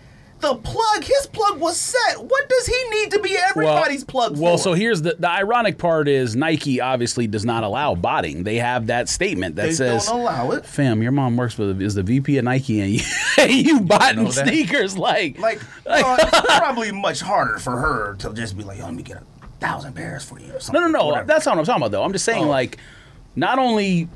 The plug, his plug was set. What does he need to be everybody's plug for? Well, so here's the the ironic part is Nike obviously does not allow botting. They have that statement that They says, don't allow it. "Fam, your mom works with is the VP at Nike, and you, you botting that. sneakers like Like, uh, it's probably much harder for her to just be like, yo, let me get a thousand pairs for you or something. No, no, no. whatever. That's not what I'm talking about, though. I'm just saying, Oh. like, not only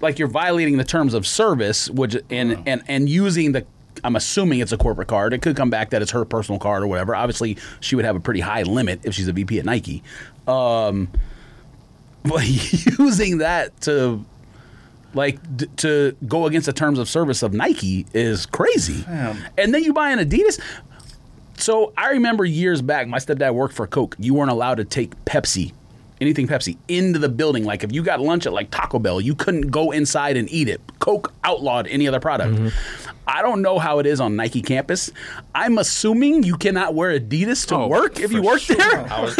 like you're violating the terms of service, which and Uh. and and using the. I'm assuming it's a corporate card. It could come back that it's her personal card or whatever. Obviously, she would have a pretty high limit if she's a VP at Nike. Um, but using that to like d- to go against the terms of service of Nike is crazy. Fam. And then you buy an Adidas. So I remember years back, my stepdad worked for Coke. You weren't allowed to take Pepsi, anything Pepsi, into the building. Like if you got lunch at like Taco Bell, you couldn't go inside and eat it. Coke outlawed any other product. I don't know how it is on Nike campus. I'm assuming you cannot wear Adidas to Oh, work if you work there. I was,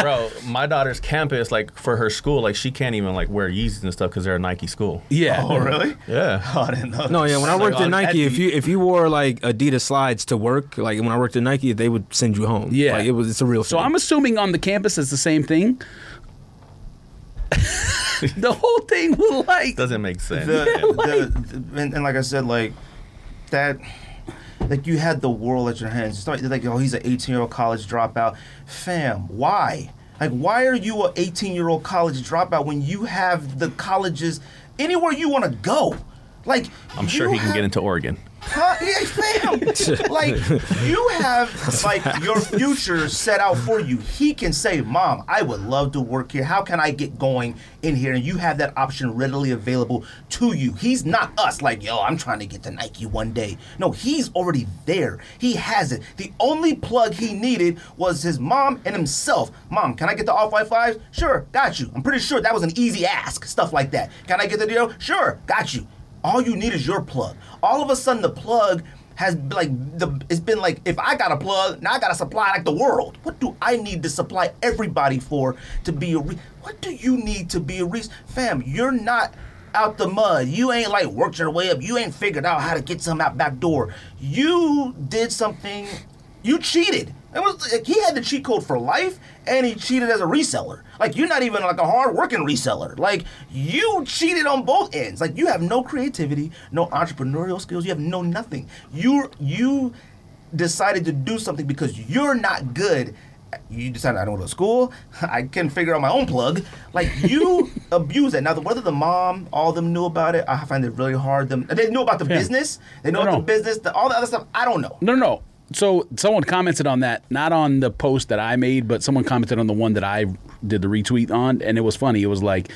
bro, my daughter's campus, like for her school, like she can't even like wear Yeezys and stuff because they're a Nike school. Yeah. Oh, really? Yeah. Oh, I didn't know. No, yeah. When I worked at on Nike, if Nike. you if you wore like Adidas slides to work, like when I worked at Nike, they would send you home. Yeah. like, it was. It's a real. So I'm assuming on the campus it's the same thing. the whole thing will like Doesn't make sense. the, the, the- and, and like I said, like that, like you had the world at your hands. It's not like oh, he's an 18 year old college dropout, fam. Why? Like, why are you a 18 year old college dropout when you have the colleges anywhere you want to go? Like, I'm sure you he can have- get into Oregon. Huh? Yeah, fam. like you have like your future set out for you. He can say, "Mom, I would love to work here. How can I get going in here?" And you have that option readily available to you. He's not us. Like, yo, I'm trying to get to Nike one day. No, he's already there. He has it. The only plug he needed was his mom and himself. Mom, can I get the off white fives? Sure, got you. I'm pretty sure that was an easy ask. Stuff like that. Can I get the deal? Sure, got you. All you need is your plug. All of a sudden, the plug has like the it's been like if I got a plug, now I got to supply like the world. What do I need to supply everybody for to be a re- What do you need to be a reason? Fam, you're not out the mud. You ain't like worked your way up. You ain't figured out how to get some out back door. You did something. You cheated. It was like, he had the cheat code for life, and he cheated as a reseller. Like you're not even like a hard working reseller. Like you cheated on both ends. Like you have no creativity, no entrepreneurial skills. You have no nothing. You you decided to do something because you're not good. You decided I don't go to school. I can figure out my own plug. Like you abuse that. Now whether the mom, all them knew about it, I find it really hard. Them they knew about the business. They know No, about no. the business. The, all the other stuff. I don't know. No, no, no. So someone commented on that, not on the post that I made, but someone commented on the one that I did the retweet on, and it was funny. It was like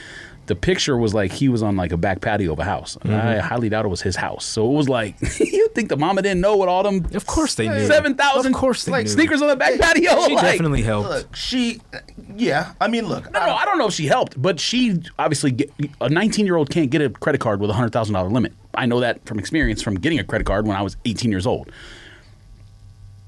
the picture was like he was on like a back patio of a house. And I Mm-hmm. highly doubt it was his house. So it was like you think the mama didn't know what all them Of course they knew. seven thousand Of course they like knew. sneakers on the back patio. She like- definitely helped. Look, she. Yeah, I mean, look. No, I- no, I don't know if she helped, but she obviously get, a 19 year old can't get a credit card with a hundred thousand dollar limit. I know that from experience from getting a credit card when I was 18 years old.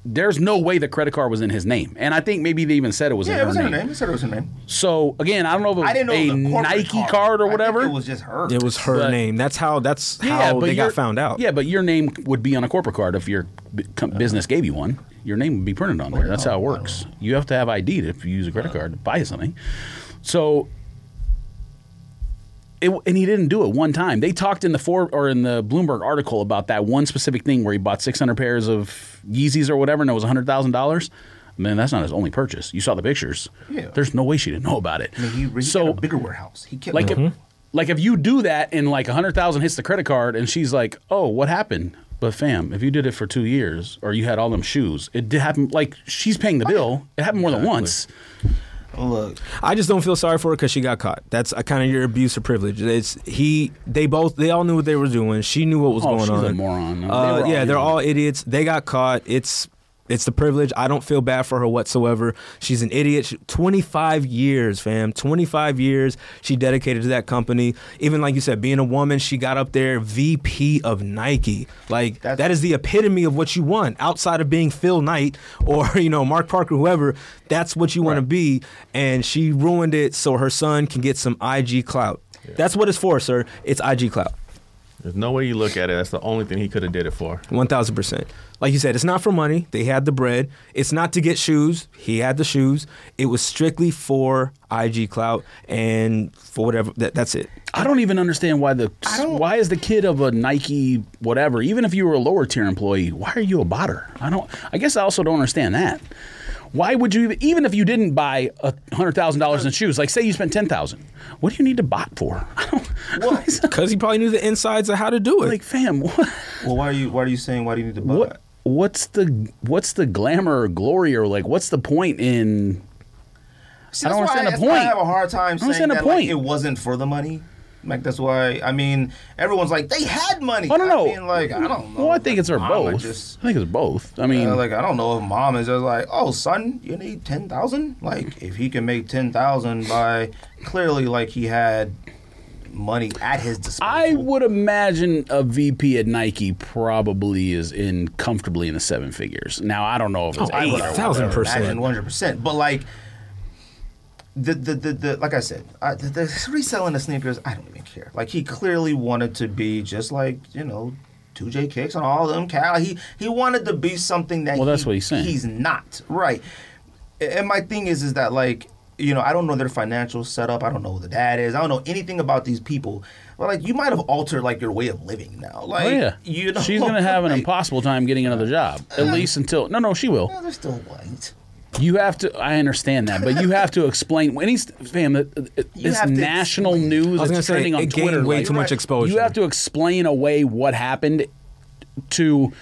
There's no way the credit card was in his name, and I think maybe they even said it was in yeah, her it was in name. her name. It said it was her name. So again, I don't know if it was I didn't know it was a corporate Nike card I or think whatever. it was just her. It was her But- name. That's how. That's Yeah, how but they got your- found out. Yeah, but your name would be on a corporate card if your b- com- business gave you one. Your name would be printed on there. That's how it works. You have to have ID to, if you use a credit card to buy something. So, it, and he didn't do it one time. They talked in the for or in the Bloomberg article about that one specific thing where he bought 600 pairs of Yeezys or whatever, and it was $100,000. Man, that's not his only purchase. You saw the pictures. Yeah. There's no way she didn't know about it. I mean, he, he so had a bigger warehouse. He killed like her. if like if you do that and like a hundred thousand hits the credit card and she's like, oh, what happened? But fam, if you did it for two years or you had all them shoes, it did happen. Like she's paying the bill. It happened more than once. look, I just don't feel sorry for her because she got caught. That's kind of your abuse of privilege. It's he. They both. They all knew what they were doing. She knew what was Oh, going she's on. a moron. They Uh, were all yeah, idiots. they're all idiots. They got caught. It's it's the privilege. I don't feel bad for her whatsoever. She's an idiot. She- 25 years, fam. 25 years she dedicated to that company. Even like you said, being a woman, she got up there VP of Nike. Like That's- that is the epitome of what you want outside of being Phil Knight or, you know, Mark Parker whoever. That's what you want to be and she ruined it so her son can get some IG clout. That's what it's for, sir. It's IG clout. There's no way you look at it. That's the only thing he could have did it for. One thousand percent. Like you said, it's not for money. They had the bread. It's not to get shoes. He had the shoes. It was strictly for IG clout and for whatever. That, that's it. I don't even understand why the don't- why is the kid of a Nike whatever, even if you were a lower tier employee, why are you a botter? I don't. I guess I also don't understand that. Why would you even, even if you didn't buy a hundred thousand dollars in shoes? Like say you spent ten thousand, what do you need to bot for? I don't. well, Because he probably knew the insides of how to do it. like fam what, well, why are you? Why are you saying? Why do you need to buy? what what's the what's the glamour or glory or like what's the point in See, I don't that's why- understand the that's why point. I have a hard time don't saying understand the that like, point. it wasn't for the money. Like that's why. I mean, everyone's like they had money. I don't know. mean, like I don't know. well I think it's or Mama both just- I think it's both I mean Uh, like I don't know if mom is just like, oh son, you need ten thousand. Like if he can make ten thousand by clearly like he had money at his disposal. I would imagine a VP at Nike probably is in comfortably in the seven figures now I don't know if it's I eight would- or thousand whatever. percent. One hundred percent. But like the the, the the like I said, I, the, the reselling the sneakers. I don't even care. Like he clearly wanted to be just like you know. 2J kicks and all them cal. He he wanted to be something that Well, that's what he's saying. He's not right. A- And my thing is, is that like you know, I don't know their financial setup. I don't know who the dad is. I don't know anything about these people. But like, you might have altered like your way of living now. Like, Oh yeah, you know, she's gonna have an like, impossible time getting another job, at least until no, no, she will. yeah, they're still white. You have to. I understand that, but you have to explain. Any fam, th- th- this have to national explain. news I was gonna that's say, trending on it gained Twitter. way like, too much exposure. You have to explain away what happened to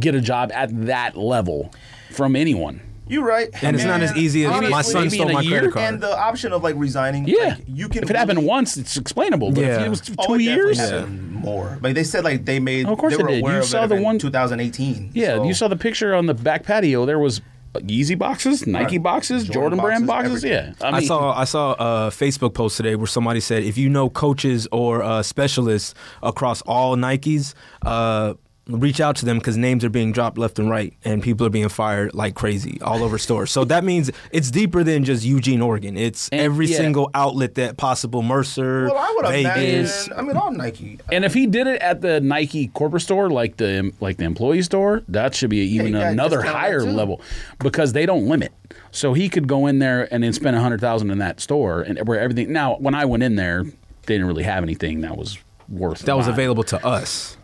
get a job at that level from anyone. You're right. and it's not as easy as my honestly, son maybe stole in a my year? credit card. And the option of like resigning. Yeah, like, you can. If it happened really- once, it's explainable. But if Yeah. it was two Oh, it definitely years, happened more. Like they said, like they made. Of course they it were did. aware You of saw it the in one- 2018. yeah. so- You saw the picture on the back patio. There was Yeezy boxes, Nike Right. boxes, Jordan, Jordan brand boxes, boxes. everything. Yeah, I saw I saw a Facebook post today where somebody said if you know coaches or uh, specialists across all Nikes, uh, reach out to them because names are being dropped left and right, and people are being fired like crazy all over stores. So that means it's deeper than just Eugene, Oregon. It's And- every yeah. single outlet that possible Mercer, Well, I would Vegas. imagine. is- I mean, all Nike. And if he did it at the Nike corporate store, like the like the employee store, that should be even you got another discount higher that too. level because they don't limit. So he could go in there and then spend a hundred thousand in that store and where everything. Now, when I went in there, they didn't really have anything that was worth That was buying. available to us.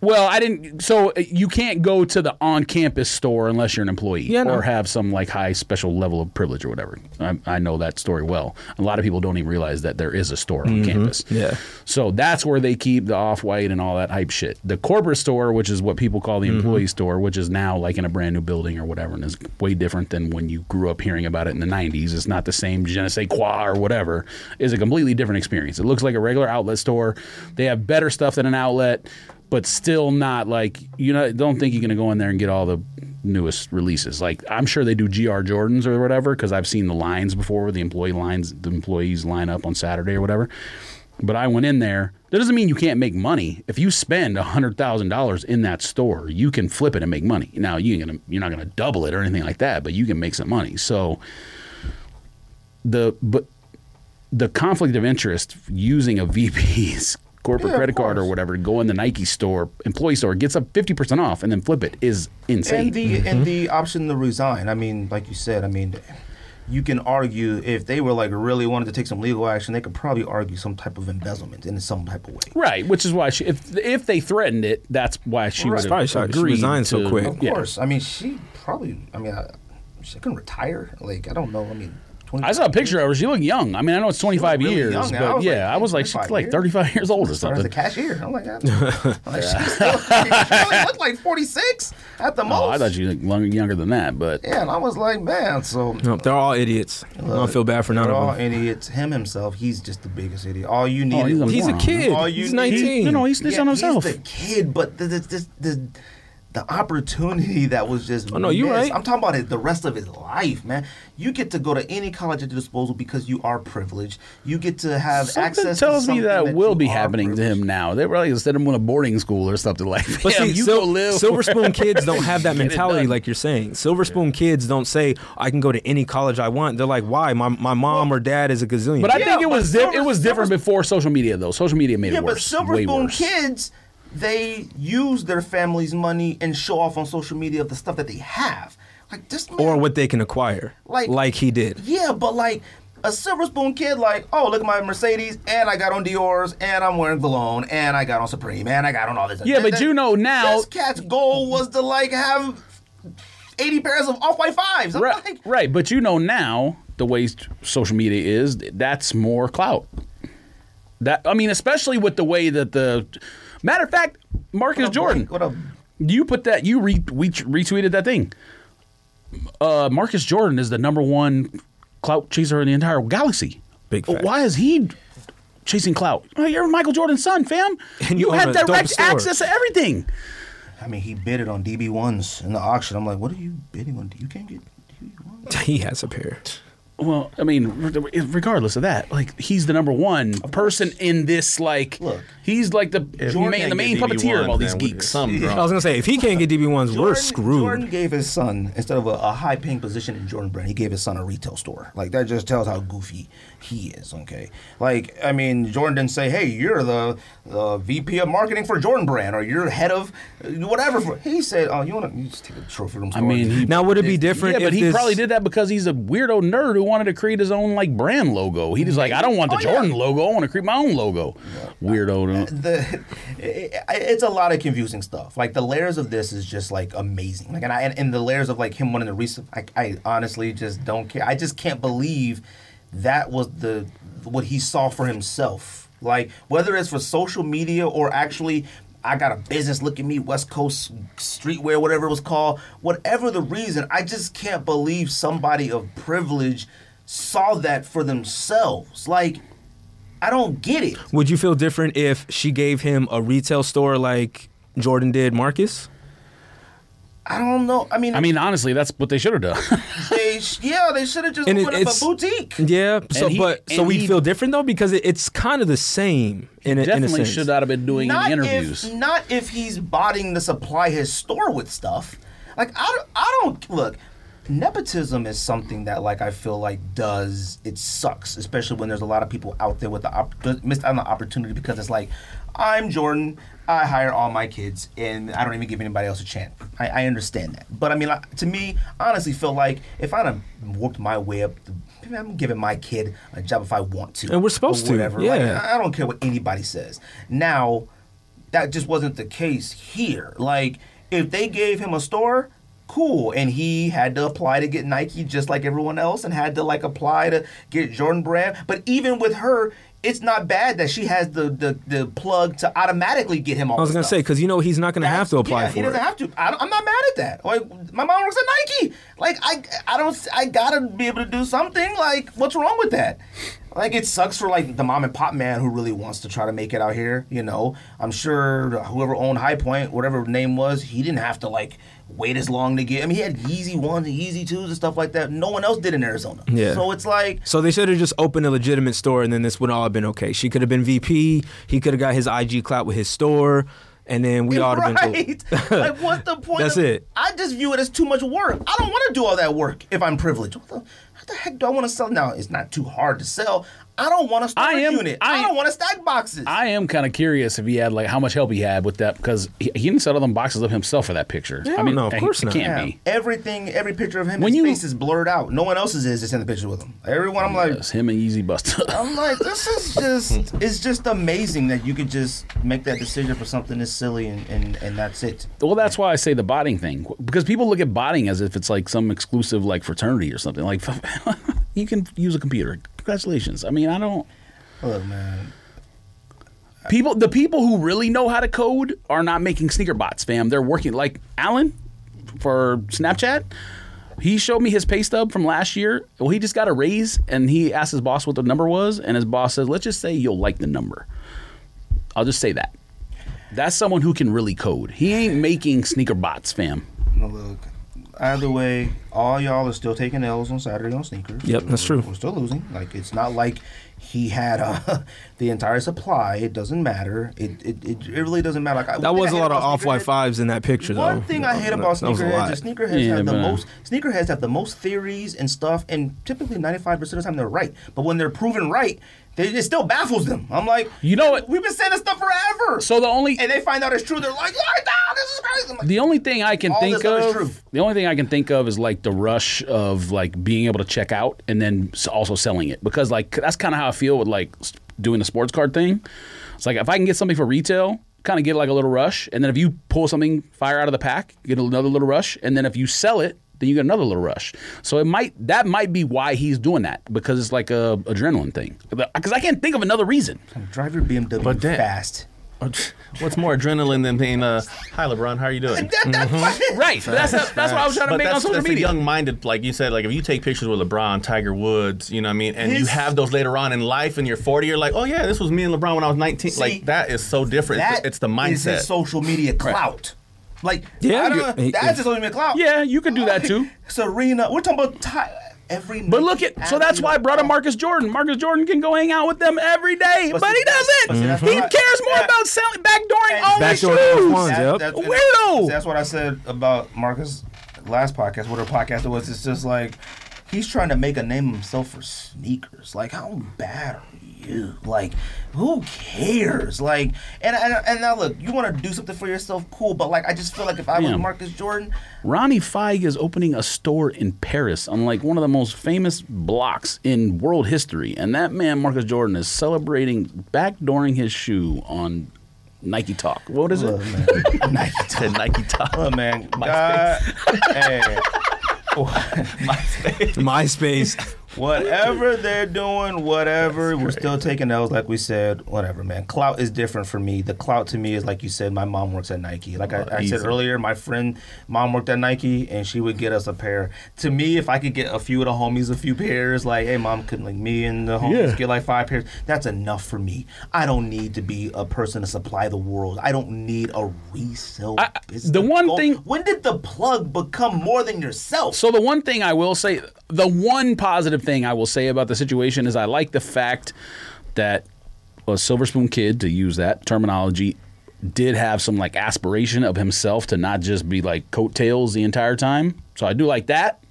Well, I didn't. So uh, you can't go to the on-campus store unless you're an employee Yeah, no. or have some like high special level of privilege or whatever. I, I know that story well. A lot of people don't even realize that there is a store on campus. Mm-hmm. Yeah. So that's where they keep the off-white and all that hype shit. The corporate store, which is what people call the employee store, which is now like in a brand new building or whatever, and is way different than when you grew up hearing about it in the '90s. It's not the same je ne sais quoi or whatever. Is a completely different experience. It looks like a regular outlet store. They have better stuff than an outlet but still not like you know don't think you're going to go in there and get all the newest releases like i'm sure they do gr jordans or whatever because i've seen the lines before the employee lines the employees line up on saturday or whatever but i went in there that doesn't mean you can't make money if you spend $100000 in that store you can flip it and make money now you ain't gonna, you're not going to double it or anything like that but you can make some money so the but the conflict of interest using a VP's corporate Yeah, of credit card or course. whatever to go in the Nike store, employee store, gets up fifty percent off and then flip it is insane. And the and the option to resign. I mean, like you said, I mean, you can argue if they were like really wanted to take some legal action, they could probably argue some type of embezzlement in some type of way. Right, which is why she, if if they threatened it, that's why she Right. would Probably have sorry, she agreed resigned so to- quick. Of yeah. course. I mean, she probably. I mean, I, she can retire. Like I don't know. I mean, 20, I saw a picture of her. She looked young. I mean, I know it's twenty five really years, young, and I but was yeah, like, I was like, she's 25 like years? thirty five years old or Started as a something. cashier. I'm like, I, I'm like she, still, she only looked like 46 at the most. Oh, I thought you looked long- younger than that, but yeah, and I was like, man. So No, they're all idiots. I don't feel bad for none they're all of them. idiots. Him himself. He's just the biggest idiot. All you Oh, need. he's a- He's a Moron. kid. All you He's need- 19. he, no, no, he snitched on himself. He's the kid, but the the, the, the, the opportunity that was just. Oh, no, you're missed. right. I'm talking about it, the rest of his life, man. You get to go to any college at your disposal because you are privileged. You get to have Something access. tells to something me that, will you be are happening to privileged. him now. They probably instead of him going to boarding school or something like that. But see, you Sil- go live. Silver Spoon kids don't have that Get it mentality done. like you're saying. Silver Spoon kids don't say, I can go to any college I want. They're like, why? My, my mom or dad is a gazillion. But I Yeah, think but it was di- Silver- it was different before social media though. Social media made Yeah, it but worse. Silver way Spoon worse. kids, they use their family's money and show off on social media the stuff that they have. Like this man, or what they can acquire, like, Like- he did. Yeah, but like a Silver Spoon kid, like, oh, look at my Mercedes, and I got on Dior's, and I'm wearing Cologne, and I got on Supreme, and I got on all this. Yeah, but you know now- This cat's goal was to like have 80 pairs of off white fives. I'm Right, like, right, but you know now the way s- social media is, that's more clout. That I mean, especially with the way that the matter of fact, Marcus Jordan. What a You put that. You re, we retweeted that thing. Uh, Marcus Jordan is the number one clout chaser in the entire galaxy. Big facts. Why is he chasing clout? Oh, you're Michael Jordan's son, fam. And you you own had a dope direct store. access to everything. I mean, he bid it on DB ones in the auction. I'm like, what are you bidding on? You can't get DB1s. He has a pair. Well, I mean, re- regardless of that, like he's the number one person in this. Like, Look. he's like the main, the main puppeteer of all these geeks. Some I was going to say, if he can't get DB1s, we're screwed. Jordan gave his son instead of a, a high paying position in Jordan Brand, he gave his son a retail store. Like that just tells how goofy he is. Okay, like I mean, Jordan didn't say, "Hey, you're the, the VP of marketing for Jordan Brand, or you're head of whatever." For he said, "Oh, you want to just take a trophy room?" I mean, he- Now, would it be different Yeah, if but he this- probably did that because he's a weirdo nerd who wanted to create his own like brand logo. He just like, I don't want the Oh, yeah. Jordan logo. I want to create my own logo. Weirdo. no. the it, it's a lot of confusing stuff. Like the layers of this is just like amazing. Like and I and, and the layers of like him winning the recent. I, I honestly just don't care. I just can't believe that was the what he saw for himself. Like whether it's for social media or actually. I got a business. Look at me, West Coast streetwear, whatever it was called. Whatever the reason, I just can't believe somebody of privilege saw that for themselves. Like, I don't get it. Would you feel different if she gave him a retail store like Jordan did Marcus? I don't know. I mean, I mean, honestly, that's what they should have done. they sh- yeah, they should have just And it- opened up a it's- boutique. Yeah. So, And he- but so and we he- feel different though because it, it's kind of the same in a, in a Definitely sense. should not have been doing any interviews. If, not if he's botting to supply his store with stuff. Like I, don't- I don't look. Nepotism is something that like I feel like does it sucks, especially when there's a lot of people out there with the op- missed out on the opportunity because it's like I'm Jordan. I hire all my kids, and I don't even give anybody else a chance. I, I understand that, but I mean, like, to me, honestly, feel like if I'd have worked my way up, maybe I'm giving my kid a job if I want to, And we're supposed or to, whatever. Like, yeah. I don't care what anybody says. Now, that just wasn't the case here. Like, if they gave him a store, cool, and he had to apply to get Nike just like everyone else, and had to like apply to get Jordan Brand. But even with her, it's not bad that she has the the, the plug to automatically get him all. I was gonna say because you know he's not gonna have to apply yeah, for he it. doesn't have to. I don't, I'm not mad at that. Like my mom works at Nike. Like I, I don't. I gotta be able to do something. Like what's wrong with that? Like it sucks for like the mom and pop man who really wants to try to make it out here. You know, I'm sure whoever owned High Point, whatever his name was, he didn't have to like wait as long to get. I mean, he had Yeezy ones and Yeezy twos and stuff like that. No one else did in Arizona. Yeah. So it's like So they should have just opened a legitimate store, and then this would all have been okay. She could have been VP. He could have got his IG clout with his store, and then we ought to have been cool. right. like, what's the point? That's of- it. I just view it as too much work. I don't want to do all that work if I'm privileged. What the, what the heck do I want to sell? Now it's not too hard to sell. I don't want to storage I am- unit. I- I, don't want to stack boxes. I am kind of curious if he had like how much help he had with that because he, he didn't settle them boxes up himself for that picture. Yeah, I mean, no, of it- course it not. can't Yeah. be. Everything, every picture of him, When his you- face is blurred out. No one else's is. It's in the picture with him. Everyone, I'm like, It's him and Yeezy Buster. I'm like, this is just, it's just amazing that you could just make that decision for something this silly and, and, and that's it. well, that's why I say the botting thing because people look at botting as if it's like some exclusive like fraternity or something. Like you can use a computer. Congratulations. I mean, I don't. Look, man. People, the people who really know how to code are not making sneaker bots, fam. They're working like Alan for Snapchat. He showed me his pay stub from last year. Well, he just got a raise, and he asked his boss what the number was, and his boss says, "Let's just say you'll like the number." I'll just say that. That's someone who can really code. He ain't making sneaker bots, fam. No, look. Either way, all y'all are still taking L's on Saturday on sneakers. Yep, that's true. We're still losing. Like it's not like he had uh, the entire supply. It doesn't matter. It it, it, it really doesn't matter. Like I- That one thing was I hate a lot of about off white sneakerheads- fives in that picture, though. One thing I hate about That was a sneakerheads lot. is sneakerheads Yeah, have the but- most sneakerheads have the most theories and stuff, and typically ninety five percent of the time they're right. But when they're proven right, they, it still baffles them. I'm like, You know what? We've been saying this stuff forever. So the only- and they find out it's true. They're like, "Lie down, this is crazy. I'm like, The only thing I can All think this other of, truth. the only thing I can think of is like the rush of like being able to check out and then s- also selling it because like that's kind of how I feel with like s- doing the sports card thing. It's like if I can get something for retail, kind of get like a little rush, and then if you pull something fire out of the pack, you get another little rush, and then if you sell it, then you get another little rush. So it might that might be why he's doing that because it's like a adrenaline thing. Because I can't think of another reason. drive your BMW But damn- fast. What's more adrenaline than being, uh, hi, LeBron, how are you doing? That, that's what- Mm-hmm. Right. That's that's, that's what I was trying to But make on that's, social that's a media. young-minded, like you said, like if you take pictures with LeBron, Tiger Woods, you know what I mean, and you His- have those later on in life, and you're 40, you're like, oh yeah, this was me and LeBron when I was 19. like that is so different. It's That the- it's the is his mindset. social media clout. Like, Yeah, I don't you're- know, he- that's his social media clout. Yeah, you could do that Like, too. Serena, we're talking about Ty, every. But look at so that's why I brought up Marcus Jordan. Marcus Jordan can go hang out with them every day, but, But see, he doesn't. but see, that's he what I- cares more yeah. about selling backdooring all Backdooring his shoes. those ones, yeah. Yep. and Weirdo! That's what I said about Marcus last podcast. What her podcast was. It's just like he's trying to make a name himself for sneakers. Like how bad are you? Like who cares? Like and and, and now look, you want to do something for yourself, cool. But like I just feel like if I was Damn. Marcus Jordan, Ronnie Feig is opening a store in Paris on like one of the most famous blocks in world history, and that man Marcus Jordan is celebrating backdooring his shoe on Nike Talk. What is it? look, man, The Nike top. look, man, God, hey. MySpace. whatever they're doing, whatever, we're still taking L's, like we said, whatever, man. Clout is different for me. The clout to me is, like you said, my mom works at Nike. Like Uh, I, I said easy. earlier, my friend, mom worked at Nike, and she would get us a pair. To me, if I could get a few of the homies a few pairs, like, hey, mom, could like me and the homies Yeah. get like five pairs, that's enough for me. I don't need to be a person to supply the world. I don't need a resale I- business. the one thing- When did the plug become more than yourself? So the one thing I will say, the one positive thing I will say about the situation is I like the fact that a Silver Spoon kid, to use that terminology, did have some like aspiration of himself to not just be like coattails the entire time. So I do like that.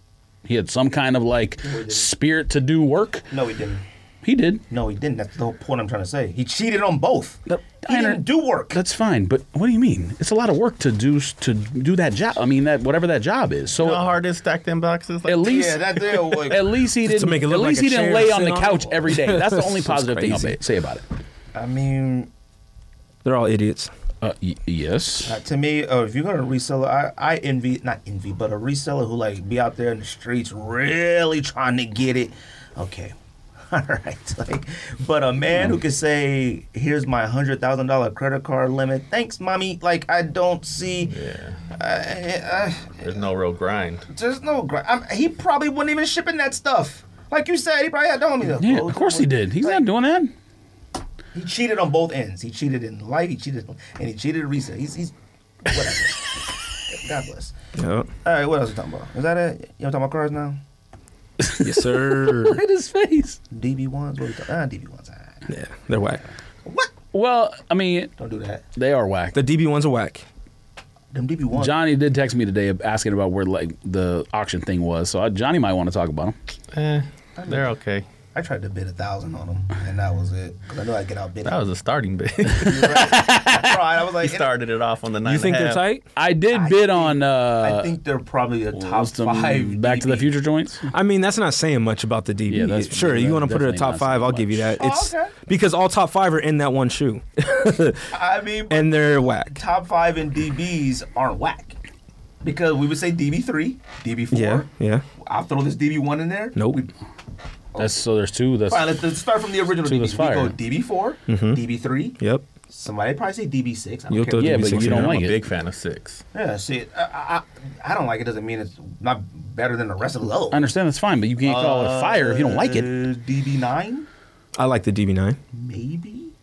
He had some kind of like spirit to do work. no, we didn't. He did. No, he didn't. That's the whole point I'm trying to say. He cheated on both. But- he I didn't under- do work. That's fine, but what do you mean? It's a lot of work to do to do that job. I mean that whatever that job is. So You know how hard it is stacked in boxes? Like, at least yeah, that there. Like, At least he didn't. make it look at like least a he didn't chair lay to on sit the on. couch every day. That's the only It's positive thing I'll crazy. ba- say about it. I mean, They're all idiots. Uh, y- yes. uh, to me, uh, if you're gonna reseller, I, I envy not envy, but a reseller who like be out there in the streets really trying to get it. Okay. All right, like, but a man Mm. who can say, "Here's my hundred thousand dollar credit card limit. Thanks, mommy." Like I don't see, yeah, I- I- there's no real grind. there's no. gr- I'm, he probably wasn't even shipping that stuff. Like you said, he probably had don't me. Yeah. Of course he did. He's not doing that. He cheated on both ends. He cheated in life. He cheated, and he cheated in research. He's, he's whatever. God bless. Yep. All right, what else we talking about? Is that it? You know, talking about cars now? Yes, sir. Look at his face. DB ones. What we talking? Ah, DB ones. Right. yeah, they're whack. What? Well, I mean, Don't do that. they are whack. The DB ones are whack. Them DB ones. Johnny did text me today asking about where like the auction thing was. So I, Johnny might want to talk about him. Eh, they're okay. I tried to bid a thousand on them, and that was it. 'Cause I knew I'd get outbid. That was a starting bit. I tried. I was he like, started it off on the nine. You and a think they're half. tight? I did bid on. Uh, I think they're probably a top some five. Back to the DB. Future joints. I mean, that's not saying much about the DB. Yeah, that's- sure, you want to put it definitely at top not five? saying I'll give you much. that. It's Oh, okay. because all top five are in that one shoe, I mean, and they're whack. top five in DBs aren't whack because we would say DB three, DB four. Yeah, yeah. I'll throw this DB one in there. Nope. We- That's so. There's two. That's All right, let's, let's start from the original Two DB. was We fire. go DB4, Mm-hmm. DB3. Yep. Somebody probably say DB6. I don't You'll care. throw yeah, DB but six you in don't there. I'm like a it. big fan of six. Yeah, see, I, I, I don't like it doesn't mean it's not better than the rest of the low. I understand that's fine, but you can't call Uh, it fire if you don't like it. DB9, I like the DB nine. maybe?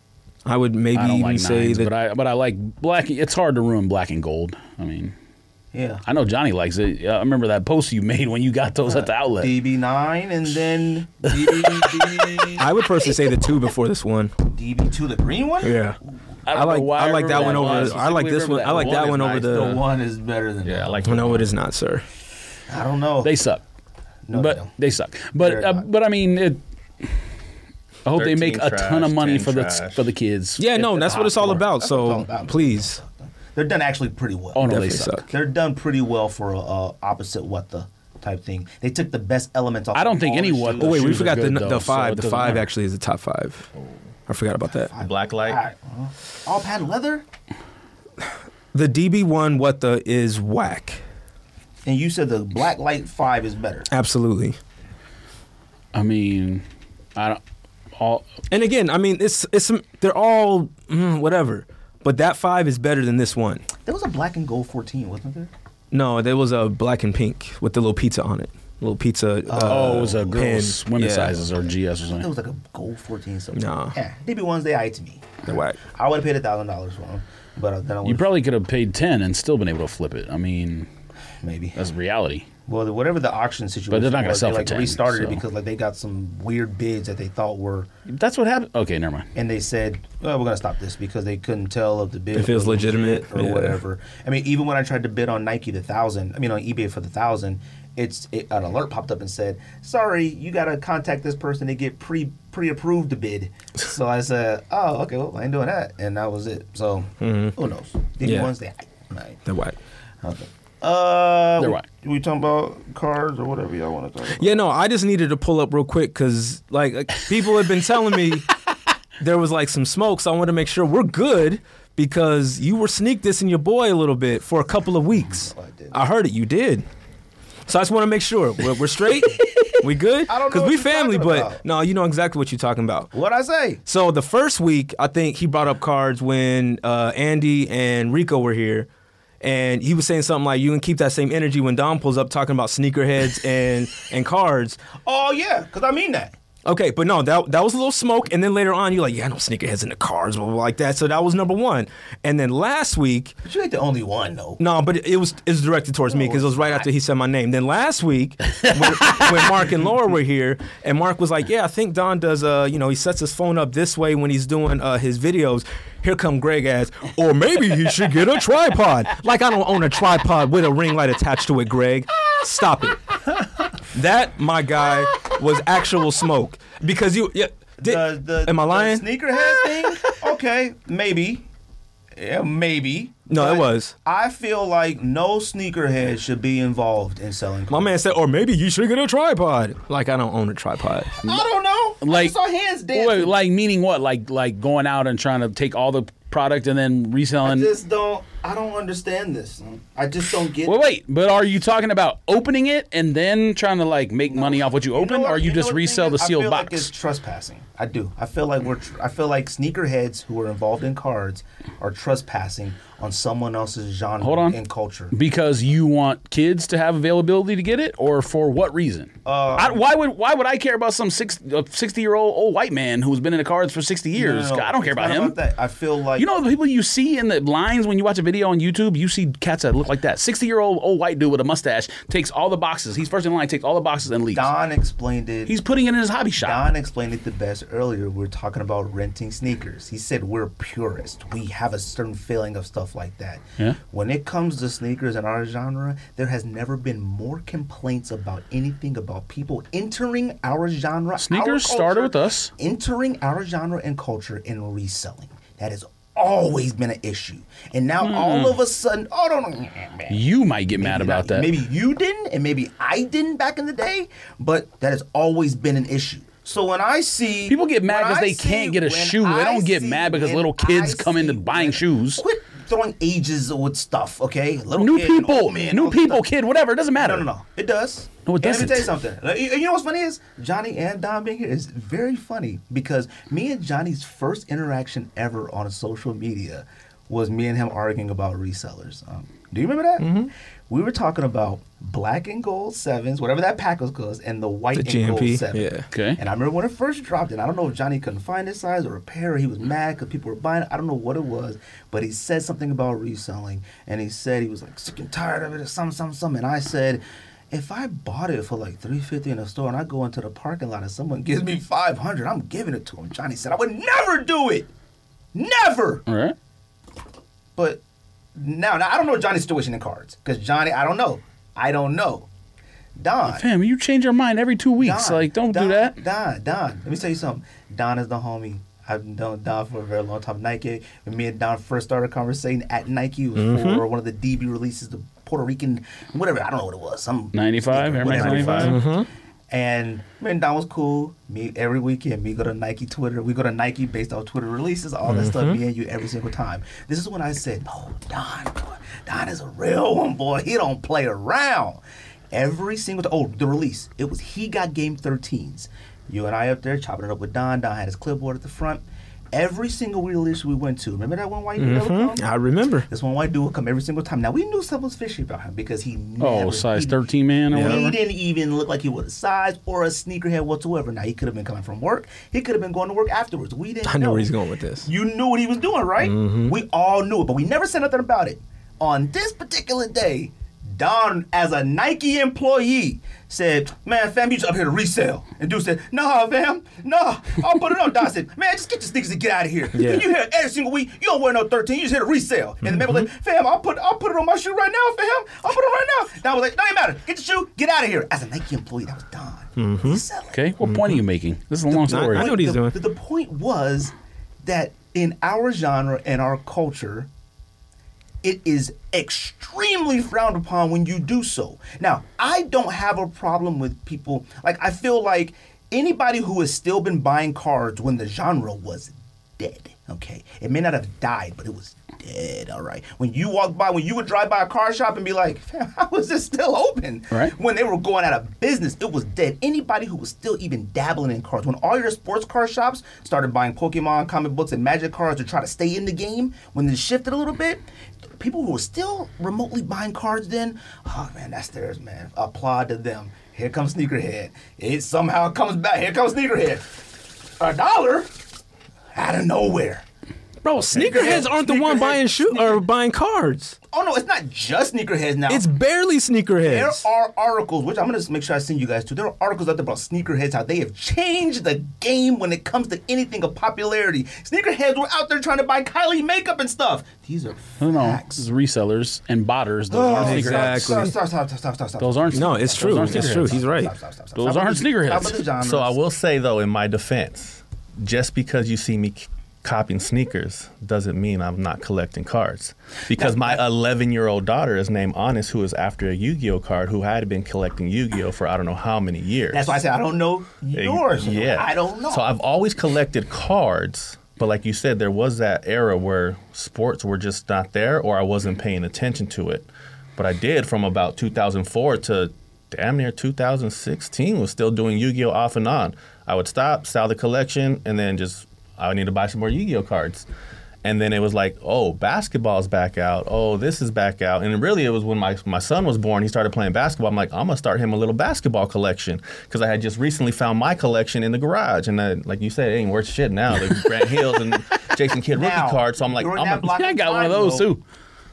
I would maybe I don't even like say nines, that. but I but I like black. It's hard to ruin black and gold. I mean, Yeah. I know Johnny likes it. I remember that post you made when you got those at the outlet. DB9 and then DB, I would personally say the two before this one. DB2, the green one? Yeah. don't I like- know why I like remember that one over- was. I like this Specifically one- I like remember that is one over the- The one is better than Yeah, I that. like No, it is not, sir. I don't know. They suck, Oh, no, but they don't. they suck. But They're uh, not. but I mean, it, I hope they 13 make a ton of trash, money 10 for the trash. for the kids. Yeah, If no, they're that's what it's all popular. about. all So about. please, They're done actually pretty well. Oh no, they definitely suck. suck. They're done pretty well for a, uh opposite what the type thing. They took the best elements off. I don't of think all the anyone- shoes. Oh wait, we Shoes are forgot the good, the though, so five. it the doesn't five matter. actually is the top five. I forgot about that. black All light. right, well, Uh-huh. all patent leather, The DB one, what the is whack. and you said the black light five is better. Absolutely. I mean, I don't. All And again, I mean, it's it's they're all mm, whatever, but that five is better than this one. There was a black and gold fourteen, wasn't there? No, there was a black and pink with the little pizza on it. Little pizza. uh, oh, it was a pin. girls' women's Yeah. sizes or GS or There something. was like a gold fourteen. So Nah. yeah, DB ones they eye to me. They're whack. I would have paid a thousand dollars for them, but uh, then I You would probably could have paid ten and still been able to flip it. I mean, maybe. that's reality. Well, the- whatever the auction situation, they're not gonna was, sell they, for like 10, restarted so. it because like they got some weird bids that they thought were, That's what happened. Okay, never mind. and they said, "Well, we're gonna stop this because they couldn't tell if the bid If it was legitimate, or yeah. whatever. I mean, even when I tried to bid on Nike the thousand, I mean on eBay for the thousand, it's it, an alert popped up and said, "Sorry, you gotta contact this person to get pre pre approved to bid." so I said, "Oh, okay, well I ain't doing that," and that was it. So who knows? Did Mm-hmm. Yeah. ones they right. They're whack. okay. Uh, They're we- right. We talking about cards or whatever y'all want to talk about. Yeah, no, I just needed to pull up real quick because like uh, people had been telling me there was like some smoke, so I wanted to make sure we're good because you were sneak this in your boy a little bit for a couple of weeks. No, Oh, I didn't. I heard it. You did. So I just want to make sure we're, we're straight. We good? I don't know what we you're family, talking but about. no, you know exactly what you're talking about. What I say? So the first week, I think he brought up cards when uh, Andy and Rico were here, and he was saying something like, "You can keep that same energy when Dom pulls up talking about sneakerheads and and cards." Oh yeah, because I mean that. Okay, but no, that that was a little smoke, and then later on, you're like, "Yeah, I know sneakerheads in the cards, blah, blah, blah, like that." So that was number one, and then last week, But you ain't the only one though. no, but it was it was directed towards me because it was right after he said my name. Then last week, when, when Mark and Laura were here, and Mark was like, "Yeah, I think Don does. Uh, you know, he sets his phone up this way when he's doing uh, his videos." Here come Greg as, or maybe he should get a tripod. Like I don't own a tripod with a ring light attached to it, Greg. Stop it. That my guy was actual smoke because you. Yeah, did, The, the, am I the lying? sneakerhead thing? Okay, maybe. Yeah, maybe. No, it But was. I feel like no sneakerhead should be involved in selling. my man said, or maybe you should get a tripod. Like I don't own a tripod. I don't know. I Like- just saw hands dancing. Wait, like meaning what? Like like going out and trying to take all the product and then I reselling. just don't. I don't understand this. I just don't get. Well, wait, but are you talking about opening it and then trying to like make money off what you You know open, what- or you, know just what resell thing the is? I sealed feel box? Like it's trespassing. I do. I feel like we're. Tr- I feel like sneakerheads who are involved in cards are trespassing on someone else's genre Hold on. and culture. because you want kids to have availability to get it, or for what reason? Um, I, why would why would I care about some six, uh, 60 year old old white man who's been in the cards for sixty No, years? no, no. I don't care It's about not him. that. I feel like You know the people you see in the lines when you watch a video on YouTube, you see cats that look like that. Sixty year old old white dude with a mustache takes all the boxes. He's first in line, takes all the boxes and leaves. Don explained it. He's putting it in his hobby shop. Don explained it the best earlier. We were talking about renting sneakers. He said we're purists. We have a certain feeling of stuff like that. Yeah. When it comes to sneakers in our genre, there has never been more complaints about anything about people entering our genre. our Sneakers culture, started with us. Entering our genre and culture and reselling. That has always been an issue. And now all of a sudden, oh no, no, no. You might get mad Maybe about not- that. Maybe you didn't, and maybe I didn't back in the day, but that has always been an issue. So when I see People get mad when 'cause I they can't get a when shoe. They I don't get see- mad because when little kids I come into see- buying shoes. Quit throwing ages with stuff, okay? Little new kid and old people, man, new all this people, stuff. kid, whatever. It doesn't matter. No, no, no. It does. No, it And Let me tell you doesn't. something. Like, You you know what's funny is Johnny and Don being here is very funny because me and Johnny's first interaction ever on social media was me and him arguing about resellers. Um, do you remember that? Mm-hmm. We were talking about black and gold sevens, whatever that pack was called, and the white The and gold GMP, seven. yeah. Okay. And I remember when it first dropped, and I don't know if Johnny couldn't find his size or a pair, or he was mad because people were buying it. I don't know what it was, but he said something about reselling, and he said he was like sick and tired of it, or some, some, some. And I said, if I bought it for like three fifty in a store, and I go into the parking lot and someone gives me five hundred, I'm giving it to him. Johnny said, I would never do it, never. All right. But now, now I don't know Johnny's situation in cards because Johnny, I don't know, I don't know. Don, Fam, you change your mind every two weeks. like, don't Don, do that. Don, Don. Let me tell you something. Don is the homie. I've known Don for a very long time. Nike. When me and Don first started conversating at Nike, it was Mm-hmm. for one of the DB releases, the Puerto Rican, whatever. I don't know what it was. Some 95, sneaker, Air Max whatever. 95. And me and Don was cool. Me every weekend, me go to Nike Twitter. We go to Nike based off Twitter releases, all that Mm-hmm. stuff. Me and you every single time. This is when I said, "Oh, Don, boy, Don is a real one, boy. He don't play around." Every single t- oh the release, it was he got game 13s. You and I up there chopping it up with Don. Don had his clipboard at the front. Every single release we went to, remember that one white dude that Mm-hmm. would come? I remember. This one white dude would come every single time. Now we knew something was fishy about him because he Oh, never- size he- 13 man or he whatever. didn't even look like he was a size or a sneakerhead whatsoever. Now he could have been coming from work. He could have been going to work afterwards. We didn't. I know know where he's going with this. You knew what he was doing, right? We all knew it, but we never said nothing about it. On this particular day, Don, as a Nike employee, said, "Man, fam, you just up here to resell." And dude said, "Nah, fam, nah, I'll put it on." Don said, "Man, just get your sneakers and get out of here. Yeah. You here every single week. You don't wear no 13. You just here to resell." And the man was like, "Fam, I'll put I'll put it on my shoe right now, fam. I'll put it on right now." Don was like, "No, it matter. Get your shoe. Get out of here." As a Nike employee, that was Don. Reselling. Okay. What point are you making? This is a long story. I know what he's the, doing. The, the point was that in our genre and our culture, it is extremely frowned upon when you do so. Now, I don't have a problem with people. Like, I feel like anybody who has still been buying cards when the genre was dead. Okay, it may not have died, but it was dead. All right. When you walk by, when you would drive by a car shop and be like, "Fam, "How is this still open?" Right. When they were going out of business, it was dead. Anybody who was still even dabbling in cars, when all your sports car shops started buying Pokemon comic books and Magic cards to try to stay in the game, when it shifted a little bit. People who were still remotely buying cards then, oh man, that's theirs, man. Applaud to them. Here comes Sneakerhead. It somehow comes back. Here comes Sneakerhead. A dollar? out of nowhere. Bro, Oh, sneakerheads aren't the one Sneakerhead- buying shoe or sneaker- buying cards. Oh no, it's not just sneakerheads now. It's barely there sneakerheads. are articles, which I'm gonna just make sure I send you guys to. There are articles out there about sneakerheads, how they have changed the game when it comes to anything of popularity. Sneakerheads were out there trying to buy Kylie makeup and stuff. These are I don't know. This facts. Oh, is resellers and botters. Those aren't sneaker- exactly. Stop, stop, stop, stop, stop, stop, stop. Those aren't. No, it's those true. aren't It's sneakerheads. true. He's right. Stop, stop, stop, stop. Those Stop aren't with the- sneakerheads. stop with the genres. So I will say though, in my defense, just because you see me c- copying sneakers doesn't mean I'm not collecting cards. Because my 11 year old daughter is named Honest, who is after a Yu-Gi-Oh card, who had been collecting Yu-Gi-Oh for I don't know how many years. That's why I said I don't know Ex- yours. Yeah, I don't know. So I've always collected cards, but like you said, there was that era where sports were just not there, or I wasn't paying attention to it. But I did from about 2004 to damn near 2016 was still doing Yu-Gi-Oh off and on. I would stop, sell the collection, and then just I would need to buy some more Yu-Gi-Oh cards. And then it was like, oh, basketball's back out. Oh, this is back out. And really, it was when my, my son was born, he started playing basketball. I'm like, I'm gonna start him a little basketball collection because I had just recently found my collection in the garage. And then, like you said, it ain't worth shit now. The Grant Hills and Jason Kidd Now, rookie card. So I'm like, during I'm that block gonna, of I got one of those too.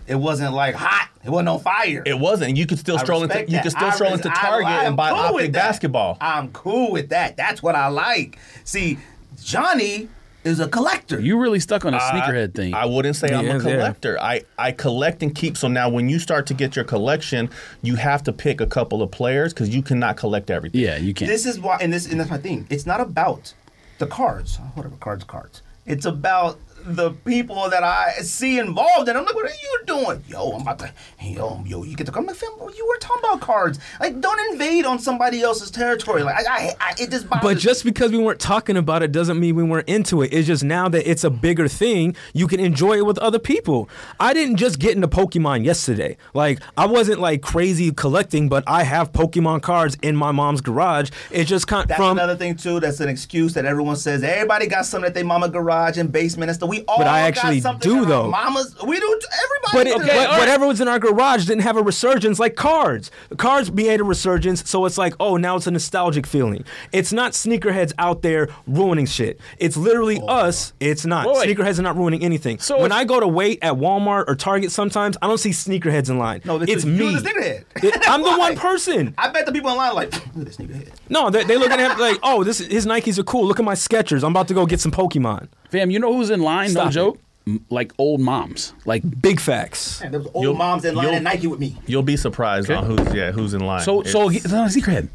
it wasn't like hot. It wasn't on fire. It wasn't. You could still I stroll into respect you that. could still I stroll res- into I- Target I'm and buy cool with optic that. basketball. I'm cool with that. That's what I like. See, Johnny is a collector. You really stuck on a I- sneakerhead thing. I wouldn't say I'm a is, yeah. collector. I, I collect and keep. So now when you start to get your collection, you have to pick a couple of players because you cannot collect everything. yeah, you can't. this is why, and this and that's my thing. It's not about the cards, whatever cards, cards. It's about the people that I see involved, and I'm like, what are you doing? Yo, I'm about to, yo, yo, you get to come. I'm like, fam, you were talking about cards. Like, don't invade on somebody else's territory. Like, I, I, I it just bothers. But just because we weren't talking about it doesn't mean we weren't into it. It's just now that it's a bigger thing, you can enjoy it with other people. I didn't just get into Pokemon yesterday. Like I wasn't like crazy collecting, but I have Pokemon cards in my mom's garage. It just kind That's from another thing too. That's an excuse that everyone says. Everybody got something at their mama garage and basement and stuff. We all I actually got something do, at our though. Mamas, we do. t- But, Everybody. it, does. but whatever was in our garage didn't have a resurgence like cards. Cards made a resurgence, so it's like, oh, now it's a nostalgic feeling. It's not sneakerheads out there ruining shit. It's literally Oh, us. It's not. Wait, wait. Sneakerheads are not ruining anything. So when if- I go to wait at Walmart or Target, sometimes I don't see sneakerheads in line. No, this it's is- me. you're the sneakerhead. It- I'm the Why? one person. I bet the people online are like look at this nigga head. No, they, they look at him like, oh, this his Nikes are cool. Look at my Skechers. I'm about to go get some Pokemon. Fam, you know who's in line? Stop no it. joke. M- Like old moms. Like Big facts. Man, there was old You'll- moms in line you'll- at Nike with me. You'll be surprised on who's yeah who's in line. so. So It's- it's not a sneakerhead.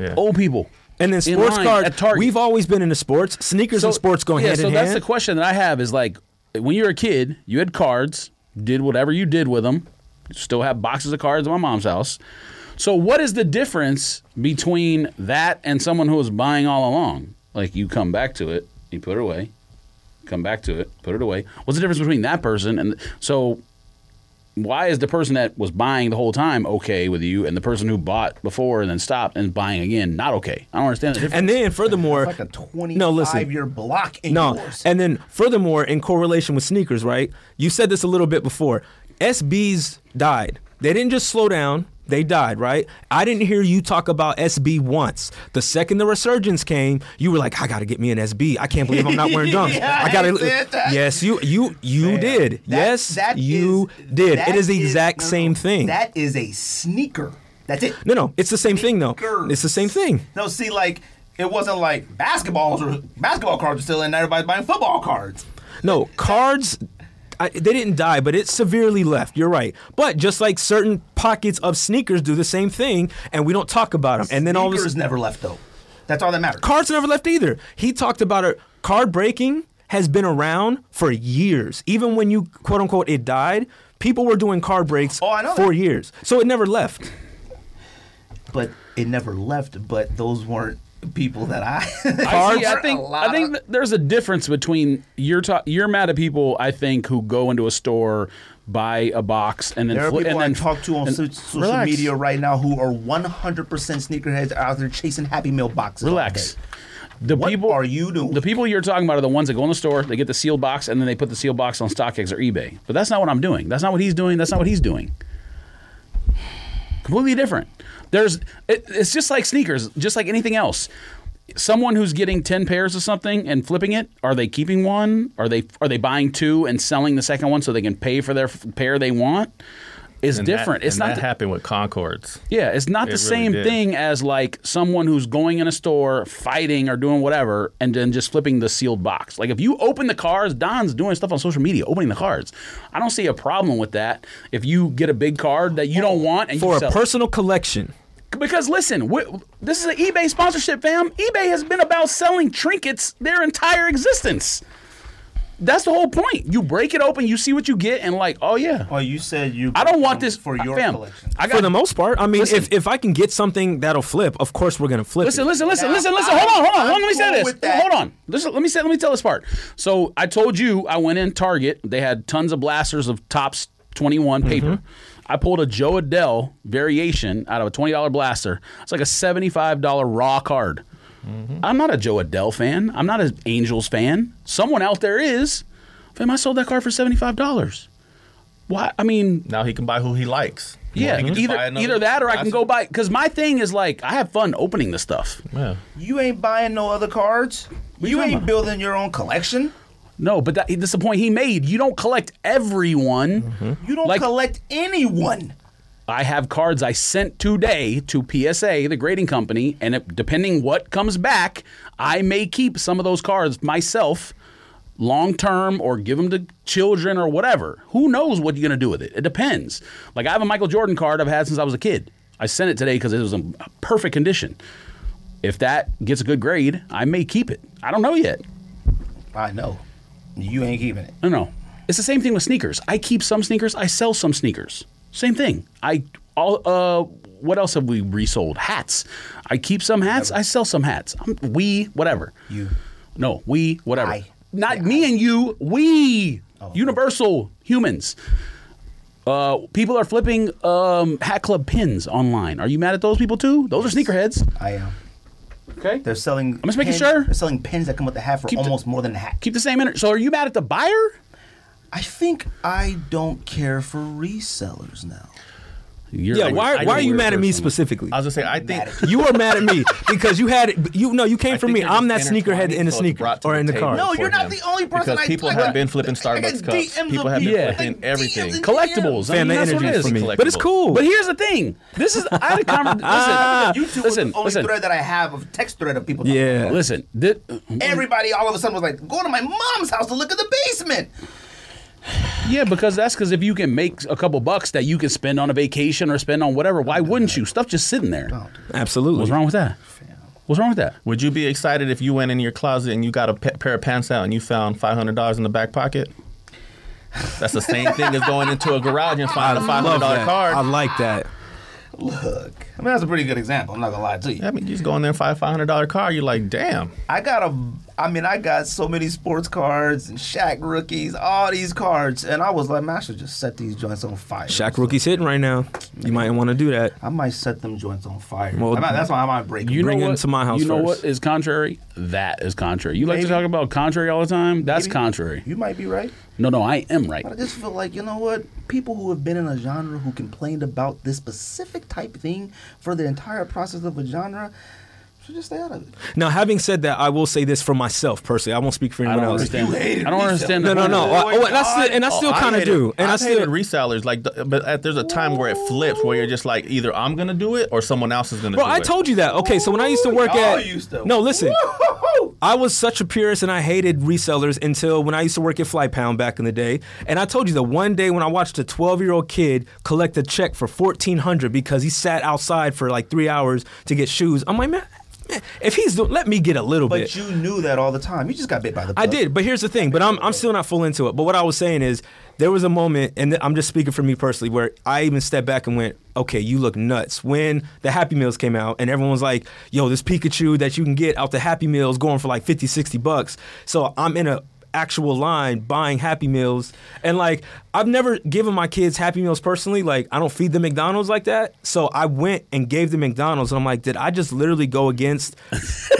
yeah. Old people. And then In sports line cards. at Target. We've always been into sports. Sneakers and sports go yeah, hand so in that's hand. the question that I have is like when you were a kid, you had cards, did whatever you did with them. Still have boxes of cards at my mom's house. So what is the difference between that and someone who was buying all along? Like you come back to it, you put it away, come back to it, put it away. What's the difference between that person and so why is the person that was buying the whole time okay with you and the person who bought before and then stopped and buying again not okay? I don't understand the difference. And then, furthermore, Like a twenty-five no, listen, year block in no. yours. And then, furthermore, in correlation with sneakers, right? You said this a little bit before. SBs died. They didn't just slow down. They died, right? I didn't hear you talk about SB once. The second the resurgence came, you were like, "I gotta get me an SB. I can't believe I'm not wearing Dunks. Yeah, I gotta." said that. Yes, you, you, you did. That- yes, that you is- did. that It is the exact no, no, same no. thing. That is a sneaker. That's it. no, no, it's the same thing though. Sneakers. It's the same thing. No, see, like it wasn't like basketballs or basketball cards are still in. and Everybody's buying football cards. No, cards. I, they didn't die, but it severely left. You're right. But just like certain pockets of sneakers do the same thing, and we don't talk about them. And then all of a Sneakers sudden, never left though. That's all that matters. cards never left either. He talked about it. Card breaking has been around for years. Even when you quote unquote it died, people were doing card breaks Oh, I know for that. years. So it never left. but it never left. But those weren't people that I I, see, There I are think a lot I think of- th- there's a difference between you're ta- you're mad at people I think who go into a store buy a box and then there are fli- people and then I talk to on so- social relax. media right now who are 100% sneakerheads out there chasing Happy Meal boxes. all relax. day. The What people are you doing? The people you're talking about are the ones that go in the store, they get the sealed box, and then they put the sealed box on StockX or eBay. But that's not what I'm doing. That's not what he's doing. That's not what he's doing. Completely different. There's it, it's just like sneakers, just like anything else. Someone who's getting ten pairs of something and flipping it, are they keeping one? Are they are they buying two and selling the second one so they can pay for their f- pair they want? Is And different. That, it's and not that the- happened with Concords. yeah, it's not the really same did. thing as like someone who's going in a store fighting or doing whatever and then just flipping the sealed box. Like if you open the cards, Don's doing stuff on social media, opening the cards. I don't see a problem with that. If you get a big card that you don't want and for you a sell it. personal collection. because listen, we, this is an eBay sponsorship, fam. eBay has been about selling trinkets their entire existence. That's the whole point. You break it open, you see what you get, and like, oh yeah, Well, you said you. um, I don't want this for your fam, collection. I got For the most part, I mean, Listen. if, if I can get something that'll flip, of course we're gonna flip. Listen, it. listen, listen, Now, listen, listen. I'm- Hold on, hold on. I'm Hold on, Let me cool say this. with that. Hold on. Listen, let me say. Let me tell this part. So I told you I went in Target. They had tons of blasters of tops twenty Mm-hmm. one paper. I pulled a Joe Adele variation out of a twenty dollar blaster. It's like a seventy five dollar raw card. Mm-hmm. I'm not a Joe Adele fan. I'm not an Angels fan. Someone out there is. Fam, I sold that card for seventy five dollars. Why? I mean, Now he can buy who he likes. yeah, He can just either buy another- either that or I can That's- go buy. Because my thing is like I have fun opening the stuff. Yeah. You ain't buying no other cards. you You talking ain't about? building your own collection. No, but that, that's the point he made. You don't collect everyone. You don't Like- collect anyone. I have cards I sent today to PSA, the grading company, and it, depending what comes back, I may keep some of those cards myself long term or give them to children or whatever. Who knows what you're going to do with it? It depends. Like I have a Michael Jordan card I've had since I was a kid. I sent it today because it was in perfect condition. If that gets a good grade, I may keep it. I don't know yet. I know. You ain't keeping it. No, no. It's the same thing with sneakers. I keep some sneakers. I sell some sneakers. Same thing. I all. Uh, what else have we resold? Hats. I keep some hats. I sell some hats. I'm, we whatever. You. No, we whatever. I. Oh. Not Yeah, me and you. We universal humans. Uh, people are flipping um, hat club pins online. Are you mad at those people too? Those are sneakerheads. I am. Okay. They're selling. I'm just making sure. They're selling pins that come with the hat for Keep the- almost more than a hat. Keep the same energy. So are you mad at the buyer? I think I don't care for resellers now. You're Yeah, like- why, I why are know you we're mad at me personal. specifically? I was gonna say I think You are mad at me because you had you no you came for think me. they're I'm that just sneakerhead intertwining, in the so it's sneaker brought to or the in the table car. No, for you're not him. the only person Because I- people I- have been I flipping get Starbucks cups. DMs People of have been people. flipping Like, DMs everything. and collectibles. I mean, Fan, that that's what it energy is. is for me, Collectible. but it's cool. But here's the thing. This is I had a conversation. YouTube Uh, listen, is the only listen, thread that I have of text thread of people. yeah, listen, listen. thi- Everybody all of a sudden was like, go to my mom's house to look at the basement. yeah, because that's because if you can make a couple bucks that you can spend on a vacation or spend on whatever, why wouldn't you? Stuff just sitting there. absolutely. What's wrong with that? What's wrong with that? Would you be excited if you went in your closet and you got a pa- pair of pants out and you found five hundred dollars in the back pocket? That's the same thing as going into a garage and finding a five hundred Love dollar that. I card. like that. Look, I mean that's a pretty good example. I'm not gonna lie to you. I mean, you just go in there and find a five hundred dollar card. You're like, damn. I got a, I mean, I got so many sports cards and Shaq rookies, all these cards, and I was like, man, I should just set these joints on fire. Shaq rookie's hitting right now. You might want to do that. I might set them joints on fire. Well, I might- that's why I might break. You them. Bring know it what, into my house You know first. what is contrary? That is contrary. You like to Maybe. talk about contrary all the time? That's Maybe. contrary. You might be right, No, no, I am right. but I just feel like you know what? People who have been in a genre who complained about this specific type thing for the entire process of a genre should just stay out of it. Now, having said that, I will say this for myself personally. I won't speak for I anyone don't else. understand. You hated I don't yourself. understand. No, the no, point no. of Oh, I- oh, and I still, and I Oh, still I kind of hated- do, and I I've hated still. resellers like, the- but at, there's a time where it flips where you're just like, either I'm gonna do it or someone else is gonna. Bro, do I it. told you that. Okay, so when I used to work Y'all at used to- no, listen, Woo-hoo-hoo! I was such a purist and I hated resellers until when I used to work at Flight Pound back in the day. And I told you the one day when I watched a 12 year old kid collect a check for 1400 because he sat outside for like three hours to get shoes. I'm like, man, if he's doing, let me get a little bit. But you knew that all the time. You just got bit by the. Bug. I did, but here's the thing. But I'm I'm still not full into it. But what I was saying is there was a moment, and I'm just speaking for me personally, where I even stepped back and went, "Okay, you look nuts." When the Happy Meals came out, and everyone was like, "Yo, this Pikachu that you can get out the Happy Meals going for like 50, 60 bucks." So I'm in a actual line buying Happy Meals, and like I've never given my kids Happy Meals personally. Like I don't feed them McDonald's like that. So I went and gave them McDonald's, and I'm like, did I just literally go against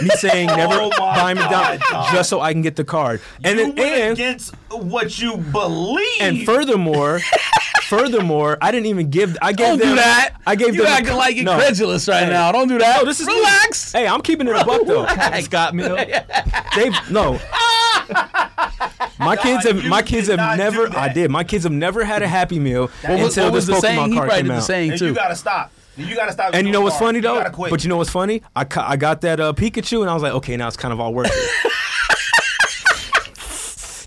me saying never Oh my buy McDonald's God, dog. just so I can get the card? And You then, went and against what you believe. and furthermore, furthermore, I didn't even give. I gave Don't them, do that. I gave you them. acting like no. incredulous right Hey. now. Don't do that. No, this is me. relax. Hey, I'm keeping it a buck though. Scott Mill. They've no. My kids have you my kids did not have do never that. I did. My kids have never had a happy meal What was, until what was this the Pokemon saying? He card probably came did out. the saying And you too. gotta stop. You gotta stop. and you know what's funny though? You gotta quit. But you know what's funny? I, ca- I got that uh, Pikachu and I was like, okay, now it's kind of all worth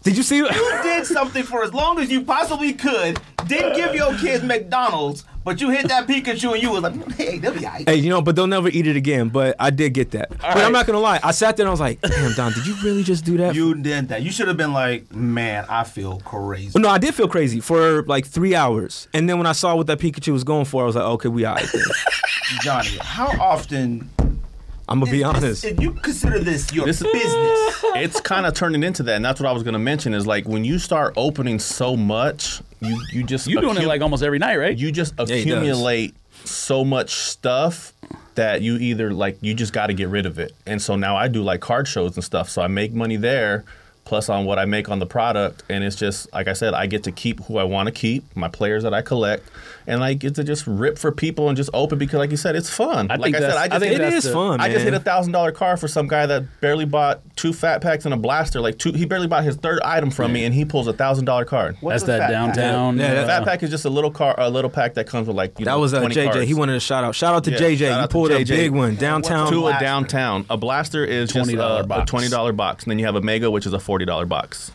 it. Did you see? you did something for as long as you possibly could. Didn't give your kids McDonald's, but you hit that Pikachu and you was like, hey, they'll be alright. Hey, you know, but they'll never eat it again. But I did get that. but right. I'm not gonna lie. I sat there and I was like, damn, Don, did you really just do that? You did that. You should have been like, man, I feel crazy. Well, no, I did feel crazy for like three hours, and then when I saw what that Pikachu was going for, I was like, okay, we alright. then. Johnny, how often? I'm gonna be is honest. this- if you consider this your This is- business. it's kind of turning into that, and that's what I was going to mention. Is like when you start opening so much, you you just You doing it accu- like almost every night, right? you just he does. accumulate so much stuff that you either like you just got to get rid of it. And so now I do like card shows and stuff, so I make money there plus on what I make on the product and it's just like I said I get to keep who I want to keep, my players that I collect and I get to just rip for people and just open because like you said it's fun. I like think I said that's- I I just think hit- it that's is the- fun. I just hit man. a thousand dollar car for some guy that barely bought two fat packs and a blaster. Like two, he barely bought his third item from me, and he pulls a thousand dollar card. What's That's a that fat pack? downtown. uh, Yeah, that- Fat pack is just a little car, a little pack that comes with like you That know, was uh, 20 JJ. cards. He wanted a shout out. Shout out to Yeah, shout JJ. he out to pulled a JJ. big one What's downtown. to a Blaster. downtown. A blaster is just $20 a, box. a twenty dollar box, and then you have a mega, which is a forty dollar box.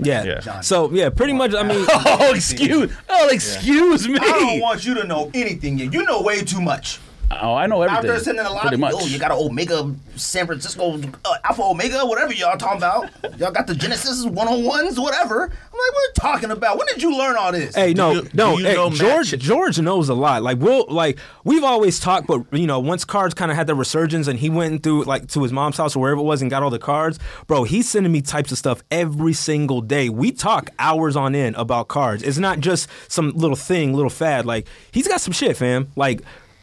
yeah. Yeah. So yeah, pretty much. I mean, oh, excuse. Oh, excuse me. I don't want you to know anything yet. You know way too much. oh, I know everything. After sitting in the lobby, pretty much. yo, "Oh, you got an Omega San Francisco uh, Alpha Omega, whatever y'all talking about. y'all got the Genesis one on ones, whatever. I'm like, what are you talking about? When did you learn all this? hey, no, you- no. do you hey, know George match- George knows a lot. Like we'll like we've always talked, but you know, once cards kind of had their resurgence, and he went through like to his mom's house or wherever it was and got all the cards. Bro, he's sending me types of stuff every single day. We talk hours on end about cards. It's not just some little thing, little fad. Like he's got some shit, fam. Like.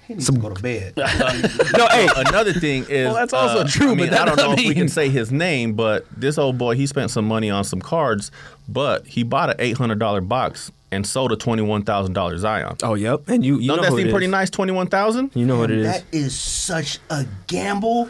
he needs to go to bed. No, hey, Another thing is uh, Well, that's also true, I but mean, that I don't know doesn't if we can mean- say his name, but this old boy he spent some money on some cards, but he bought an eight hundred dollar box and sold a twenty one thousand dollar Zion. Oh, yep. And you, you Don't know that who it seem is. pretty nice? Twenty one thousand. You know what it is. that is such a gamble.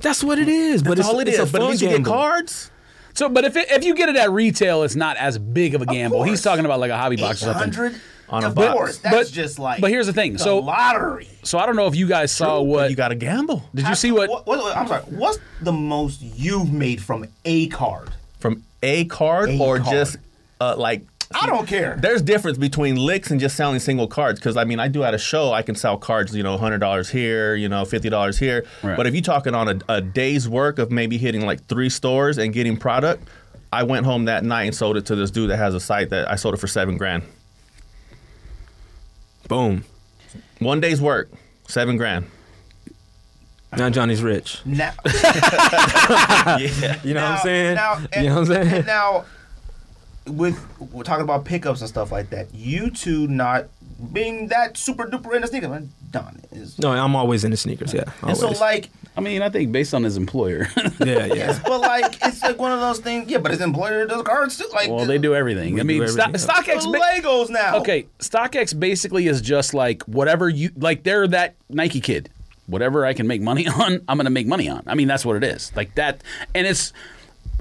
That's what it is. But That's it's all it it's is. a But at fun least you get gamble. cards. So, but if it, if you get it at retail, it's not as big of a gamble. He's course. talking about like a hobby box or something. 800 On a of box. course, But- that's just like. but here's the thing, so- lottery. So I don't know if you guys Oh, saw But what you got to gamble did you see what What, what- what- I'm sorry. What's the most you've made from a card? from a card A or card. just uh, like. I don't care. There's difference between licks and just selling single cards because I mean I do at a show I can sell cards you know hundred dollars here you know fifty dollars here Right. but if you're talking on a, a day's work of maybe hitting like three stores and getting product I went home that night and sold it to this dude that has a site that I sold it for seven grand Boom. one day's work seven grand Now Johnny's rich. Now, You know now- what I'm saying? Now, and- you know what I'm saying? and now, with we're talking about pickups and stuff like that. You two not being that super duper into sneakers, man, Don is. no, I'm always into sneakers. Yeah. And Always. so like, I mean, I think based on his employer. yeah, yeah. yes, but like, it's like one of those things. Yeah, but his employer does cards too. Like, well, they do everything. I do mean, Sto- everything. It's StockX. ba- Legos now. Okay, StockX basically is just like whatever you like. They're that Nike kid. Whatever I can make money on, I'm gonna make money on. I mean, that's what it is. Like that, and it's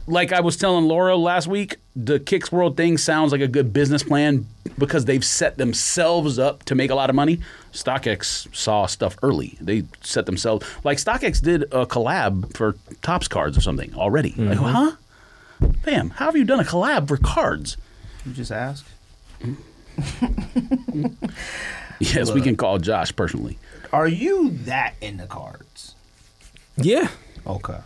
like I was telling Laura last week. The Kicks World thing sounds like a good business plan because they've set themselves up to make a lot of money. StockX saw stuff early. They set themselves like StockX did a collab for Topps cards or something already. Like, huh? Bam! How have you done a collab for cards? You just ask. Yes, we can call Josh personally. Are you that into cards? Yeah, Okay.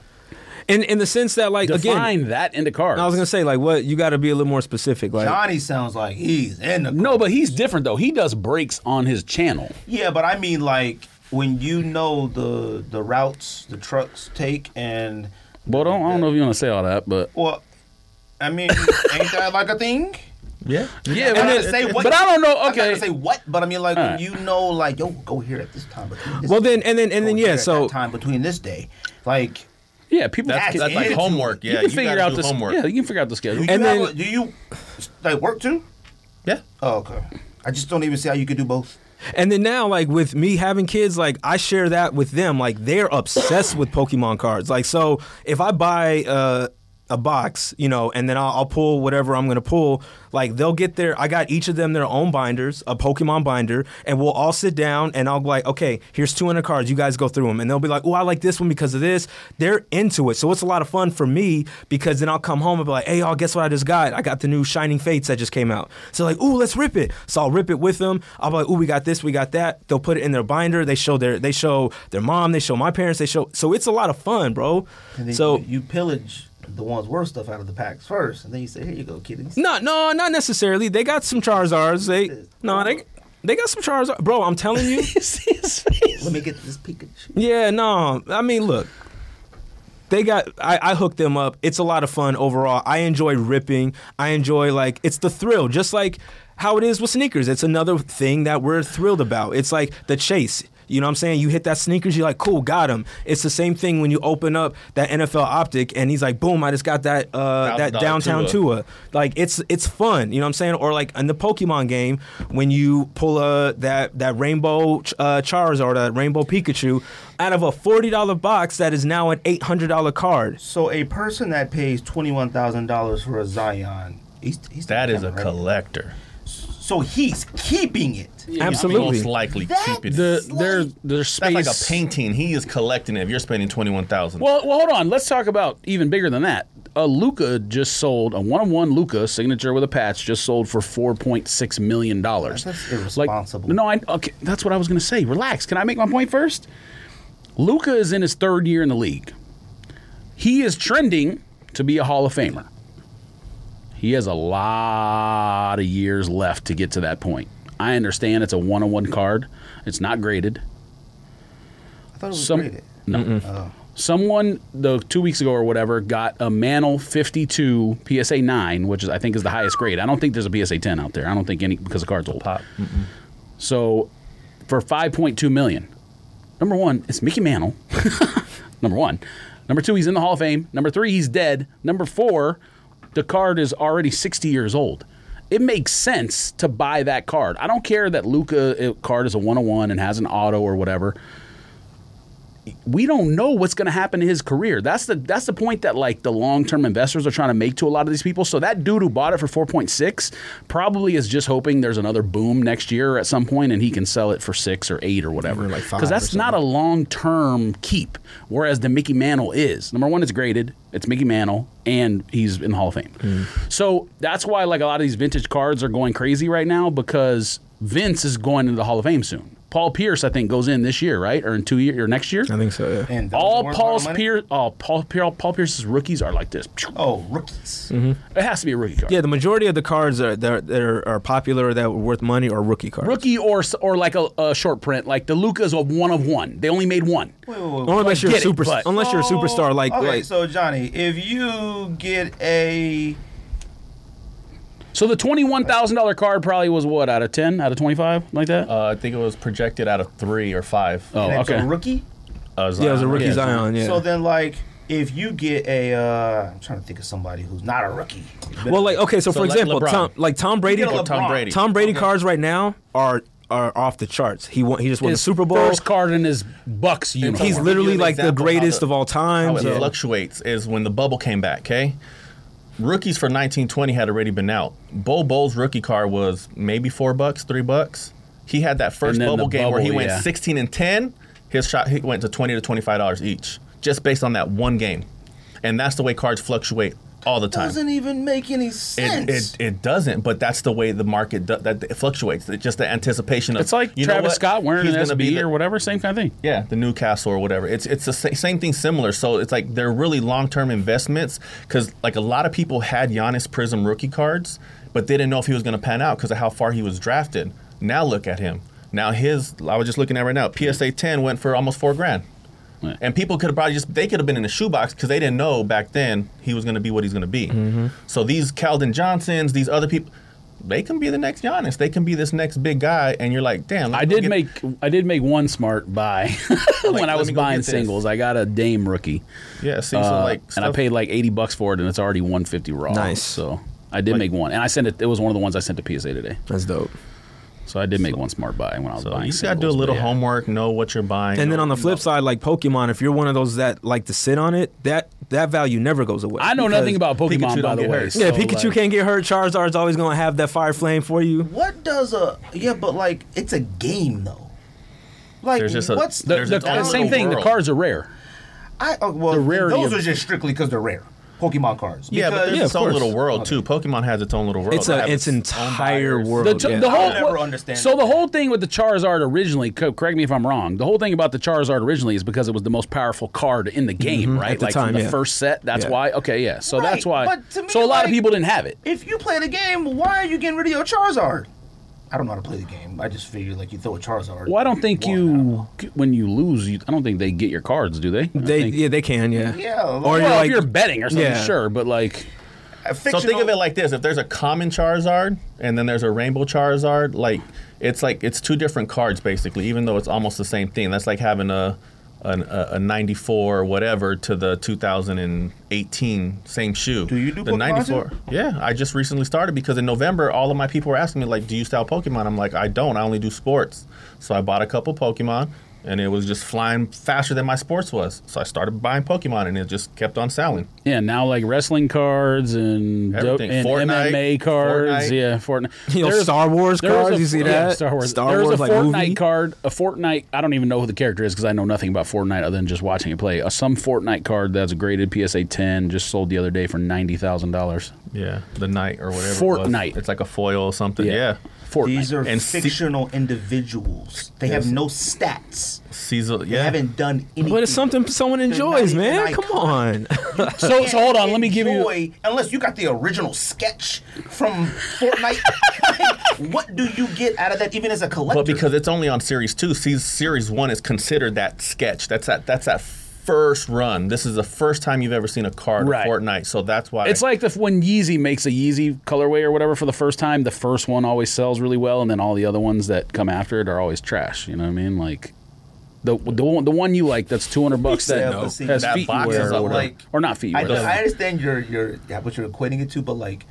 in in the sense that like Define again, that into cards. I was gonna say like what you got to be a little more specific. Like Johnny sounds like he's in the no, but he's different though. He does breaks on his channel. Yeah, but I mean like when you know the the routes the trucks take and Well, don't, I don't know if you want to say all that, but well, I mean ain't that like a thing? Yeah. yeah, I'm not gonna say what. but I don't know. I'm not Okay, gonna say what, but I mean like Alright. when you know like yo go here at this time. Between this well day, then and then and then go here yeah. at So that time between this day, like yeah, people. That's- can- That's like Attitude. homework. you Yeah. can you figure gotta out do this. homework. Yeah, you can figure out do the schedule. you And have then- a- do you like work too? Yeah. Oh, okay. I just don't even see how you could do both. And then now, like with me having kids, like I share that with them. Like they're obsessed with Pokemon cards. Like so, if I buy uh, a box, you know, and then I'll, I'll pull whatever I'm gonna pull. Like they'll get their. I got each of them their own binders, a Pokemon binder, and we'll all sit down and I'll be like, okay, here's 200 cards. You guys go through them, and they'll be like, oh, I like this one because of this. They're into it, so it's a lot of fun for me because then I'll come home and be like, hey, y'all, guess what I just got? I got the new Shining Fates that just came out. So like, ooh, let's rip it. So I'll rip it with them. I'll be like, ooh, we got this, we got that. They'll put it in their binder. They show their they show their mom. They show my parents. They show. So it's a lot of fun, bro. And then So you, you pillage the one's worth stuff out of the packs first, and then you say, "Here you go, kiddies." no, no, not necessarily. They got some Charizards. They no, they they got some Charizards, bro. I'm telling you. see his face. Let me get this Pikachu. Yeah, no. I mean, look. They got I, I hooked them up. It's a lot of fun overall. I enjoy ripping. I enjoy like it's the thrill, just like how it is with sneakers. It's another thing that we're thrilled about. It's like the chase. You know what I'm saying? You hit that sneakers, you're like, cool, got him. It's the same thing when you open up that NFL optic and he's like, boom, I just got that uh, that $1,000 downtown Tua. Tua. Like it's it's fun, you know what I'm saying? Or like in the Pokemon game, when you pull a that that rainbow uh, Charizard, that rainbow Pikachu, out of a forty dollar box that is now an eight hundred dollar card. So a person that pays twenty one thousand dollars for a Zion, he's, he's That is a right? collector. So he's keeping it. Absolutely. Most likely That- keep it. The their their space. That's like a painting. He is collecting it. If you're spending twenty one thousand, Well, well, hold on. Let's talk about even bigger than that. A Luca just sold a one-on-one Luca signature with a patch just sold for four point six million dollars. That's irresponsible. no, I okay. That's what I was going to say. Relax. Can I make my point first? Luca is in his third year in the league. He is trending to be a Hall of Famer. He has a lot of years left to get to that point. I understand it's a one-on-one card. It's not graded. I thought it was Some- graded. someone the two weeks ago or whatever got a Mantle 52 PSA 9, which is I think is the highest grade. I don't think there's a PSA 10 out there. I don't think any because the card's old. pop. So for 5.2 million. Number 1, it's Mickey Mantle. Number 1. Number 2, he's in the Hall of Fame. Number 3, he's dead. Number 4, the card is already 60 years old. It makes sense to buy that card. I don't care that Luca card is a 101 and has an auto or whatever we don't know what's going to happen to his career. That's the that's the point that like the long term investors are trying to make to a lot of these people. So that dude who bought it for four point six probably is just hoping there's another boom next year at some point and he can sell it for six or eight or whatever. like five Because or that's not a long term keep. Whereas the Mickey Mantle is number one. It's graded. It's Mickey Mantle, and he's in the Hall of Fame. Hmm. So that's why like a lot of these vintage cards are going crazy right now because Vince is going into the Hall of Fame soon. Paul Pierce, I think, goes in this year, right, or in two year or next year I think so. Yeah. And those all weren't Paul's money? Pierce, all Paul, Pierce, Paul Pierce's rookies are like this. Oh, rookies. It has to be a rookie card, Yeah, the majority of the cards are, that, are, that are, are popular that were worth money are rookie cards. rookie or s- or like a, a short print. Like the Luca's a one of one. They only made one. Wait, wait, wait. Unless you're a get it, super, but- unless you're a superstar, like Oh, okay, like so Johnny, if you get a So the twenty one thousand dollar card probably was what out of ten, out of twenty five, like that. Uh, I think it was projected out of three or five. Oh, and it's a okay. rookie, Uh, yeah, it was a Zion. rookie Yeah. Zion. Yeah. so then like if you get a, uh, I'm trying to think of somebody who's not a rookie. well, like okay, so, So, for like example, LeBron. Tom, like Tom Brady, get a Or Tom LeBron. Brady. Tom Brady cards right now are are off the charts. He won. He just won His the Super Bowl. first card in his Bucks uniform. He's Give literally you an like the example how greatest the- of all time. how it Yeah. fluctuates is when the bubble came back. Okay, rookies for 1920 had already been out. Bo Bol's rookie card was maybe four bucks, three bucks. He had that first And then bubble the game where he bubble, went yeah. 16 and 10. His shot he went to 20 to 25 dollars each, just based on that one game, and that's the way cards fluctuate all the time. Doesn't even make any sense. It, it, it doesn't, but that's the way the market do, that it fluctuates. It's just the anticipation of It's like you know Travis what? Scott wearing He's an gonna be SB the- or whatever, same kind of thing. yeah, the Newcastle or whatever. It's it's the sa- same thing, similar. So it's like they're really long term investments because like a lot of people had Giannis Prism rookie cards, but they didn't know if he was going to pan out because of how far he was drafted. Now look at him. Now his I was just looking at right now. PSA ten went for almost four grand, Right. and people could have probably just they could have been in a shoebox because they didn't know back then he was going to be what he's going to be. So these Calvin Johnsons, these other people. They can be the next Giannis. They can be this next big guy, and you're like, damn. let I me go did get- make I did make one smart buy when I let was me go buying get this. singles. I got a Dame rookie, yeah. See, so uh, like, and I stuff- paid like eighty bucks for it, and it's already one fifty raw. Nice. So I did make one, and I sent it. It was one of the ones I sent to PSA today. That's dope. So I did make one smart buy when I was So buying. you just gotta do a singles, little but yeah. homework, know what you're buying. And then know- on the flip side, like Pokemon, if you're one of those that like to sit on it, that that value never goes away. I know Because- nothing about Pokemon, Pikachu by don't the get way. hurt. Yeah, so, Pikachu like- can't get hurt. Charizard's always gonna have that fire flame for you. What does a yeah? But like, it's a game though. Like, There's just a- what's there's The, its the own same little thing. The world. cards are rare. I oh, well, the rarity those of- are just strictly because they're rare Pokemon cards. yeah, but Because- there's its of own course. little world too. Pokemon has its own little world. Oh, It's They a have it's own entire buyers. world. The, ch- yeah. the whole I'll never what- understand So the that. whole thing with the Charizard originally, co- correct me if I'm wrong. The whole thing about the Charizard originally is because it was the most powerful card in the game, right? At the like from time, the yeah. first set. That's Yeah. why. Okay, yeah. So that's why. Right, but to me, so a lot of like- people didn't have it. if you play the game, why are you getting rid of your Charizard? I don't know how to play the game. I just figured like you throw a Charizard. Well, I don't think One, I don't know. you when you lose. You, I don't think they get your cards, do they? I They think- yeah they can yeah Yeah, or like- you're well, like if you're betting or something, Yeah. sure. But like, A So fictional- think of it like this: if there's a common Charizard and then there's a Rainbow Charizard, like it's like it's two different cards basically, even though it's almost the same thing. That's like having a an, a, a 94 or whatever to the 2018 same shoe. Do you do the Pokemon 94? Yeah, I just recently started because in November all of my people were asking me like, "Do you style Pokemon?" I'm like, "I don't. I only do sports." So I bought a couple Pokemon. And it was just flying faster than my sports was. So I started buying Pokemon and it just kept on selling. yeah, now like wrestling cards and dope, Everything. and Fortnite, MMA cards. Fortnite. Yeah, Fortnite. You know, There's- Star Wars There was cards. a- you see yeah, that? Star Wars. Star there Wars was a like Fortnite movie. card. A Fortnite. I don't even know who the character is because I know nothing about Fortnite other than just watching it play. Uh, some Fortnite card that's a graded PSA 10 just sold the other day for ninety thousand dollars. Yeah, the knight or whatever. It Fortnite. was. It's like a foil or something. Yeah. Fortnite. These are And see- fictional individuals. They have no stats. Caesar. They Yeah. haven't done anything. But it's something someone not enjoys, even man. iconic. Come on. so so hold on. Let me give you. Enjoy, Unless you got the original sketch from Fortnite, what do you get out of that? Even as a collector, but because it's only on series two, se- series one is considered that sketch. That's that. That's that first run. This is the first time you've ever seen a card Right. of Fortnite. So that's why It's like the, when Yeezy makes a Yeezy colorway or whatever for the first time. The first one always sells really well, and then all the other ones that come after it are always trash. You know what I mean? Like the the one, the one you like that's two hundred bucks said that no. has That feet box wear is or a whatever, like- or not feet I, wear. I understand your your yeah, what you're equating it to, but like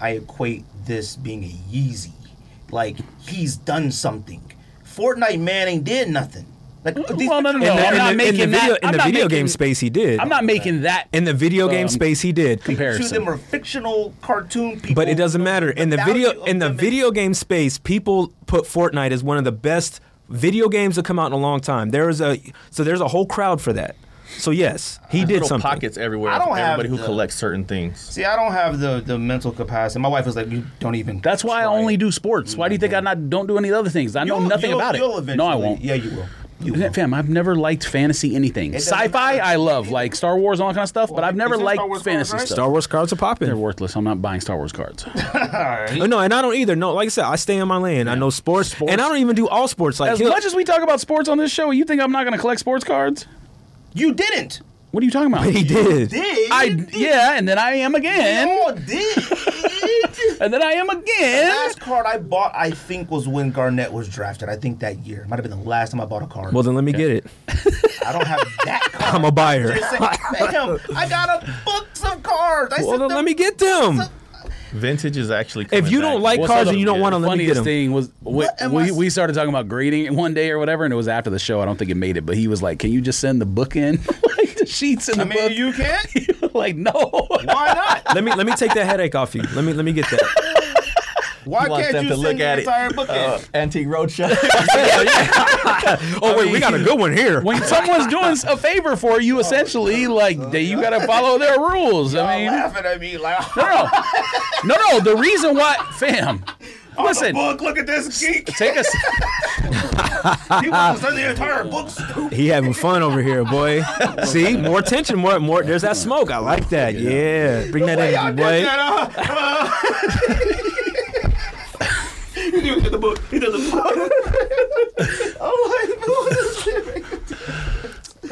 I equate this being a Yeezy. Like he's done something. Fortnite man ain't did nothing. Like these well, no, no, pictures- no. I'm In the- in not the- in making the that- video- in I'm the not video making- game space, he did. I'm not making that in the video game um, space he did. to them comparison. are fictional cartoon people. But it doesn't matter. In the value video of in the them is- video game space, people put Fortnite as one of the best video games to come out in a long time. There is a so there's a whole crowd for that. So yes, he There's did little something. pockets everywhere. I don't of have everybody who the- collects certain things. See, I don't have the the mental capacity. My wife was like, "You don't even." That's why I try." only do sports. Why do you think I not don't do any other things? I know You'll- nothing you'll- about you'll it. eventually- No, I won't. Yeah, you will. You Yeah, will. Fam, I've never liked fantasy anything. doesn't Sci-fi, matter. I love like Star Wars and all that kind of stuff, but Well, I've never is there Star liked Wars fantasy cards, right? stuff. Star Wars cards are They're popping. worthless. I'm not buying Star Wars cards. Oh, no, and I don't either. No, like I said, I stay in my lane. I know sports, and I don't even do all sports. Like As he'll- much as we talk about sports on this show, you think I'm not going to collect sports cards? You didn't. What are you talking about? he did. Did I yeah, and then I am You again, all did. and then I am The again. last card I bought, I think, was when Garnett was drafted. I think that year might have been the last time I bought a card. Well, then let me get it. I don't have that card. I'm a buyer. Just saying, Fam, I got a books of cards. I Well, sent then them- let me get them. Vintage is actually. Coming you don't back. like What's cards up? and you don't Yeah. wanna- let me get funniest 'em. thing was we, am we, I- we started talking about grading it one day or whatever, and it was after the show. I don't think it made it, but he was like, "Can you just send the book in, like the sheets in I the mean, you can't. book?" like, no. Why not? Let me let me take that headache off you. Let me let me get that. Why He wants can't them you to send look the at it. entire book in? Antique uh, Roadshow. oh wait, we got a good one here. when someone's doing a favor for Oh, you, essentially, like they, you got to follow their rules. I mean, laughing at me like, no, no, no. The reason why, fam, listen, book, look at this geek. take us. He wants to send the entire book. Stupid. He having fun over here, boy. See, more tension, more more. There's that smoke. I like that. Yeah, bring that Hey, I energy, did boy. that, uh, uh. He didn't even get the book. He doesn't. I'm like, what is this?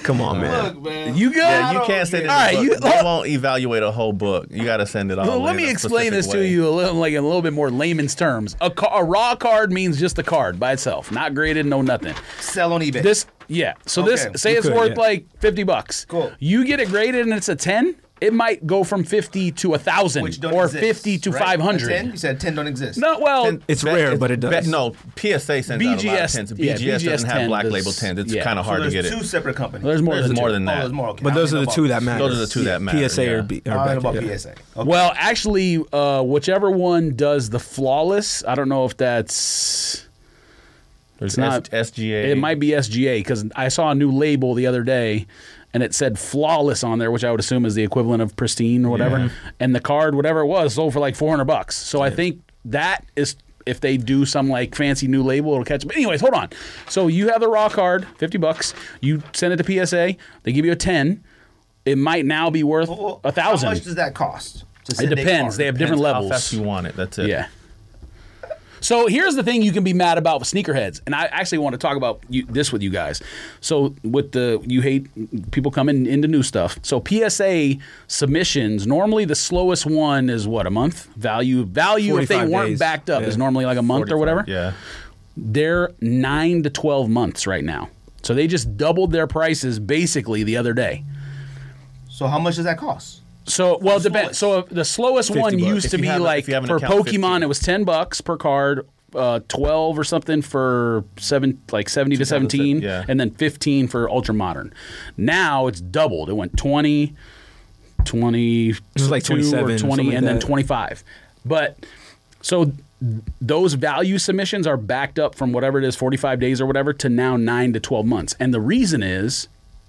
Come on, man. Look, man. You good? Yeah, you can't send it. All right, in you- the book. they won't evaluate a whole book. You got to send it all. Well, let in me a explain this specific to way. you a little, like in a little bit more layman's terms. A, ca- a raw card means just a card by itself, not graded, no nothing. sell on eBay. This, yeah. So Okay, this, say you it's could, worth yeah. like fifty bucks. Cool. You get it graded and it's a ten. It might go from fifty to a which thousand, don't or exist, fifty to right? five A 10? You hundred. said ten don't exist. No, well, And It's bet- rare, but it bet- does. no, PSA sends out a lot of BGS tens. BGS, yeah, doesn't have 10 black does- label tens. It's yeah. kind of So hard to there's get two it. separers companies. there's more There's than more two. than Oh, that. there's more. Okay. But I those don't are the know two about- that matter. Those are the two that matter, PSA yeah. or B. Or I back, don't know about yeah. PSA. Okay. Well, actually, uh, whichever one does the flawless, I don't know if that's. There's not- S- SGA. It might be SGA because I saw a new label the other day, and it said flawless on there, which I would assume is the equivalent of pristine or whatever. And the card, whatever it was, sold for like four hundred bucks. So I think that is if they do some like fancy new label, it'll catch. But anyways, hold on. So you have the raw card, fifty bucks. You send it to PSA. They give you a ten. It might now be worth Well, a How much does thousand. that cost? to It send a depends. card? They have different Depends levels. How fast you want it. That's it. Yeah. So here's the thing you can be mad about with sneakerheads, and I actually want to talk about you, this with you guys. So with the you hate people coming into new stuff. So PSA submissions normally the slowest one is what a month value value if they 45 weren't days. backed up Yeah. is normally like a month or whatever Yeah. they're nine to 12 months right now. So they just doubled their prices basically the other day. So how much does that cost? So well, depends. So the slowest one bucks. used If to you be have a- like if you have an for account, 15. Pokemon, it was ten bucks per card, uh, twelve or something for seven, like seventy to seventeen, yeah. and then fifteen for Ultra Modern. Now it's doubled. It went 20, 20 was like two or 27, twenty, something and then like that. twenty five. But so those value submissions are backed up from whatever it is, forty five days or whatever, to now nine to twelve months, and the reason is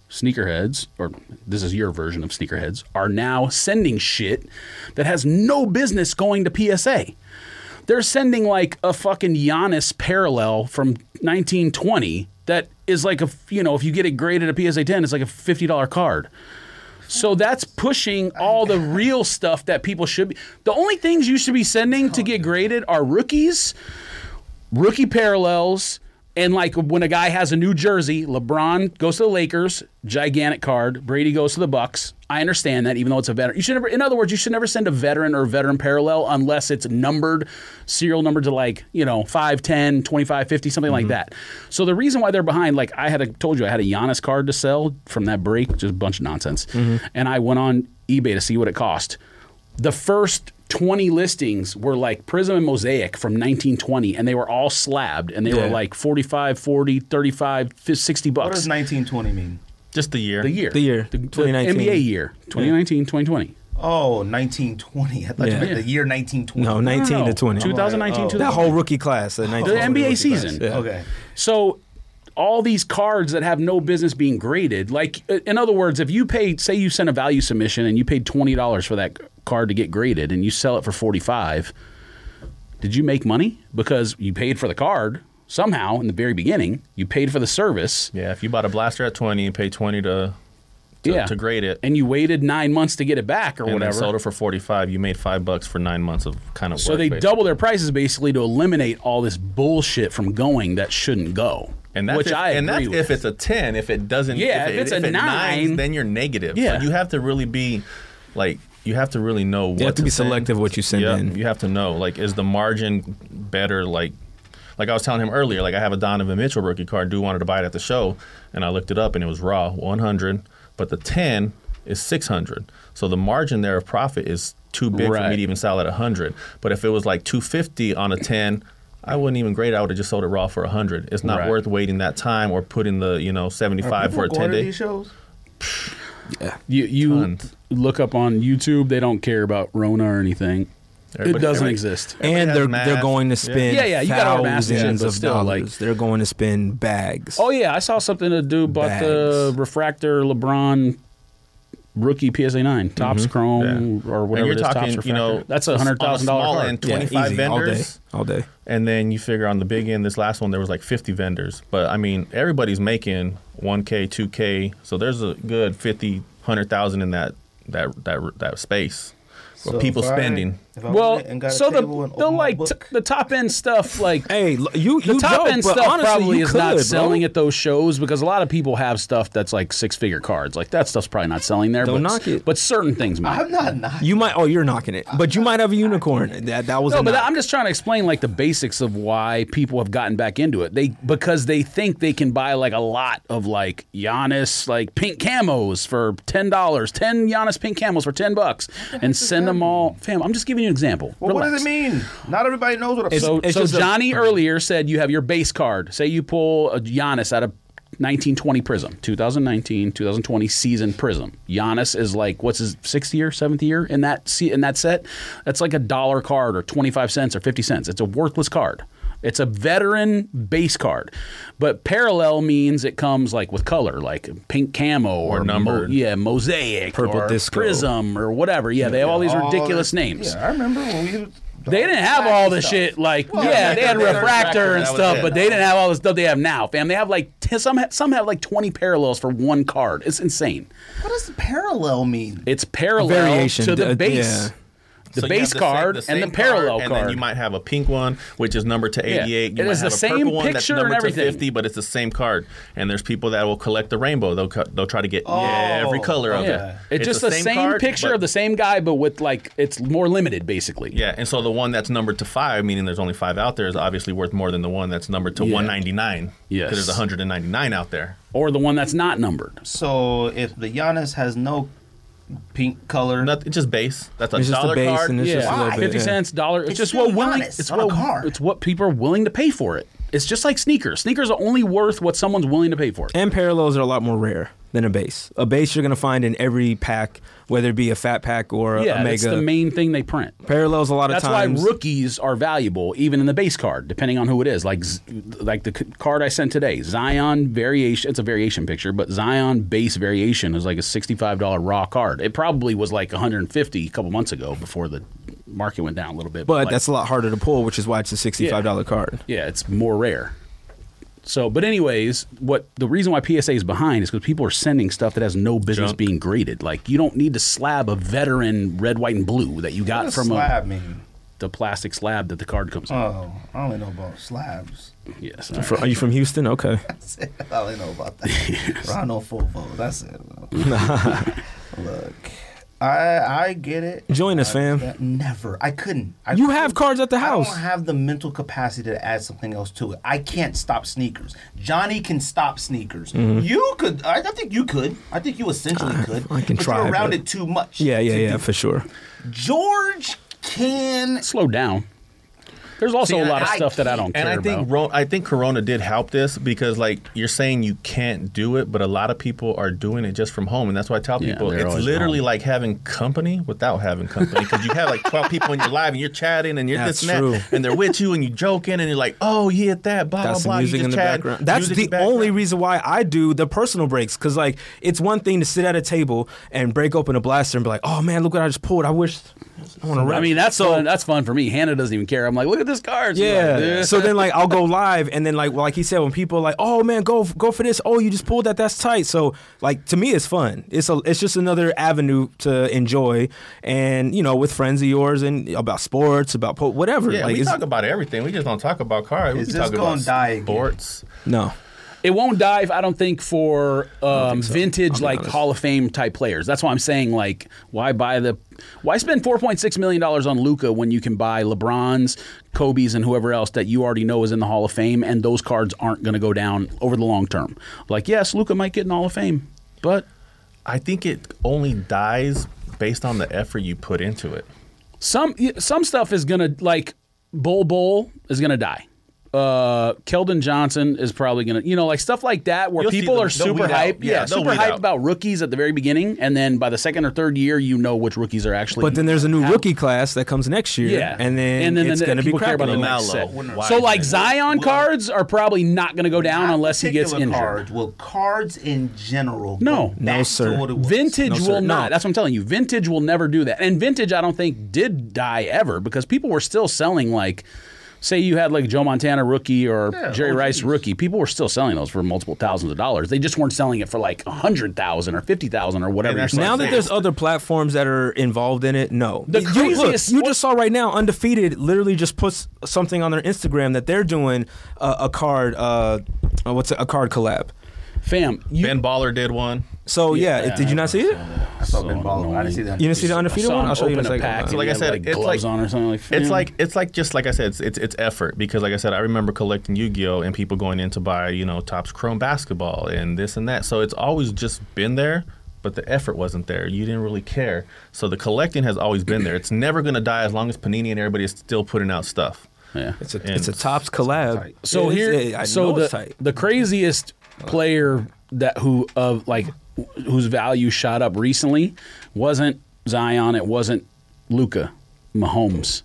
sneakerheads, or this is your version of sneakerheads, are now sending shit that has no business going to PSA. They're sending like a fucking Giannis parallel from 1920 that is like a, you know, if you get it graded a PSA 10, it's like a $50 card. So that's pushing all the real stuff that people should be. The only things you should be sending to get graded are rookies, rookie parallels and like when a guy has a new jersey lebron goes to the lakers gigantic card brady goes to the bucks i understand that even though it's a veteran you should never in other words you should never send a veteran or veteran parallel unless it's numbered serial numbered to like you know 5 10 25 50 something like that so the reason why they're behind like i had a told you i had a Giannis card to sell from that break just a bunch of nonsense and i went on ebay to see what it cost the first 20 listings were like prism and mosaic from 1920 and they were all slabbed and they were Yeah. like 45 40 35 50, 60 What does bucks 1920 mean? Just the year. the year The year, the, the 2019. nba year 2019 2020 Oh, 1920. I thought you Yeah. meant the year 1920. No, 19 to 20. 2019 Oh. That 2020. whole rookie class. The, 19 the nba season Okay. So all these cards that have no business being graded, like uh, in other words, if you paid, say you sent a value submission and you paid twenty dollars for that card to get graded, and you sell it for forty five, did you make money because you paid for the card somehow in the very beginning? You paid for the service, Yeah. If you bought a blaster at twenty and paid twenty to to, Yeah. to grade it, and you waited nine months to get it back or and then whatever. sold it for forty five, you made five bucks for nine months of kind of so work. they basically. double their prices basically to eliminate all this bullshit from going that shouldn't go. And that's which if, I and agree that's with. if it's a ten. If it doesn't, Yeah, If, if it- it's a it nines, nine- then you're negative. Yeah. So you have to really be, like, you have to really know what You have to be send. selective what you send Yeah, in. you have to know. Like, is the margin better? Like, like I was telling him earlier. Like, I have a Donovan Mitchell rookie card. Dude wanted to buy it at the show, and I looked it up, and it was raw 100, but the 10 is 600. So the margin there of profit is too big for Right. me to even sell at 100. But if it was like 250 on a 10. I wouldn't even grade. it. I would have just sold it raw for 100. It's not Right. worth waiting that time or putting the you know 75 for a 10 day. these shows? You you Tons. look up on YouTube, they don't care about Rona or anything. it Everybody- doesn't everybody- exist. and has they're masks. they're going Yeah. to spend Yeah, yeah, you got all masks and shit, thousands but of still, dollars. like- they're going to spend bags. Oh yeah, I saw something a dude bought the Bags. refractor LeBron rookie PSA nine tops chrome or And whatever you're it is. tops talking, refractor. you know, that's a hundred thousand dollar dollar card. and Yeah, twenty five easy, vendors. all day, all day. And then you figure on the big end, this last one there was like 50 vendors, but I mean everybody's making 1k, 2k, so there's a good 50, 100,000 in that that that that space. where people if I- spending. if I Well, went and got a so the table and the opened my like t- book- the top end stuff like Hey, l- you the you top joke, end but stuff honestly, probably you is could, not selling bro. at those shows because a lot of people have stuff that's like six figure cards. Like that stuff's probably not selling there. Don't but, knock it. But certain things might. I'm not not. You might oh you're knocking it, but you might have a unicorn. That that was No, a but knock. I'm just trying to explain like the basics of why people have gotten back into it. They because they think they can buy like a lot of like Giannis like pink camos for ten dollars, ten Giannis pink camos for ten bucks, and send them all. Fam, I'm just giving you an example. well, what does Relax. it mean? Not everybody knows what a So, it's so just a- Johnny earlier said you have your base card. Say you pull a Giannis out of 1920 Prism, 2019, 2020 season Prism. Giannis is like what's his sixth year, seventh year in that se- in that set. That's like a dollar card or 25 cents or 50 cents. It's a worthless card. It's a veteran base card, but parallel means it comes like with color, like pink camo or, numbered. yeah, mosaic, Purple or disco. prism or whatever. Yeah, they have all these all ridiculous that- names. Yeah, I remember when we. was- They didn't have Black all the stuff. shit like Well, yeah, they had they had refractor refractor, and that was stuff, it. but they didn't have all the stuff they have now, fam. They have like t- some ha- some have like twenty parallels for one card. It's insane. What does parallel mean? It's parallel Variation, to the uh, base, yeah. the So you have base same- card the and the same parallel card. And then you might have a pink one, which is numbered to Yeah. 88. You It might is the have a same purple one that's picture and numbered to everything. 50, but it's the same card. And there's people that will collect the rainbow. They'll co- they'll try to get Oh, every color of yeah, it. it's, just the same, card, picture but- of the same guy, but with like it's more limited, basically. Yeah, and so the one that's numbered to five, meaning there's only five out there, is obviously worth more than the one that's numbered to Yeah. 199. Yes. Because there's 199 out there. Or the one that's not numbered. So if the Giannis has no pink color, Nothing, it's just base. That's a It's just a dollar base card. and it's yeah, just a little bit, fifty yeah. cents, dollar. It's, It's just still what willing. Giannis It's on a what card. it's what people are willing to pay for it. It's just like sneakers. Sneakers are only worth what someone's willing to pay for. it. and parallels are a lot more rare than a base. A base you're gonna find in every pack, whether it be a fat pack or a yeah, mega. that's the main thing they print. parallels a lot That's of times. why rookies are valuable, even in the base card, depending on who it is. Like, Z- like the c- card I sent today, Zion variation. It's a variation picture, but Zion base variation is like a sixty-five dollar raw card. It probably was like one hundred and fifty a couple months ago before the market went down a little bit. but like- that's a lot harder to pull, which is why it's a sixty-five dollar card. Yeah, it's more rare. So, but anyways, what the reason why PSA is behind is because people are sending stuff that has no business Junk. being graded. Like you don't need to slab a veteran red, white, and blue that you got what does from slab a, mean? the plastic slab that the card comes in. Oh, I only know about slabs. yes, all right. Fr- Are you from Houston? Okay. That's it. I only know about that. Rano Fovo. That's it. Look, I I get it. Join us, I fam. understand. Never. I couldn't. I You have cards at the I house. don't have the mental capacity to add something else to it. I can't stop sneakers. Johnny can stop sneakers. You could. I, I think you could. I think you essentially could. Mm-hmm. I can but try, You're around but- it too much. Yeah, yeah, to yeah, do- for sure. George can. slow down. There's also See, a lot of I- stuff that I don't care And I think about. Ro- I think Corona did help this because like you're saying you can't do it, but a lot of people are doing it just from home, and that's why I tell Yeah, people they're it's always literally home. like having company without having company because you have like 12 people in your live and you're chatting and you're That's this and true. that, and they're with you and you're joking and you're like, oh, he hit that, blah Got blah some blah. music you in just the chatting. background. That's Music the in background. only reason why I do the personal breaks because, like, it's one thing to sit at a table and break open a blaster and be like, "Oh man, look what I just pulled! I wish I want to I rep." mean, that's fun. That's fun for me. Hannah doesn't even care. I'm like, look at this card. She's like, yeah. "Eh." So then, like, I'll go live, and then, like, well, like he said, when people are like, "Oh man, go go for this! Oh, you just pulled that. That's tight." So, like, to me, it's fun. It's a it's just another avenue to enjoy, and you know, with friends of yours, and about sports, about po- whatever. Yeah, like, we it's- talk about everything. We just don't talk about cars. Is we this talk gonna about die again? sports. no. It won't dive, I don't think, for um, vintage be like honest. Hall of Fame type players. That's why I'm saying like, why buy the, why spend 4.6 million dollars on Luca when you can buy LeBron's, Kobe's, and whoever else that you already know is in the Hall of Fame, and those cards aren't going to go down over the long term. Like, yes, Luca might get in the Hall of Fame, but I think it only dies based on the effort you put into it. some some stuff is gonna like Bull Bull is gonna die. uh, Keldon Johnson is probably gonna, you know, like stuff like that, where You'll see people them. are They'll super weed out. hyped, Yeah, yeah, they'll super weed hyped out. about rookies at the very beginning, and then by the second or third year, you know which rookies are actually. But then there's a new out. rookie class that comes next year, Yeah, and then, it's going to be people care crap. about the again. next Mallow, set. Widener. So like Widener. Zion Well- cards are probably not going to go down Not unless he gets particular injured. Cards. Well, cards in general. No. go No, back to sir. what it was. Vintage No, sir. will No. not. That's what I'm telling you. Vintage will never do that. And vintage, I don't think did die ever because people were still selling like, say you had like Joe Montana rookie or Yeah, Jerry OGs. Rice rookie. People were still selling those for multiple thousands of dollars. They just weren't selling it for like a hundred thousand or fifty thousand or whatever. And you're that's saying. like- Now that Fast. there's other platforms that are involved in it, no. The you, craziest- look, you just saw right now, undefeated literally just puts something on their Instagram that they're doing uh, a card. Uh, uh, what's it, a card collab? fam, you Ben Baller did one. So yeah, Yeah, did you not see it? I saw Ben Baller. I didn't see that. You didn't see the undefeated saw one? him I'll show you in a open second. pack So and like he I had, said, it's gloves like- on or something like. It's fam. like it's like just like I said, it's it's, it's effort because like I said, I remember collecting Yu-Gi-Oh and people going in to buy you know Topps Chrome basketball and this and that. So it's always just been there, but the effort wasn't there. You didn't really care. So the collecting has always been there. It's never going to die as long as Panini and everybody is still putting out stuff. yeah. It's a, And it's a tops collab. tight. So It is- here, it- I so know the it's tight. the craziest player that who of like wh- whose value shot up recently wasn't Zion. It wasn't Luca Mahomes.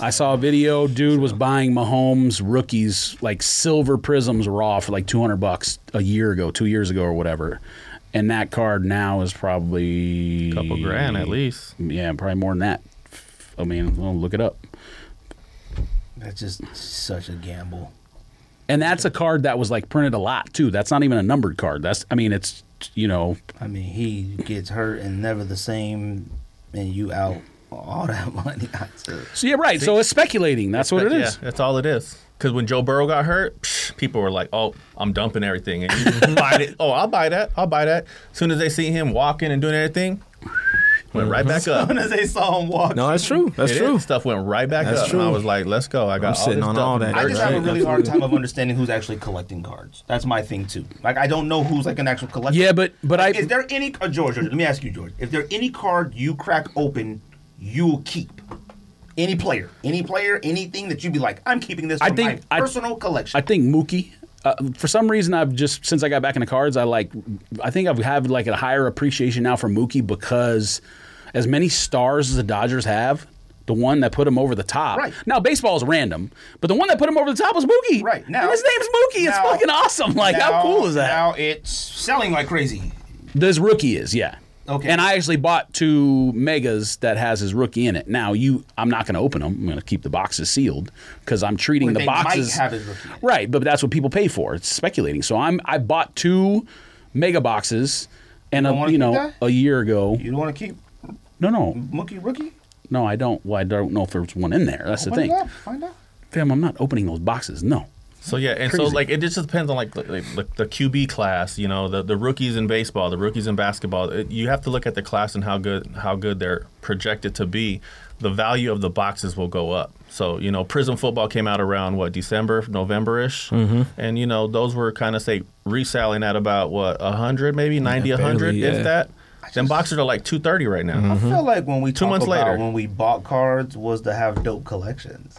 I saw a video. Dude was buying Mahomes rookies like silver prisms raw for like two hundred bucks a year ago, two years ago or whatever. And that card now is probably A couple grand at least. Yeah, probably more than that. I mean, well, look it up. That's just such a gamble. And that's a card that was like printed a lot too. That's not even a numbered card. That's I mean it's you know I mean, he gets hurt and never the same, and you out all that money. I took. so yeah right. So it's speculating. That's what it That- is. Yeah, that's all it is. Because when Joe Burrow got hurt, psh, people were like, "Oh, I'm dumping everything," and you buy it. Oh, I'll buy that. I'll buy that. As soon as they see him walking and doing everything, went right back up. As they saw him walk, No, that's true. Mm-hmm. That's It true. is. Stuff went right back That's up. And I true. was like, let's go. I got I'm all sitting this on stuff all in that dirt I just have a sheet. really hard time of understanding who's actually collecting cards. That's my thing too. Like I don't know who's like an actual collector. Yeah, but- but Like, I- is there any uh, George, George? Let me ask you, George. If there any card you crack open, you'll keep any player, any player, anything that you'd be like, I'm keeping this. For I think my I- personal collection. I think Mookie. Uh, for some reason, I've just since I got back into cards, I like. I think I've had like a higher appreciation now for Mookie because as many stars as the Dodgers have, the one that put him over the top. Right. now, baseball is random, but the one that put him over the top was Mookie. Right, now- and his name's Mookie. it's now- fucking awesome. Like, how Now- cool is that? Now it's selling like crazy. This rookie is, yeah. Okay. And I actually bought two megas that has his rookie in it. Now you, I'm not going to open them. I'm going to keep the boxes sealed because I'm treating But the they might boxes have his rookie in it. right. But that's what people pay for. It's speculating. So I'm, I bought two mega boxes, and don't a, wanna you keep know, that? a year ago. You don't want to keep No, no, Mookie rookie? no. I don't. Well, I don't know if there's one in there. That's the Find thing, out. Find out. fam. I'm not opening those boxes. No. So yeah, and so Crazy. like it just depends on like, like, like the QB class, you know, the, the rookies in baseball, the rookies in basketball. It, you have to look at the class and how good how good they're projected to be. The value of the boxes will go up. So you know, Prism football came out around what December, November ish, and you know those were kind of say reselling at about what hundred, maybe ninety, barely, hundred, yeah. if that. Then boxers are like two thirty right now. Mm-hmm. I feel like when we two months about later. when we bought cards was to have dope collections.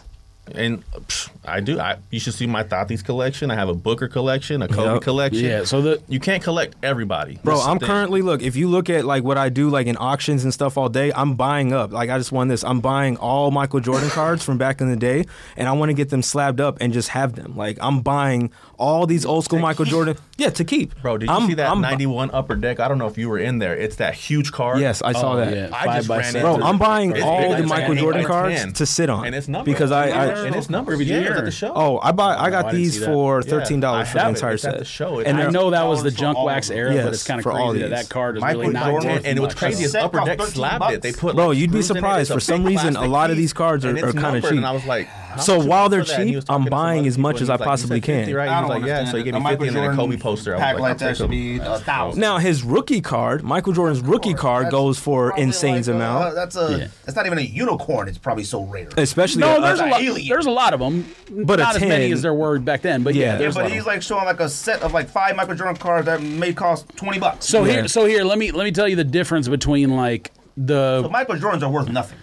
And psh, I do. I you should see my Tati's collection. I have a Booker collection, a Kobe Yep. collection. Yeah. So the you can't collect everybody, Bro, That's the I'm thing. currently look. If you look at like what I do, like in auctions and stuff all day, I'm buying up. Like I just won this. I'm buying all Michael Jordan cards from back in the day, and I want to get them slabbed up and just have them. Like I'm buying all these old school Michael Jordan. Yeah, to keep. Bro, did you I'm- see that I'm, 91 upper deck? I don't know if you were in there. It's that huge card. Uh, Yes, I saw Oh, that. yeah. I Five just by ran seven. into Bro, I'm it. buying It's all big. the It's Michael eight Jordan by cards 10. to sit on. and it's numbered. Because I- I- and it's numbered. Every Yeah, year. at the show. Oh, I buy. I got I didn't these see that. for Yeah, thirteen dollars I for the have it. entire It's at set. the show. It's And at I they're- know that was the dollars for junk all wax of them. era, but Yes, it's kind of for all crazy that these. that card is Michael really not Jordan worth and what's much. crazy is Set upper cost deck 13 slabbed it. bucks. They put Bro, like, you'd be screws in it. surprised. It's a For some big reason, a plastic lot of piece, these cards are- and it's are kinda numbered. cheap. And I was like, how So much you while want they're for that? And he cheap, was talking I'm to some other buying as people, much and he as I was like, you said possibly can. 50, Right? He was like, yeah. So he gave me 50 and then a Kobe poster. I Pack was like, like, that I'll take should be a thousand. Now his rookie card, Michael Jordan's rookie card, goes for Probably insane like, uh, amount. that's a. Yeah. That's not even a unicorn. It's probably so rare. Especially No, a- there's a an lot. alien. There's a lot of them, But but a not as many 10 as there were back then. But yeah, Yeah. yeah, there's a lot but of he's 'em. like showing like a set of like five Michael Jordan cards that may cost twenty bucks. so Yeah. here, so here, let me let me tell you the difference between like the But Michael Jordans are worth nothing.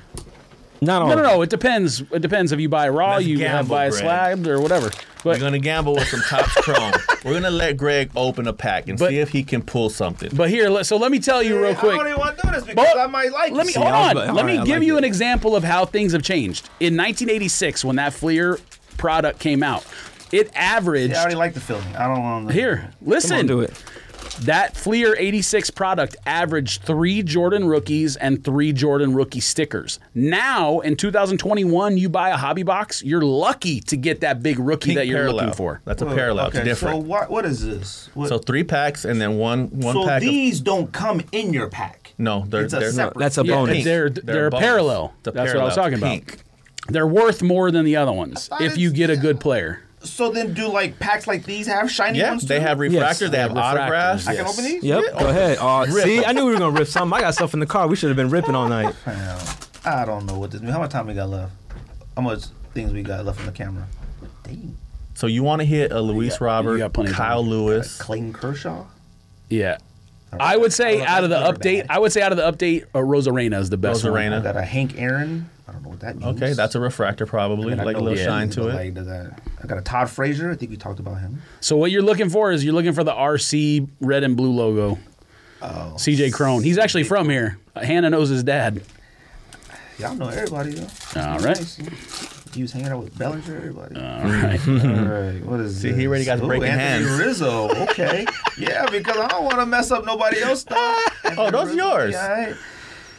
Not all. No, no, no. It depends. It depends if you buy raw, Let's you have gamble, buy Greg. slabbed or whatever. We're But gonna gamble with some top chrome. We're gonna let Greg open a pack and But- see if he can pull something. but here, let- so let me tell you real quick. I don't even want to do this because But- I might like Let me it. hold I was on. about- Let all me right, I give like you it. an example of how things have changed. In 1986, when that Fleer product came out, it averaged I already like the feeling. I don't want to. here. Listen, Come on, do it. That Fleer 86 product averaged three Jordan rookies and three Jordan rookie stickers. Now, in 2021, you buy a hobby box, you're lucky to get that big rookie Pink that you're parallel. looking for. That's a parallel. Uh, Okay, it's So different. what, what is this? What, So, three packs and then one one so pack. of- these don't come in your pack. no, they're It's a they're separate- That's a Yeah, bonus. pink. They're, They're they're, bonus. parallel. It's a That's what I was parallel. talking about. Pink. They're worth more than the other ones thought if you it's- get a good player. So then, do like packs like these have shiny Yeah, ones? they too? have refractors. they they have have refractors, autographs. I can open these. Yep. Yeah. Go ahead. Aw, see, I knew we were gonna rip something. I got stuff in the car. We should have been ripping all night. Damn. I don't know what this. How much time we got left? How much things we got left on the camera? Dang. So you want to hit a Luis Robert, got plenty of Kyle time. Lewis. Clayton Kershaw. Yeah. I would I don't say know if out of the that's good or update, bad. I would say out of the update, uh, Rosarena is the best. one. I Rosarena. got a Hank Aaron. I don't know what that means. Okay, that's a refractor probably, And I like a know little what shine is, to but, it. like, does that- I got a Todd Frazier. I think we talked about him. So what you're looking for is you're looking for the RC red and blue logo. Oh. CJ Crone. He's actually from here. Hannah knows his dad. Y'all know everybody though. All It's right. nice. He was hanging out with Bellinger. Everybody. All right. All right. What is See, this? he already got Ooh, breaking Anthony hands. Rizzo. Okay. yeah, because I don't want to mess up nobody else stuff. Anthony Oh, those Rizzo, yours. yeah, all right.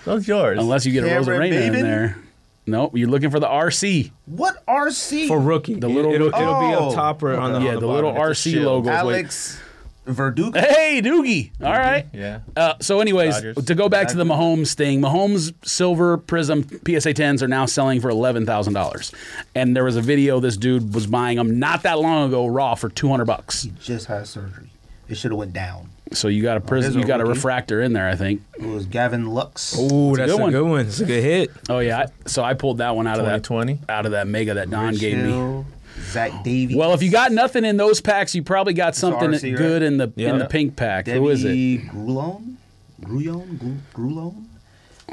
That's yours. Unless you get a Cameron Rosarena Maiden? in there. Nope, you're looking for the RC. What RC? For rookie, The little it'll, rookie. it'll be Oh. up top or on the yeah, on the, the little bottom. RC shield. logo. is what- Alex Verdugo. Hey, Doogie. All right. yeah. Uh, so, anyways, Dodgers. to go back to the Mahomes thing, Mahomes silver prism PSA tens are now selling for eleven thousand dollars, and there was a video this dude was buying them not that long ago raw for two hundred bucks. Just had surgery. It should have went down. So you got a there's prism, a you got a rookie. refractor in there, I think. It was Gavin Lux. Ooh, a that's good one. a good one. It's a good hit. Oh yeah, I, so I pulled that one out of that 2020? out of that mega that Don Rich gave me. Hill, Zach Davies. Well, if you got nothing in those packs, you probably got something RC, right? good in the in Yeah. the pink pack. Debbie Who is it? Grulon? Grulon? Gru- Grulon?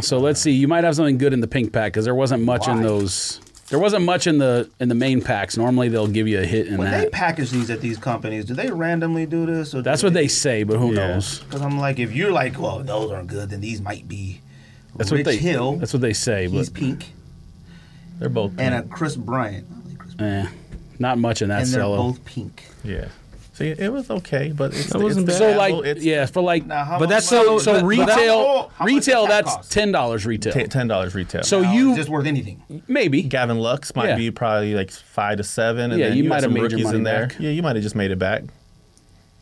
So let's see. You might have something good in the pink pack because there wasn't much in Why? those. There wasn't much in the in the main packs. Normally they'll give you a hit in When they that. package these at these companies, do they randomly do this? Or do That's what they say, but who Yeah. knows? Because I'm like, if you're like, well, those aren't good, then these might be. That's Rich what they. Hill. That's what they say, he's but pink, They're both and pink. a Chris Bryant. I like Chris Bryant. eh, not much in that And they're cello. both pink. yeah. See, it was okay, but it's, it's wasn't the bad. So apple, like it's yeah, for like Now, how much But that's money so- is so that- but retail that's all- how much retail. does that That's cost? ten dollars retail. t- ten dollars retail. So Now, you is this worth anything? maybe Gavin Lux might Yeah. be probably like five to seven, and Yeah, then you you, might had have some made your rookies money in there. back. Yeah, you might have just made it back.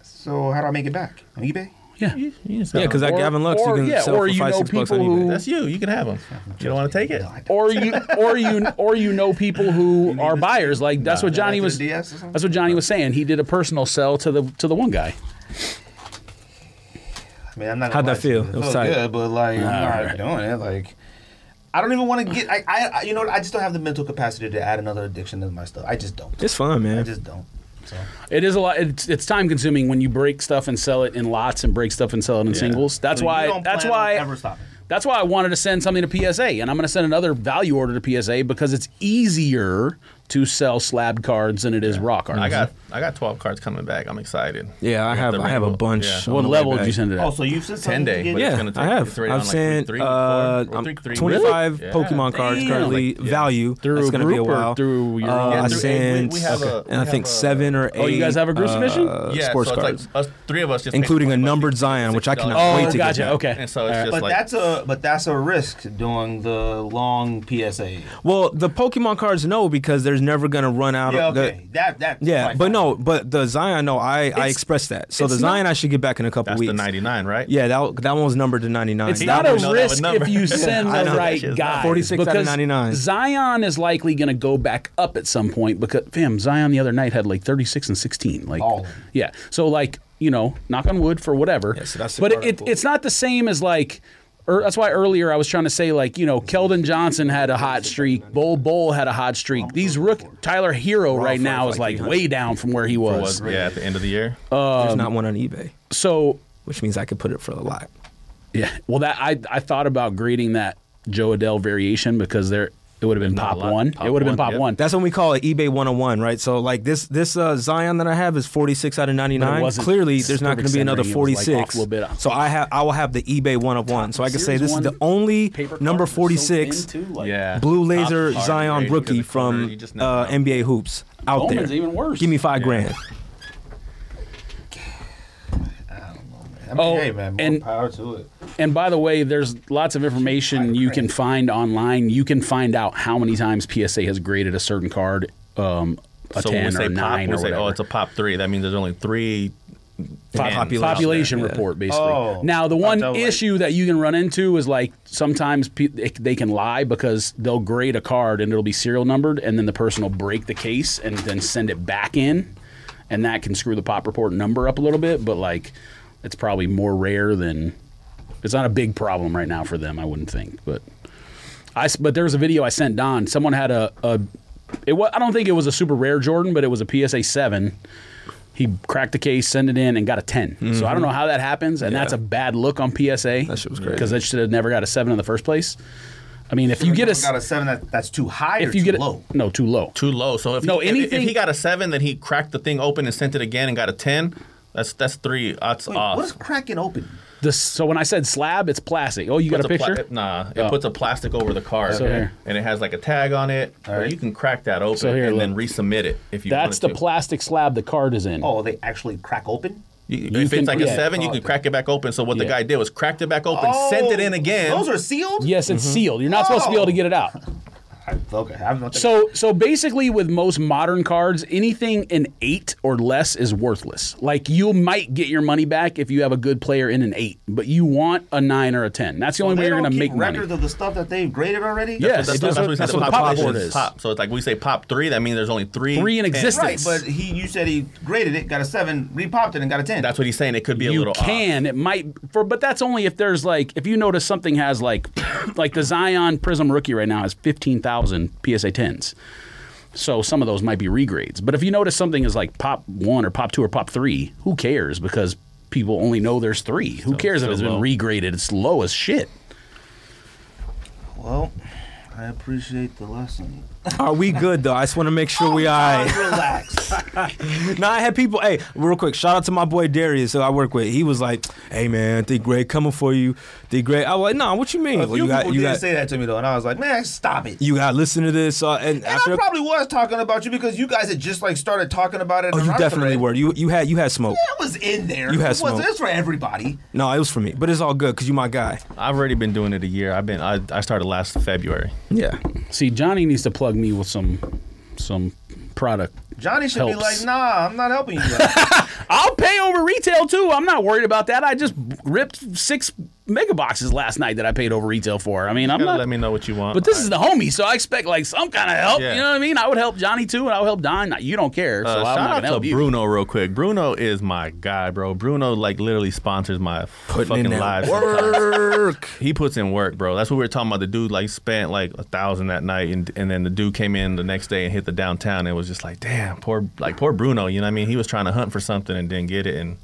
So how do I make it back on eBay? yeah. You just Yeah, gotta- because that Or- Gavin Lux, or- you can yeah, sell or for you five, know six bucks on people who- eBay. that's you. You can have them. You don't want to take it. No, I don't. or you or you or you know people who are buyers like that's what Johnny Like was the DS or something? that's what Johnny was saying he did a personal sell to the to the one guy I mean, I'm not. How'd gonna that lie to you. feel? It was It felt tight. good, but like, I'm not doing it. Like, I don't even want to get. I, I, I- you know, what? I just don't have the mental capacity to add another addiction to my stuff. I just don't. It's fun, I man. just don't. So it is a lot it's, it's time consuming when you break stuff and sell it in lots and break stuff and sell it in singles that's So you why don't that's plan on why ever stopping. that's why I wanted to send something to PSA and I'm going to send another value order to PSA because it's easier to sell slab cards than it is raw cards I got I got twelve cards coming back. I'm excited. Yeah, I have the I have a rainbow. bunch. Yeah. on what the way level did back. you send it at Oh, so you've sent Ten something to day. get- but it's Yeah, gonna take, I have. It's already I've on like sent three, uh, four, or I'm three, three. 25 Yeah. Pokemon cards Damn. currently Yeah. value. Through That's a gonna be a group or while. through your- uh, Yeah, I through- sent, we- we have a- we and I think have a- seven or eight. Oh, you guys have a group uh, submission? Yeah, sports so it's cards, like us three of us, just including paid a $25 numbered each. Zion, which I $6. cannot Oh, wait to gotcha. get. that. Okay. And so it's All right. just But like that's a but that's a risk doing the long PSA. Well, the Pokemon cards, no, because there's never gonna run out. Yeah, of the- okay, that that Yeah, fine, but fine. no, but the Zion, no, I I expressed that. So the it's not- Zion, I should get back in a couple that's weeks. the 99, right? Yeah, that that one was numbered to 99. It's He not don't a really know that risk would number. if you send I the know. right Shit, guy. 46 out of 99. Zion is likely going to go back up at some point because, fam, Zion the other night had like 36 and 16. Like, Oh. All of them. yeah. So, like, you know, knock on wood for whatever. so that's the but part it, I'm it's not the same as like. Er, that's why earlier I was trying to say like you know Keldon Johnson had a hot streak, Bull Bull had a hot streak. These rook Tyler Hero right for now like is like 300. way down from where he Was was. yeah at the end of the year. Uh, um, There's not one on eBay, So which means I could put it for a lot. Yeah. Well, that I I thought about grading that Joe Adele variation because there It would have been Not a pop lot. one. Pop it would have one, been pop yeah. one. That's when we call it eBay 101, right? So like this this uh, Zion that I have is 46 out of 99. wasn't Clearly, there's perfect not going to be another centering. It was, like, 46. off a little bit. uh, So I have I will have the eBay 101. So I can say Series this is one the only Paper number cards are so thin, 46 too, like- yeah. blue Top laser card Zion rating, rookie because the corner, from you just never uh, know. NBA hoops out Bowman's there. even worse. Give me five grand. I mean, Oh, hey man, more and- power to it. And by the way, there's lots of information you can find online. You can find out how many times PSA has graded a certain card, um, a so when ten we say or pop, nine we or say, whatever. oh, it's a pop three. That means there's only three. Pop- ten population. out there. population Yeah. report basically. Oh. now the I one thought, like- issue that you can run into is like sometimes pe- they- they can lie because they'll grade a card and it'll be serial numbered and then the person will break the case and then send it back in and that can screw the pop report number up a little bit but like it's probably more rare than it's not a big problem right now for them I wouldn't think but I s- but there was a video I sent Don someone had a, a it was, I don't think it was a super rare Jordan but it was a PSA 7 he cracked the case, sent it in, and got a 10. So I don't know how that happens, and that's a bad look on PSA. That shit was crazy. Because that should have never got a 7 in the first place. I mean, if you get a. got a seven that, that's too high or if you too get a, low. No, too low. Too low. So if No, he, if- anything- If he got a seven, then he cracked the thing open and sent it again and got a ten. That's that's three. That's Wait, off. what is cracking open? The, so when I said slab, it's plastic. Oh, you got a puts picture? Oh. pla- nah, it puts a plastic over the card, So here. and it has like a tag on it. Or right. you can crack that open So here, and look. then resubmit it if you. that's wanted the to. plastic slab the card is in. Oh, they actually crack open. You- You if can- it's like yeah. a seven, you can crack it back open. So what the Yeah. Oh, guy did was cracked it back open, sent it in again. Oh, Those are sealed. Yes, it's sealed. You're not supposed to be able to get it out. I- okay. I'm not So so basically with most modern cards, anything in 8 or less is worthless. Like you might get your money back if you have a good player in an 8, but you want a 9 or a 10. That's the only they way you're don't going to keep make money. records of the stuff that they've graded already. Yes, that's, it does. that's what we said. That's the what the pop board population is. Pop. So it's like we say pop three. That means there's only three. Three in tens. existence. Right, but he you said he graded it, got a seven, repopped it, and got a ten. That's what he's saying. It could be a you little off. can it might for but that's only if there's like if you notice something has like like the Zion Prism rookie right now has 15,000 PSA 10s. So some of those might be regrades. But if you notice something is like pop 1 or pop 2 or pop 3, who cares because people only know there's 3. Who cares if so it's low. been regraded? It's low as shit. well, I appreciate the lesson. Are we good though? I just want to make sure we all right. Relax. Now I had people. Hey, real quick, shout out to my boy Darius, who I work with. He was like, "Hey man, think great coming for you, think great." I was like, "Nah, what you mean? a Well, few you got people you did got say that to me though, and I was like, man, stop it. you got to listen to this." Uh, and and after, I probably was talking about you because you guys had just like started talking about it. in oh, the you round definitely thread. were. You you had you had smoke. That was in there. You had it was smoke. it's for everybody. No, it was for me, but it's all good because you my guy. I've already been doing it a year. I've been. I, I started last February. Yeah. See, Johnny needs to plug me with some some product. Johnny should be Helps. like, nah, I'm not helping you. guys." I'll pay over retail too. I'm not worried about that. I just ripped 6 mega boxes last night that I paid over retail for. I mean, I'm Gotta not let me know what you want. But this is the homie, so I expect like some kind of help. Yeah. You know what I mean? I would help Johnny too, and I would help Don. You don't care, so Uh, I'm not shout gonna out help to you. Bruno real quick. Bruno is my guy, bro. Bruno like literally sponsors my Putting in fucking lives. that work. He puts in work, bro. That's what we were talking about. The dude like spent like a thousand that night, and and then the dude came in the next day and hit the downtown. And it was just like, damn, poor like poor Bruno. You know what I mean? He was trying to hunt for something and didn't get it. And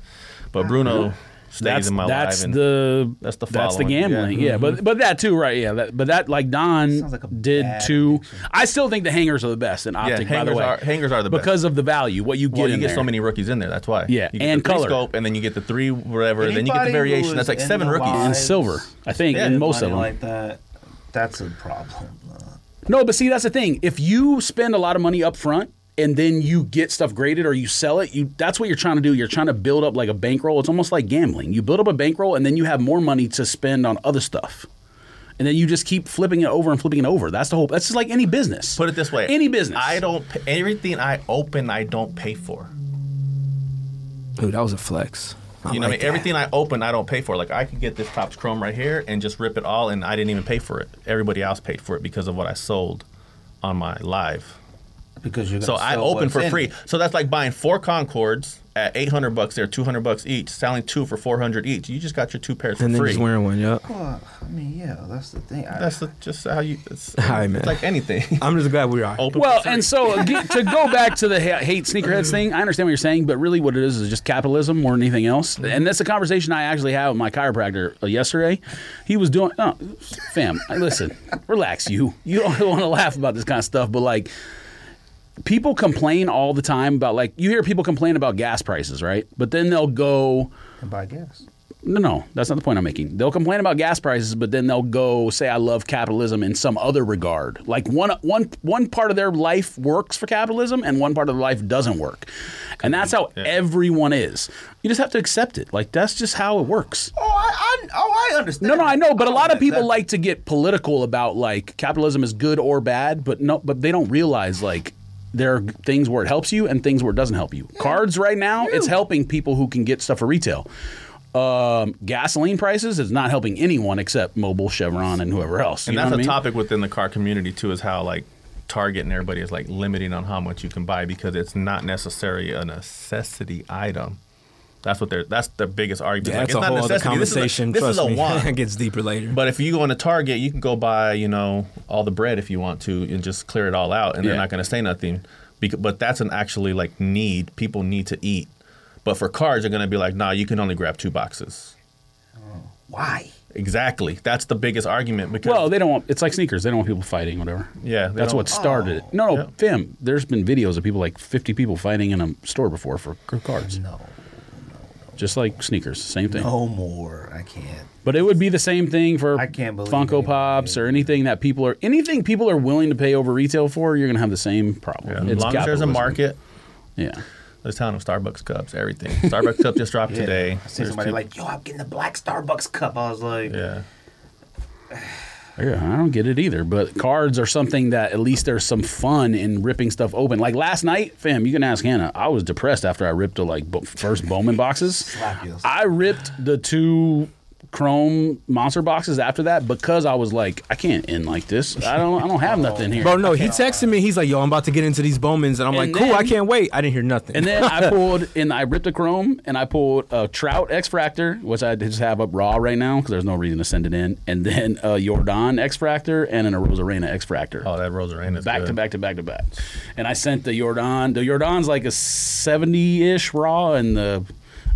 but Bruno stays That's in my that's life. and- the That's the that's the following, yeah. gambling. Yeah, but but that too, right? Yeah, that, but that like Don Sounds like a did bad too. I still think the hangers are the best in yeah, optic. by the hangers way, are hangers are the best. because of the value, what you get Well, in you get there. so many rookies in there. That's why. Yeah, you get and the three color. scope, and then you get the three whatever, and then you get Anybody the who variation. is That's like in seven the rookies. line- and silver, I think, Yeah, in most of Money like them. that. That's a problem. uh, No, but see, that's the thing. If you spend a lot of money up front and then you get stuff graded or you sell it, you that's what you're trying to do. You're trying to build up like a bankroll. It's almost like gambling. You build up a bankroll and then you have more money to spend on other stuff. And then you just keep flipping it over and flipping it over. That's the whole. That's just like any business. Put it this way: any business. I don't. pa- Everything I open, I don't pay for. Dude, that was a flex. I You know, what I mean, like that. everything I open, I don't pay for. Like I could get this tops chrome right here and just rip it all, and I didn't even pay for it. Everybody else paid for it because of what I sold on my live. because you're So gonna I sell open what's for in free. it. So that's like buying four Concords at 800 bucks. They're 200 bucks each. Selling two for 400 each. You just got your two pairs for and then free. just wearing one. Yeah. Well, I mean, yeah, that's the thing. I, that's the, just how you. It's, Hi, man. it's like anything. I'm just glad we are. open Well, for free. and so again, to go back to the ha- hate sneakerheads thing, I understand what you're saying, but really what it is is just capitalism more than anything else. And that's a conversation I actually had with my chiropractor uh, yesterday. He was doing, oh, fam, listen, relax, you. You don't want to laugh about this kind of stuff, but like, people complain all the time about like you hear people complain about gas prices, right? But then they'll go and buy gas. no, no, that's not the point I'm making. They'll complain about gas prices, but then they'll go say, "I love capitalism" in some other regard. Like one, one, one part of their life works for capitalism, and one part of their life doesn't work, and that's how everyone is. You just have to accept it. Like that's just how it works. Oh, I, I, oh, I understand. No, no, I know, but a lot of people That- like to get political about like capitalism is good or bad, but no, but they don't realize like there are things where it helps you and things where it doesn't help you. Cards right now, it's helping people who can get stuff for retail. Um, gasoline prices is not helping anyone except Mobile, Chevron, and whoever else. and you know that's what a I mean? topic within the car community too is how like target and everybody is like limiting on how much you can buy because it's not necessarily a necessity item that's what they're that's the biggest argument Yeah, like, that's it's not a whole necessity. other This is a- conversation. this is Trust a, me, want it gets deeper later. but if you go into target you can go buy you know all the bread if you want to and just clear it all out and they're Yeah. not going to say nothing because, but that's an actually like need people need to eat but for cars they're going to be like nah you can only grab two boxes why. exactly that's the biggest argument because Well, they don't want. It's like sneakers. They don't want people fighting, whatever. Yeah, they that's don't- what started it. No, no, Yeah. fam. There's been videos of people like 50 people fighting in a store before for cards, No, just like sneakers. Same thing. no more. I can't. But it would be the same thing for I can't believe Funko anybody Pops or anything that people are anything people are willing to pay over retail for. You're going to have the same problem. yeah, as long as there's a capitalism. market Yeah. There's telling them Starbucks cups, everything. Starbucks cup just dropped today. I seen There's somebody two- like, yo, I'm getting the black Starbucks cup. I was like, yeah, Yeah, I don't get it either. But cards are something that at least there's some fun in ripping stuff open. Like last night, fam, you can ask Hannah. I was depressed after I ripped the like bo- first Bowman boxes. Slap you. I ripped the two chrome monster boxes after that because I was like, I can't end like this. I don't. I don't have nothing here. Bro, no, he texted me. He's like, "Yo, I'm about to get into these Bowmans," and I'm And like, "Cool, I then- can't wait." I didn't hear nothing. And then I pulled, and I ripped a chrome, and I pulled a trout X Fractor, which I just have up raw right now because there's no reason to send it in, and then a Jordan X Fractor and an a Rosarena X Fractor. oh that Rosarena is Back good. to back to back to back, and I sent the Jordan. The Jordan's like a seventy-ish raw, and the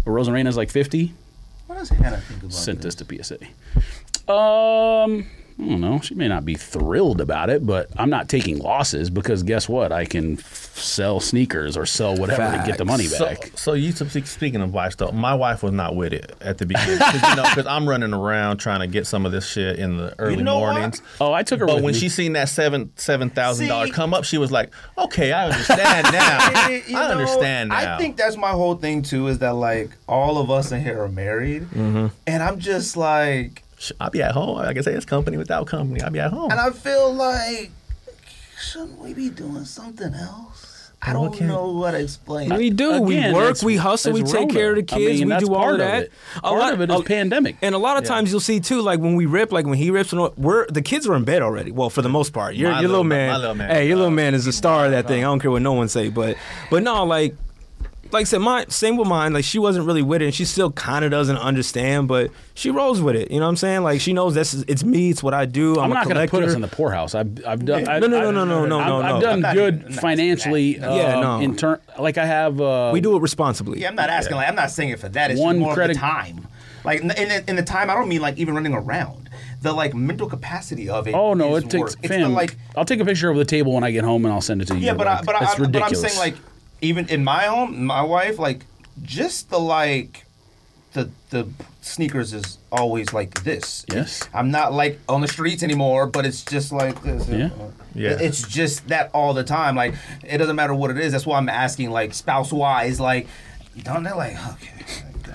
Rosarena's like fifty. what does Hannah think about Sent this? this to PSA. Um, I don't know. She may not be thrilled about it, but I'm not taking losses because guess what? I can f- sell sneakers or sell whatever to get the money So, back. so you speak- speaking of lifestyle, my wife was not with it at the beginning because you know, 'cause I'm running around trying to get some of this shit in the early know what? mornings. Oh, I took her. But with when me. she seen that seven seven thousand dollar See- come up, she was like, "Okay, I understand now. You I know, understand now." I think that's my whole thing too. Is that like all of us in here are married, Mm-hmm. and I'm just like, Sh- I'll be at home. Like I can say it's company without company. I'll be at home. and I feel like, shouldn't we be doing something else? I don't Okay. know what to explain. we do. Again, we work. that's- We hustle. We that's take care of the Rona. I kids. mean, we that's do all part of that. It. Part of it is a- pandemic. And a lot of times you'll see too, like when we rip, like when he rips, and all- we're the kids were in bed already. Well, for the most part, your, My your little little man- man, my little man. hey, your little man is the star of that thing. I don't care what no one say, but but no, like like I said, my same with mine. Like she wasn't really with it, and she still kind of doesn't understand, but she rolls with it. You know what I'm saying? Like she knows this is it's me, it's what I do. I'm, I'm a not going to put collector. us in the poorhouse. I've, I've done. I, No, no, no, I- no, no, no, I've, no, I've no. done I'm not good even- financially. Yeah, um, no. In turn, like I have. Uh, We do it responsibly. Yeah, I'm not asking. Like, I'm not saying it for that. It's One One more credit- of the time. Like, in the, in the time, I don't mean like even running around. The like mental capacity of it. Oh no, is it takes. work. It's the, fam, like I'll take a picture of the table when I get home and I'll send it to you. yeah, but I, Like, but, I, it's I, but I'm ridiculous. saying like even in my home, my wife like just the like the the sneakers is always like this. Yes. I'm not like on the streets anymore, but it's just like this. Yeah. Yeah. It's just that all the time. Like it doesn't matter what it is. That's why I'm asking like spouse wise like don't they like okay.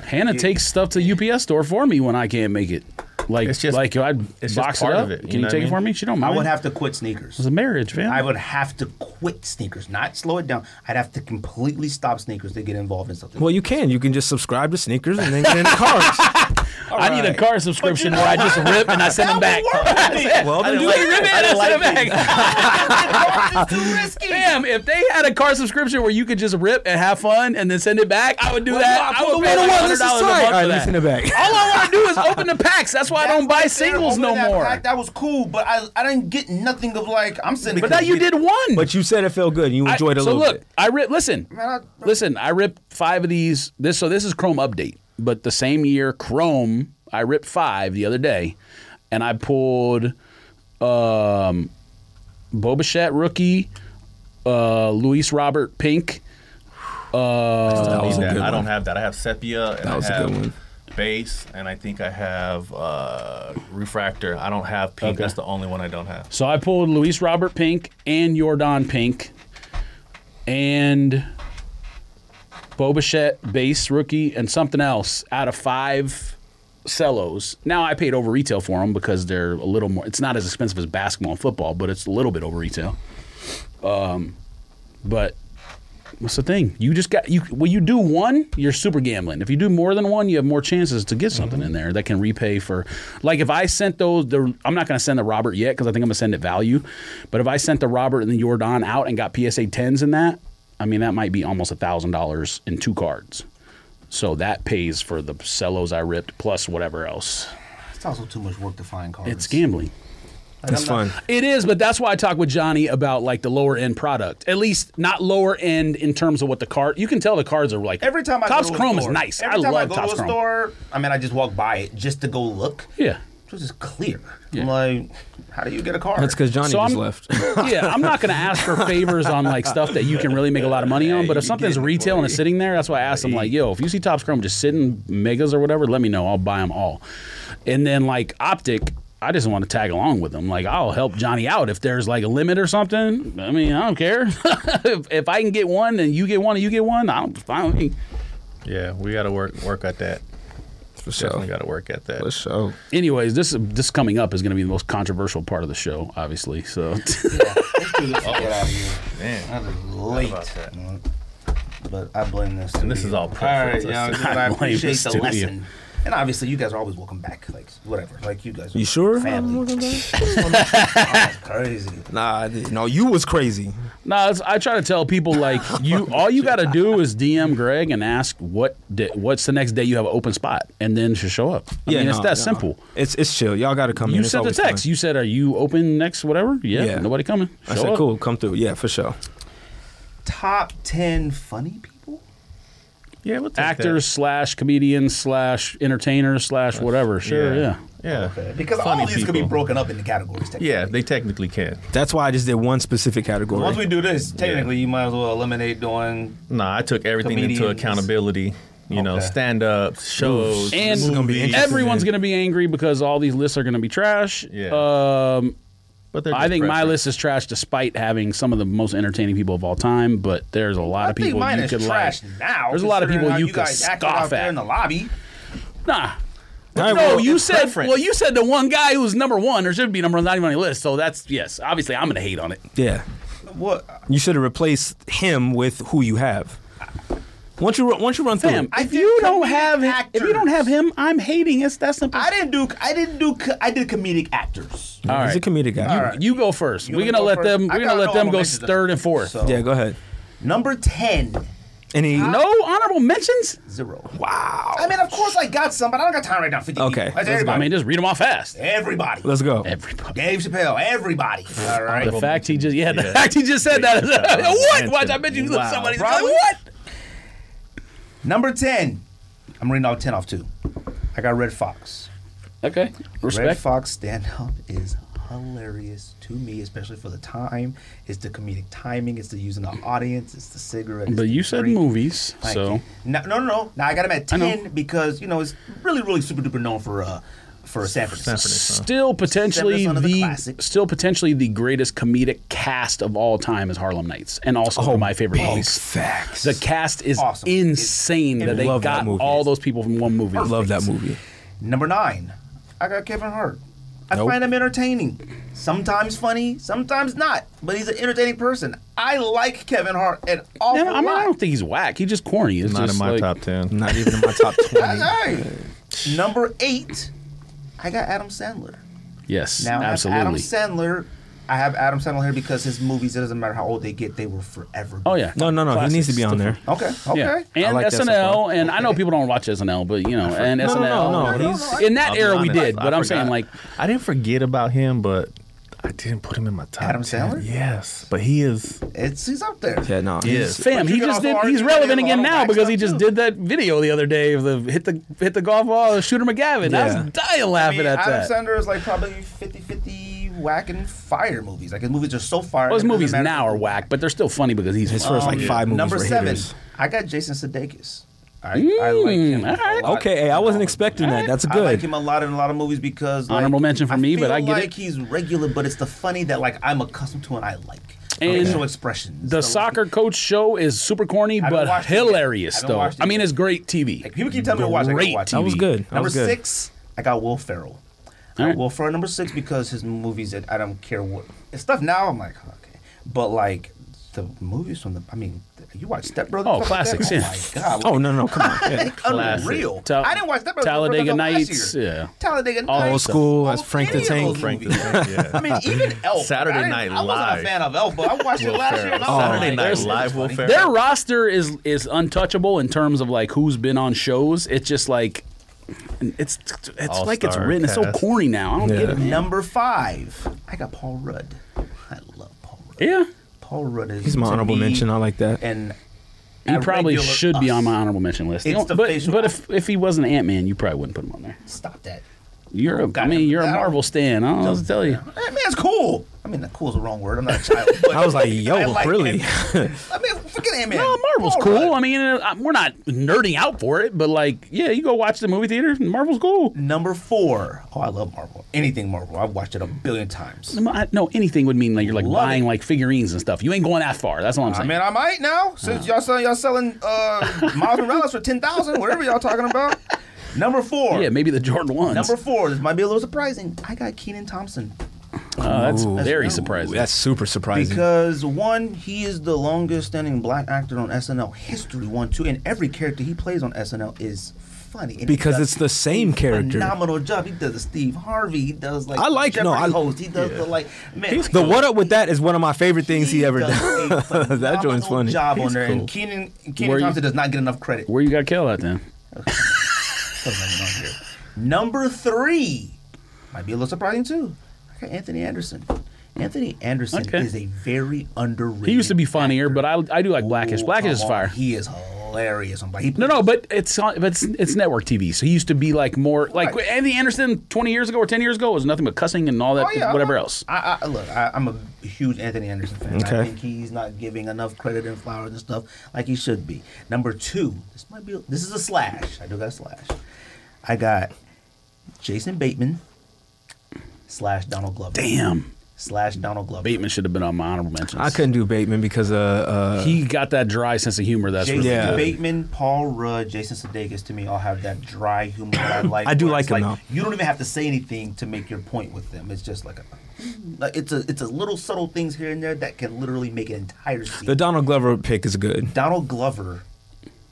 Hannah takes stuff to UPS store for me when I can't make it. Like, It's just- like I'd it's just box it part up. of it, you Can you, know take what it I for mean? me? She don't I mind. would have to quit It's sneakers. a marriage, man. I would have to quit sneakers, not slow it down. I'd have to completely stop sneakers to get involved in something. Well, you can. You can just subscribe to sneakers and then get into cars. I need a car subscription where I just rip and I send them back. Well, I didn't then do like it. it. I I didn't sent it back. Damn, if they had a car subscription where you could just rip and have fun and then send it back, I would do that. I Well, would pay the like $100 one-on-ones is a month tight. for All right, that. listen to back. All I want to do is open the packs. That's why I don't buy singles no more. That, was cool, but I, I didn't get nothing of like I'm sending. But now you did one. But you said it felt good. and You I- enjoyed it a so little look, bit. I rip. Listen, I- listen. I ripped five of these. This so this is Chrome update, but the same year Chrome, I ripped five the other day, and I pulled um, Bobachet rookie, uh, Luis Robert Pink. that I, was need a that. good I don't one. have that. I have sepia. And was a I have good one. Base, and I think I have uh, refractor. I don't have pink. That's the only one I don't have. So I pulled Luis Robert Pink and Jordan Pink and Bobachet base rookie and something else out of five cellos. Now I paid over retail for them because they're a little more. It's not as expensive as basketball and football, but it's a little bit over retail. Um, but what's the thing? You just got you. When you do one, you're super gambling. If you do more than one, you have more chances to get something in there that can repay for. Like if I sent those, the, I'm not going to send the Robert yet because I think I'm going to send it value. But if I sent the Robert and the Jordan out and got PSA tens in that, I mean that might be almost a thousand dollars in two cards. So that pays for the cellos I ripped plus whatever else. It's also too much work to find cars. It's gambling. That's fun. It is, but that's why I talk with Johnny about like the lower end product. At least not lower end in terms of what the card. You can tell the cards are like Every time I Topps go to a Chrome store- is nice. Every I time love I go Topps to a Chrome. store, I mean, I just walk by it just to go look. Yeah. It was just clear. Yeah. I'm like, how do you get a car? That's because Johnny So just I'm- left. yeah, I'm not going to ask for favors on like stuff that you can really make a lot of money on. But if something's retail and it's sitting there, that's why I asked them like, "Yo, if you see Topps Chrome just sitting megas or whatever, let me know. I'll buy them all." And then like Optic, I just want to tag along with them. Like I'll help Johnny out if there's like a limit or something. I mean, I don't care if, if I can get one and you get one and you get one. I don't. Fine. Yeah, we got to work work at that. For Definitely sure. got to work at that. For sure. Anyways, this this coming up is going to be the most controversial part of the show, obviously. So. Let's do this. Get out of here. Man. I was late. that. Mm. But I blame this. And this is all All right, preference. y'all. Listen, but I I blame appreciate this the studio. lesson. And obviously, you guys are always welcome back. Like whatever. Like you guys. Are You sure? Family. Crazy. Nah, I didn't. no, you was crazy. No, it's- I try to tell people like you. All you got to do is DM Greg and ask what di- what's the next day you have an open spot, and then she'll show up. I mean, it's no, that no. simple. It's it's chill. Y'all got to come in. You It's sent a always text. fun. You said, "Are you open next whatever?" Yeah, Yeah. nobody coming. I Show said, up. cool, come through. Yeah, for sure. Top ten funny people. Yeah, we'll take that. Actors slash comedians slash entertainers slash whatever. Sure, yeah. Yeah. Because Funny all these could be people. broken up into categories. Technically. Yeah, they technically can. That's why I just did one specific category. Once we do this, technically, you might as well eliminate doing. Nah, I took everything into Comedians. accountability. You know, Okay. stand up shows, And is gonna be movies, interesting. Everyone's man. gonna be angry because all these lists are gonna be trash. Yeah. Um, But they're I just think my preference. list is trash, despite having some of the most entertaining people of all time. But there's a lot I of people think mine you is could trash like. now. There's a lot of considering people how you could guys acted out scoff there at. in the lobby. Nah. All right, no, well, you said preference. well. You said the one guy who's number one, or should be number one, not even on your list. So that's yes. Obviously, I'm gonna hate on it. Yeah. What? You should have replaced him with who you have. Once you ru- once you run through, Fam, it, I if did you don't have comedic him, if you don't have him, I'm hating. It's that simple. I didn't do. I didn't do. co- I did comedic actors. all he's right, a comedic guy. right. you go first. You we're wanna gonna go let first? them. I We're got gonna let no them go momentum. third and fourth. So- Yeah, go ahead. Number 10, And he, No honorable mentions. zero. wow. I mean, of course I got some, but I don't got time right now. 50 Okay, people. let's That's go. everybody. I mean, just read them all fast. everybody. Let's go. Everybody. Dave Chappelle, everybody. All right. The fact he just yeah, the Yeah. fact he just said that. Yeah. what? Watch, I bet you Wow. somebody's like, Probably. what? Number 10, I'm reading all 10 off two. I got Red Fox. Okay, Red respect. Fox stand up is hilarious to me, especially for the time. It's the comedic timing, it's the using the audience, it's the cigarette. it's But the you said drink. movies, Like, so no, no, no, no. Now I got him at I know. ten because you know it's really, really super duper known for uh for San Francisco. still potentially Seven is one the, of the classics. still potentially the greatest comedic cast of all time is Harlem Nights, and also Oh, one of my favorite movies. facts. The cast is Awesome. insane that they Love that got movie. all those people from one movie. Love that movie. Number nine, I I got Kevin Hart. I Nope. find him entertaining. Sometimes funny, sometimes not. But he's an entertaining person. I like Kevin Hart an awful Yeah, I mean, lot. I don't think he's whack. He's just corny. It's Not just in my like- top ten. Not even in my top That's twenty. all right. Number eight, I got Adam Sandler. Yes, Now absolutely. I have Adam Sandler. I have Adam Sandler here because his movies. It doesn't matter how old they get; they were forever. oh yeah. No, no, no. Classics. He needs to be on there. Okay. Okay. Yeah, and like that so SNL, far. and I know people don't watch SNL, but you know, and No, no, SNL. no, no, he's- in that I'll be era, we honest, did, I- but I I'm saying forgot. like I didn't forget about him, but I didn't put him in my top. Adam 10. Sandler? Yes, but he is. It's he's up there. Yeah, no. Yes. he's- But Fam, you he can just also did, argue he's that he relevant did a lot again of now whack because he stuff, just too. did that video the other day of the hit the hit the golf ball shooter McGavin. I Yeah. was dying I laughing mean, at Adam that. Sandler is like probably 50-50 whack and fire movies. Like his movies are so fire. Those it doesn't movies matter. now are whack, but they're still funny because he's His funny. Mm, first like five movies Number were seven, hitters. I got Jason Sudeikis. I, I like him. a Mm, all right. lot. Okay, hey, I wasn't expecting that. That's I like good. him a lot in a lot of movies because like, Honorable mention for I me, feel but I get it. like he's regular, but it's the funny that like I'm accustomed to and I like. And facial expressions. The like, soccer coach show is super corny, haven't but watched it yet. I hilarious haven't though. watched it I mean, yet. it's great TV. Like, people keep telling me to watch. it, I Great gotta watch. it. That was good. That Number was good. six, I got Will Ferrell. I All got right. Will Ferrell number six because his movies. That I don't care what it's stuff now. I'm like okay, but like the movies from the. I mean, you watch Step Brothers. Oh, stuff like that? classics, yeah. Oh my god. Oh no, no, come on. Yeah. Classic. Unreal. Ta- I didn't watch that. Talladega Brother last Nights, year. yeah. Talladega Nights. All old school, that's all Frank the any of Tank. those Frank the movies. Tank, yeah. I mean, even Elf. Saturday I didn't- Night I wasn't Live. a fan of Elf, but I watched it last year. Ferrell. and I was like, Saturday Night this Live is Will funny. Ferrell. Their roster is is untouchable in terms of like who's been on shows. It's just like it's it's like it's All-star written. It's so cast. corny now. I don't get it. Man. Number five, I got Paul Rudd. I love Paul Rudd. Yeah. Paul Rudd is He's my to honorable me mention. I like that. And He probably should be on my honorable mention list. You It's know, the but facial- but if, if he wasn't Ant Man, you probably wouldn't put him on there. Stop that. You're a, I mean you're a Marvel stan. I don't know what to tell you. That man's cool. I mean, cool is the wrong word. I'm not a child. But I was like, yo, I like really? Ant-Man. I mean, forget Ant Man. No, Marvel's cool. I mean, uh, I- we're not nerding out for it, but like, yeah, you go watch the movie theater. Marvel's cool. Number four. Oh, I love Marvel. Anything Marvel. I've watched it a billion times. I- No, anything would mean like you're like Love buying it. like figurines and stuff. You ain't going that far. That's all I'm I saying. mean, I might now since y'all selling y'all selling uh, Miles Morales for ten thousand, whatever y'all talking about. Number four. yeah, maybe the Jordan ones. Number four. This might be a little surprising. I got Keenan Thompson. Uh, that's Ooh. very Ooh, surprising. That's super surprising. Because one, he is the longest standing black actor on SNL history. One, two, and every character he plays on SNL is funny. and he Because does it's the same a character. Phenomenal job. He does a Steve Harvey. He does like I like- Jeopardy no, I- host. He does the like man. the what up with that is one of my favorite things he, ever does a done. that phenomenal joint's funny. Job He's on there, cool. and Keenan Where Keenan you- Thompson does not get enough credit. Where you got Kel at then? Put him on here. Number three might be a little surprising too. I got Anthony Anderson. Anthony Anderson Okay. is a very underrated. He used to be funnier, but I I do like Blackish. Ooh, uh-huh. Blackish come is on. fire. He is hilarious. on Black- he No, no, but it's on, but it's, it's network TV. So he used to be like more like Right. Andy Anderson twenty years ago or ten years ago was nothing but cussing and all that Oh, yeah, whatever I'm a- else. I, I look. I, I'm a huge Anthony Anderson fan. Okay. I think he's not giving enough credit and flowers and stuff like he should be. Number two, this might be. This is a slash. I do got a slash. I got Jason Bateman slash Donald Glover. Damn, Slash Donald Glover. Bateman should have been on my honorable mentions. I couldn't do Bateman because uh, uh He got that dry sense of humor. That's Jason really Yeah. good. Bateman, Paul Rudd, Jason Sudeikis to me all have that dry humor that I like. I do where like it's him, though. You don't even have to say anything to make your point with them. It's just like a, like it's a it's a little subtle things here and there that can literally make an entire scene. the Donald Glover pick is good. Donald Glover,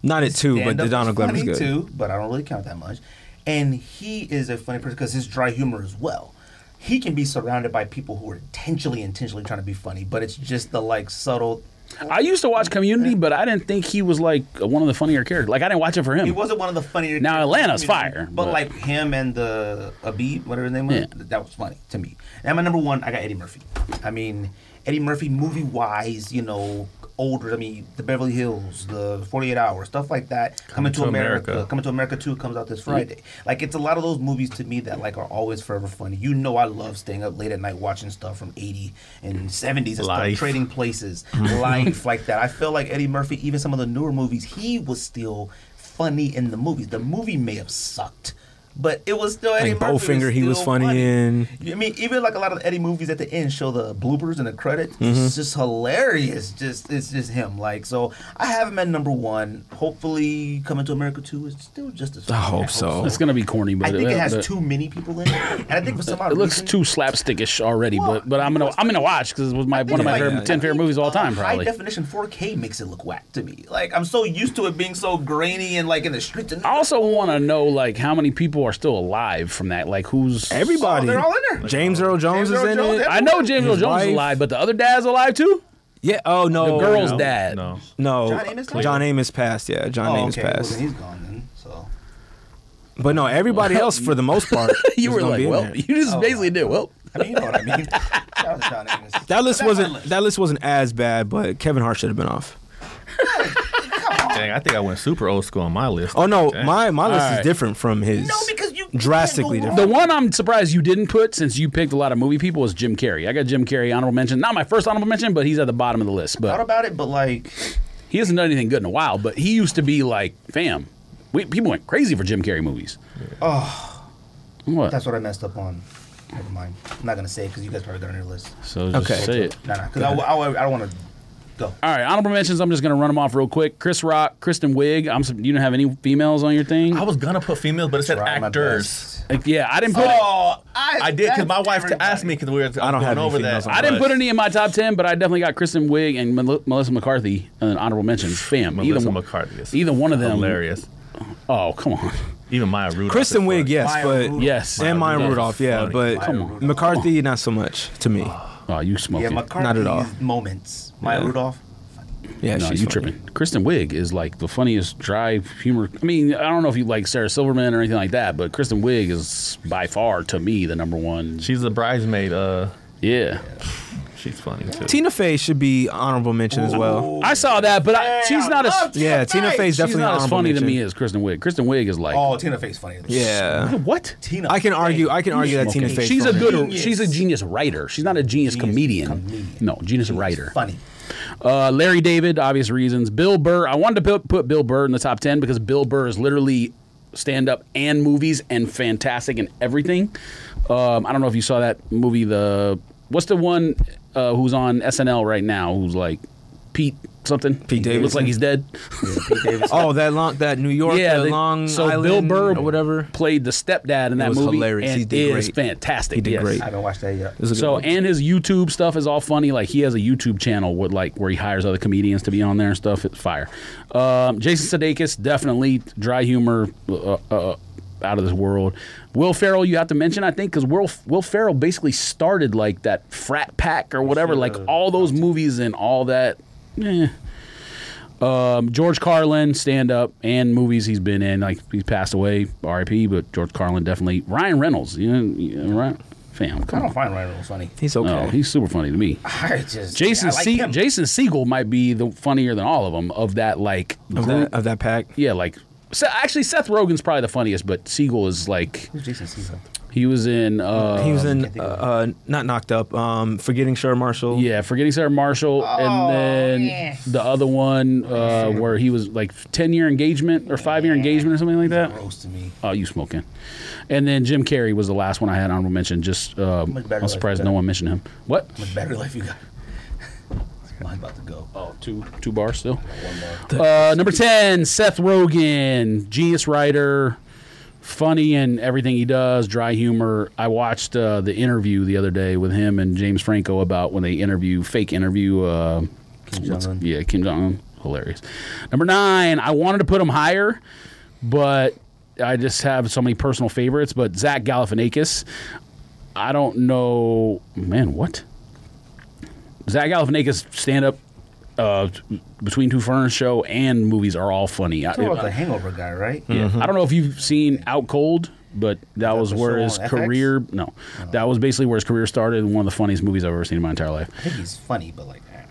Not at two, but stand-up the is Donald Glover's funny good. too, but I don't really count that much. And he is a funny person because his dry humor as well. He can be surrounded by people who are intentionally intentionally trying to be funny, but it's just the like subtle. I used to watch Community, but I didn't think he was like one of the funnier characters. Like I didn't watch it for him. He wasn't one of the funnier. Now, characters Atlanta's in fire, Community, but, but- like him and the Abib, whatever his name was, Yeah. that was funny to me. And my number one, I got Eddie Murphy. I mean, Eddie Murphy, movie wise, you know, older. I mean, the Beverly Hills, the Forty Eight Hours, stuff like that. Coming, to, to America. America. Coming to America Two comes out this Friday. Like it's a lot of those movies to me that like are always forever funny. You know, I love staying up late at night watching stuff from eighty and seventies and Life. stuff, trading places, life like that. I feel like Eddie Murphy, even some of the newer movies, he was still funny in the movies. The movie may have sucked. But it was still Eddie Like Murphy. Bowfinger, he was still funny in. I mean, even like a lot of the Eddie movies at the end show the bloopers and the credits. Mm-hmm. It's just hilarious. Just it's just him. Like so, I have him at number one. Hopefully, Coming to America two is still just as. I hope so. It's gonna be corny, but I think it uh, has too many people in it, and I think for some odd It looks reason- too slapstickish already, Well, but but I'm gonna I'm gonna watch because it was my one of my Like, uh, favorite ten favorite movies of all time High probably. definition 4K makes it look whack to me. Like I'm so used to it being so grainy and like in the streets. And I also want to know like how many people are still alive from that. Like who's Everybody. Oh, they're all in there. James Earl Jones Earl is in Jones, it. yeah. I know James Earl Jones is wife. alive, but the other dad's alive too. Yeah. Oh The no. girl's No, dad. No. No. John Amos died? John Amos passed. Yeah. John oh, Amos okay. Well, passed. then he's gone then. So But no, everybody else for the most part. You is were gonna like, be in well, there. you just Oh. basically did well. I mean, you know what I mean. Shout out to John Amos. that list That's wasn't my list. that list wasn't as bad, but Kevin Hart should have been off. Dang, I think I went super old school on my list. Oh no, Dang. my my list Alright. is different from his. No, because you- you drastically can't go different. The one I'm surprised you didn't put, since you picked a lot of movie people, was Jim Carrey. I got Jim Carrey honorable mention. Not my first honorable mention, but he's at the bottom of the list. Thought But about it, but like he hasn't done anything good in a while. But he used to be like, fam, we, people went crazy for Jim Carrey movies. Oh, what? that's what I messed up on. Never mind. I'm not gonna say it because you guys probably got on your list. so just Okay. say it. Nah, nah. Because I, I, I don't want to go. All right, honorable mentions. I'm just gonna run them off real quick. Chris Rock, Kristen Wiig. I'm. su- You don't have any females on your thing. I was gonna put females, but it said Try my actors. best. Like, yeah, I didn't put. Oh, I, I did because that's my wife everybody. asked me because we were going I don't have any over females that. on I didn't put any in my top ten, but I definitely got Kristen Wiig and Mel- Melissa McCarthy an honorable mentions. Fam, Melissa either one, McCarthy. Is either one of them. hilarious. Oh come on. Even Maya Rudolph. Kristen is Wiig, funny. yes, Maya but Rudolph. Yes. and Maya Yeah. Rudolph, yeah, funny. but Maya Rudolph. McCarthy not so much to me. Oh, you smoked Yeah, it. McCarthy's Not at all. moments. Maya Yeah. Rudolph. Yeah, No, she's you funny. tripping. Kristen Wiig is like the funniest dry humor. I mean, I don't know if you like Sarah Silverman or anything like that, but Kristen Wiig is by far to me the number one. She's the bridesmaid. Uh, Yeah, she's funny too. Tina Fey should be honorable mention as well. I saw that, but I, she's not as Yeah, Tina Fey's she's definitely not as honorable funny mention. to me as Kristen Wiig. Kristen Wiig is like Oh, Tina Fey's funny. Yeah, what? Tina. I can argue. I can argue that Tina Okay. Fey. She's a funny. good. Genius. She's a genius writer. She's not a genius, Genius comedian. comedian. No, genius writer. Funny. Uh, Larry David, obvious reasons. Bill Burr. I wanted to put, put Bill Burr in the top ten because Bill Burr is literally stand up and movies and fantastic and everything. Um, I don't know if you saw that movie. The what's the one uh, who's on SNL right now? Who's like Pete something? Pete Looks Davidson? like he's dead. Oh, that long, that New York, yeah, that they- long so island, Bill Burr or whatever. played the stepdad in that was movie. hilarious. And He did is great. fantastic. He did yes. great. I haven't watched that yet. It was a good So one. and his YouTube stuff is all funny. Like he has a YouTube channel with like where he hires other comedians to be on there and stuff. It's fire. Um, Jason Sudeikis definitely dry humor uh, uh, out of this world. Will Ferrell you have to mention I think because Will Will Ferrell basically started like that frat pack or whatever. Like all those movies and all that. Eh. Um, George Carlin, stand up and movies he's been in. Like he's passed away, R.I.P. But George Carlin definitely. Ryan Reynolds, you know, you know, right? Fam, I come on. don't find Ryan Reynolds funny. he's Oh, okay. he's super funny to me. I just Jason I like Se- him. Jason Siegel might be the funnier than all of them of that like of, group. that, of that pack. Yeah, like Se- actually Seth Rogen's probably the funniest, but Siegel is like Who's Jason Segel? he was in uh He was Um, in can't uh, think of uh, not knocked up. Um, forgetting Sarah Marshall. yeah, forgetting Sarah Marshall, Oh, and then yeah. the other one uh, where he was like ten year engagement or five year engagement or something like that. Gross to me. Oh, you smoking? And then Jim Carrey was the last one I had honorable mention. Just um, Much better I'm surprised life, no better. one mentioned him. What? Much better life you got. Mine's about to go. Oh, two two bars still. One more. Uh, number 10, Seth Rogen, genius writer, funny in everything he does, dry humor. I watched uh, the interview the other day with him and James Franco about when they interview, fake interview. Uh, Kim what's- Jong-un. yeah, Kim Jong Un. Hilarious. Number nine, I wanted to put him higher, but I just have so many personal favorites. But Zach Galifianakis, I don't know. Man, what? Zach Galifianakis stand up uh, between two ferns show and movies are all funny. I, Talking about I- the Hangover guy, right? yeah. I don't know if you've seen Out Cold, but that was the where show his on FX? career. No, Oh. that was basically where his career started. and One of the funniest movies I've ever seen in my entire life. I think he's funny, but like, eh.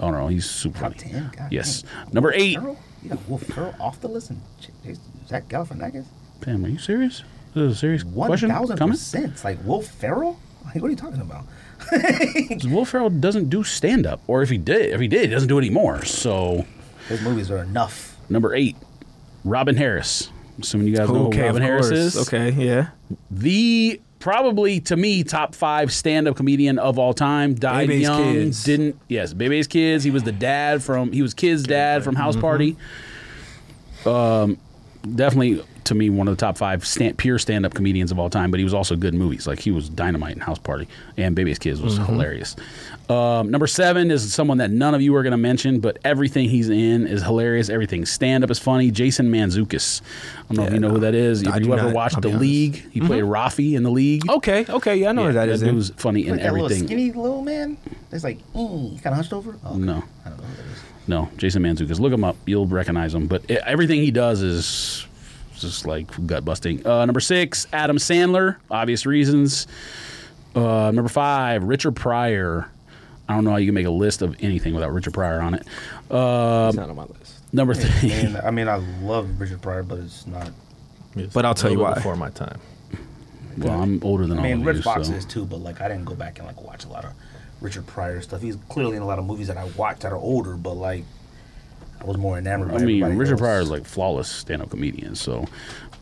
Oh no, he's super funny. damn, God yes, damn. number eight. Earl? You got Wolf Earl off the list and Ch- Ch- Zach Galifianakis? Damn, are you serious? Is this a serious question? 1000%. 1000%. It's Like, Will Ferrell? Like, what are you talking about? Will Ferrell doesn't do stand up, or if he did, if he did, he doesn't do it anymore. So His movies are enough. number eight, Robin Harris. Assuming you guys know who Robin Harris is. Oh, Okay, yeah. the probably to me top five stand-up comedian of all time. Died Bebe's young. Kids. Didn't yes, Bebe's kids. He was the dad from he was kid's dad from Mm-hmm. House Party. Um, definitely to me one of the top five stand, pure stand-up comedians of all time. But he was also good in movies. Like he was dynamite in House Party, and Bebe's kids was Mm-hmm. hilarious. Um, number seven is someone that none of you are going to mention, but everything he's in is hilarious. Everything stand-up is funny. Jason Manzukis. I don't know if Yeah, you know no. who that is. If I you do ever not, watched I'll The be honest. League, he played Mm-hmm. Rafi in The League. Oh, Okay, okay, yeah, I know Yeah, who that that is. dude then. was funny in Like that little everything. skinny little man. It's like, mm, he's kind of hunched over. Oh, okay. No. I don't know who that is. No, Jason Manzukis. Look him up. You'll recognize him. But e- everything he does is just like gut busting. Uh, number six, Adam Sandler. Obvious reasons. Uh, number five, Richard Pryor. I don't know how you can make a list of anything without Richard Pryor on it. Uh, It's not on my list. number three, And I mean, I love Richard Pryor, but it's not. Yes, But I'll tell a you little why. Before my time. well, I'm older than I mean, all of Rich you. Fox so. is too, but like I didn't go back and like watch a lot of Richard Pryor stuff. He's clearly in a lot of movies that I watched that are older, but like I was more enamored. I by mean, everybody Richard else. Pryor is like flawless stand-up comedian. So,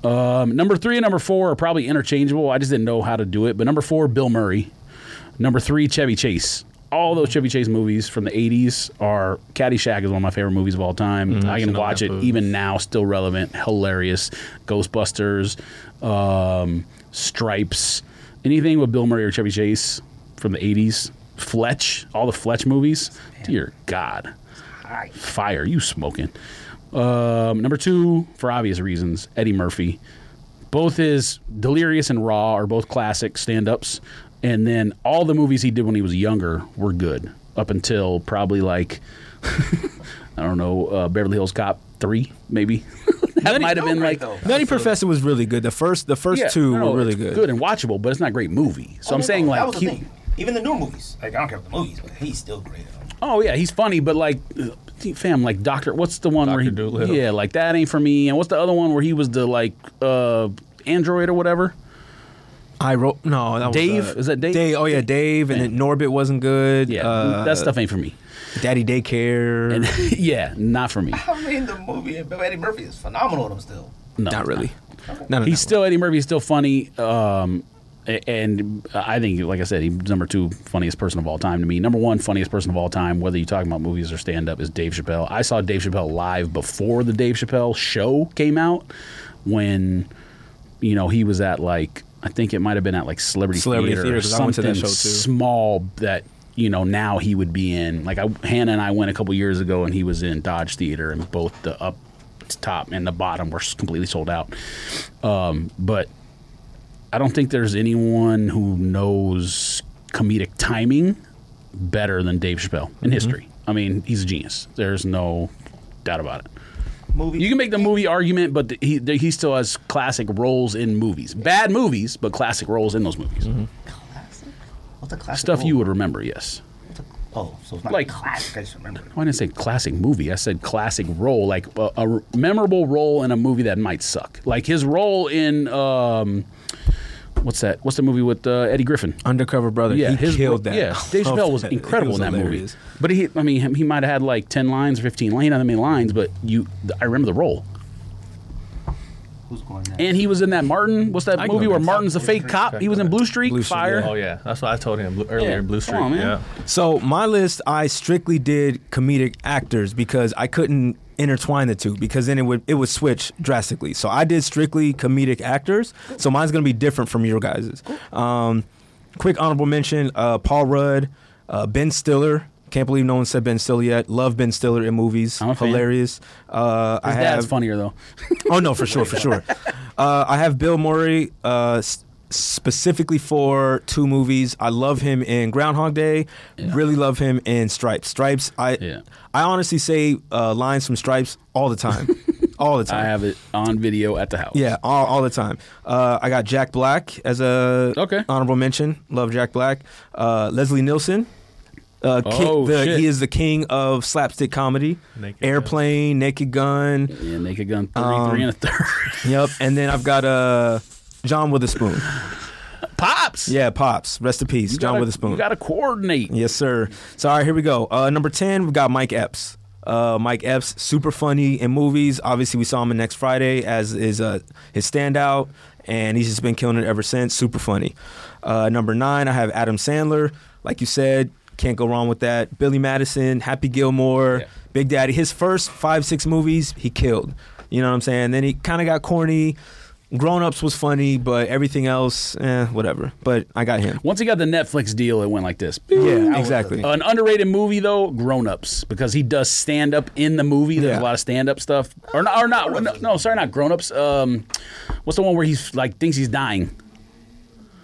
um, number three and number four are probably interchangeable. I just didn't know how to do it. But number four, Bill Murray. Number three, Chevy Chase. All those Chevy Chase movies from the '80s are Caddyshack is one of my favorite movies of all time. I can Mm, seen all watch that it movie. even now, still relevant, hilarious. Ghostbusters, um, Stripes, anything with Bill Murray or Chevy Chase from the '80s. Fletch, all the Fletch movies. Dear God, Hi. fire. You smoking. Um, number two, for obvious reasons, Eddie Murphy. Both his Delirious and Raw are both classic stand ups. And then all the movies he did when he was younger were good up until probably like, I don't know, uh, Beverly Hills Cop 3, maybe. that might have been like. though. Nutty Professor was really good. The first, the first Yeah, two no, no, were really it's good. Good and watchable, but it's not a great movie. So I'm no, saying no, Oh, that like was the he- thing. even the new movies. Like I don't care about the movies, but he's still great. in them. Oh yeah, he's funny, but like, ugh, fam, like Doctor, what's the one where he? Dr. Dolittle. Yeah, like that ain't for me. And what's the other one where he was the like uh android or whatever? I wrote no. That Dave? was, uh, Is that Dave? Oh yeah, Dave. And then Norbit wasn't good. Yeah, uh, that stuff ain't for me. Daddy Daycare. And yeah, not for me. I mean, the movie and Eddie Murphy is phenomenal in them still. No, not really. No, no, He's no. still Eddie Murphy. He's still funny. Um, a- and I think, like I said, he's number two funniest person of all time to me. Number one funniest person of all time, whether you're talking about movies or stand up, is Dave Chappelle. I saw Dave Chappelle live before the Dave Chappelle show came out when, you know, he was at like, I think it might have been at like Celebrity, Celebrity Theater, Theater, or 'cause I went to something that show, too. small that you know now he would be in. Like I, Hannah and I went a couple years ago, and he was in Dodge Theater, and both the up top and the bottom were s- completely sold out. Um, but I don't think there's anyone who knows comedic timing better than Dave Chappelle in Mm-hmm. history. I mean, he's a genius. There's no doubt about it. Movie. You can make the movie argument, but the, he the, he still has classic roles in movies. Bad movies, but classic roles in those movies. Mm-hmm. classic. What's a classic? Stuff role? you would remember, yes. What's a- oh, so it's not Like- like classic. I just remember. Oh, I didn't say classic movie. I said classic role, like a, a memorable role in a movie that might suck. Like his role in um, what's that? What's the movie with uh, Eddie Griffin? Undercover Brother. Yeah, he his killed that. Yeah, Dave I Chappelle love was that. incredible It was in that hilarious. movie. But he, I mean, him- he might have had like ten lines or fifteen. lines. He didn't have that many lines, but you, I remember the role. Who's going next? And he was in that Martin. What's that I can movie go where next. Martin's a fake cop? He was in Blue Streak. Blue Streak, Fire. Oh yeah, that's what I told him bl- earlier. Yeah, Blue come Street. on, man. Yeah. So my list, I strictly did comedic actors because I couldn't intertwine the two because then it would it would switch drastically. So I did strictly comedic actors. So mine's gonna be different from your guys's. Um, quick honorable mention: uh, Paul Rudd, uh, Ben Stiller. Can't believe no one said Ben Stiller yet. Love Ben Stiller in movies. I'm a fan. Hilarious. Uh, I His dad's have funnier though. Oh no, for sure, for sure. Uh, I have Bill Murray uh, s- specifically for two movies. I love him in Groundhog Day. Really love him in Stripes. Stripes. I Yeah. I honestly say uh, lines from Stripes all the time, all the I time. have it on video at the house. Yeah, all, all the time. Uh, I got Jack Black as a Okay. honorable mention. Love Jack Black. Uh, Leslie Nielsen. Uh, ki- Oh, the- shit. He is the king of slapstick comedy. Naked Gun. Airplane, Naked Gun. Yeah, Naked Gun three, three Um, and a third. Yep. And then I've got uh, John Witherspoon. Pops. Yeah, pops. Rest in peace, You John gotta- Witherspoon. You got to coordinate. yes, sir. So all right, here we go. Uh, number ten, we got Mike Epps. Uh, Mike Epps, super funny in movies. Obviously, we saw him in Next Friday as is uh, his standout, and he's just been killing it ever since. Super funny. Uh, number nine, I have Adam Sandler. Like you said, can't go wrong with that. Billy Madison, Happy Gilmore, Yeah. Big Daddy. His first five, six movies, he killed. You know what I'm saying? Then he kind of got corny. Grown Ups was funny, but everything else, eh, whatever. But I got him. Once he got the Netflix deal, it went like this. Yeah, exactly. An underrated movie though, Grown Ups, because he does stand up in the movie. There's Yeah. a lot of stand up stuff, or not, or not. No, no, sorry, not Grown Ups. Um, what's the one where he's like thinks he's dying?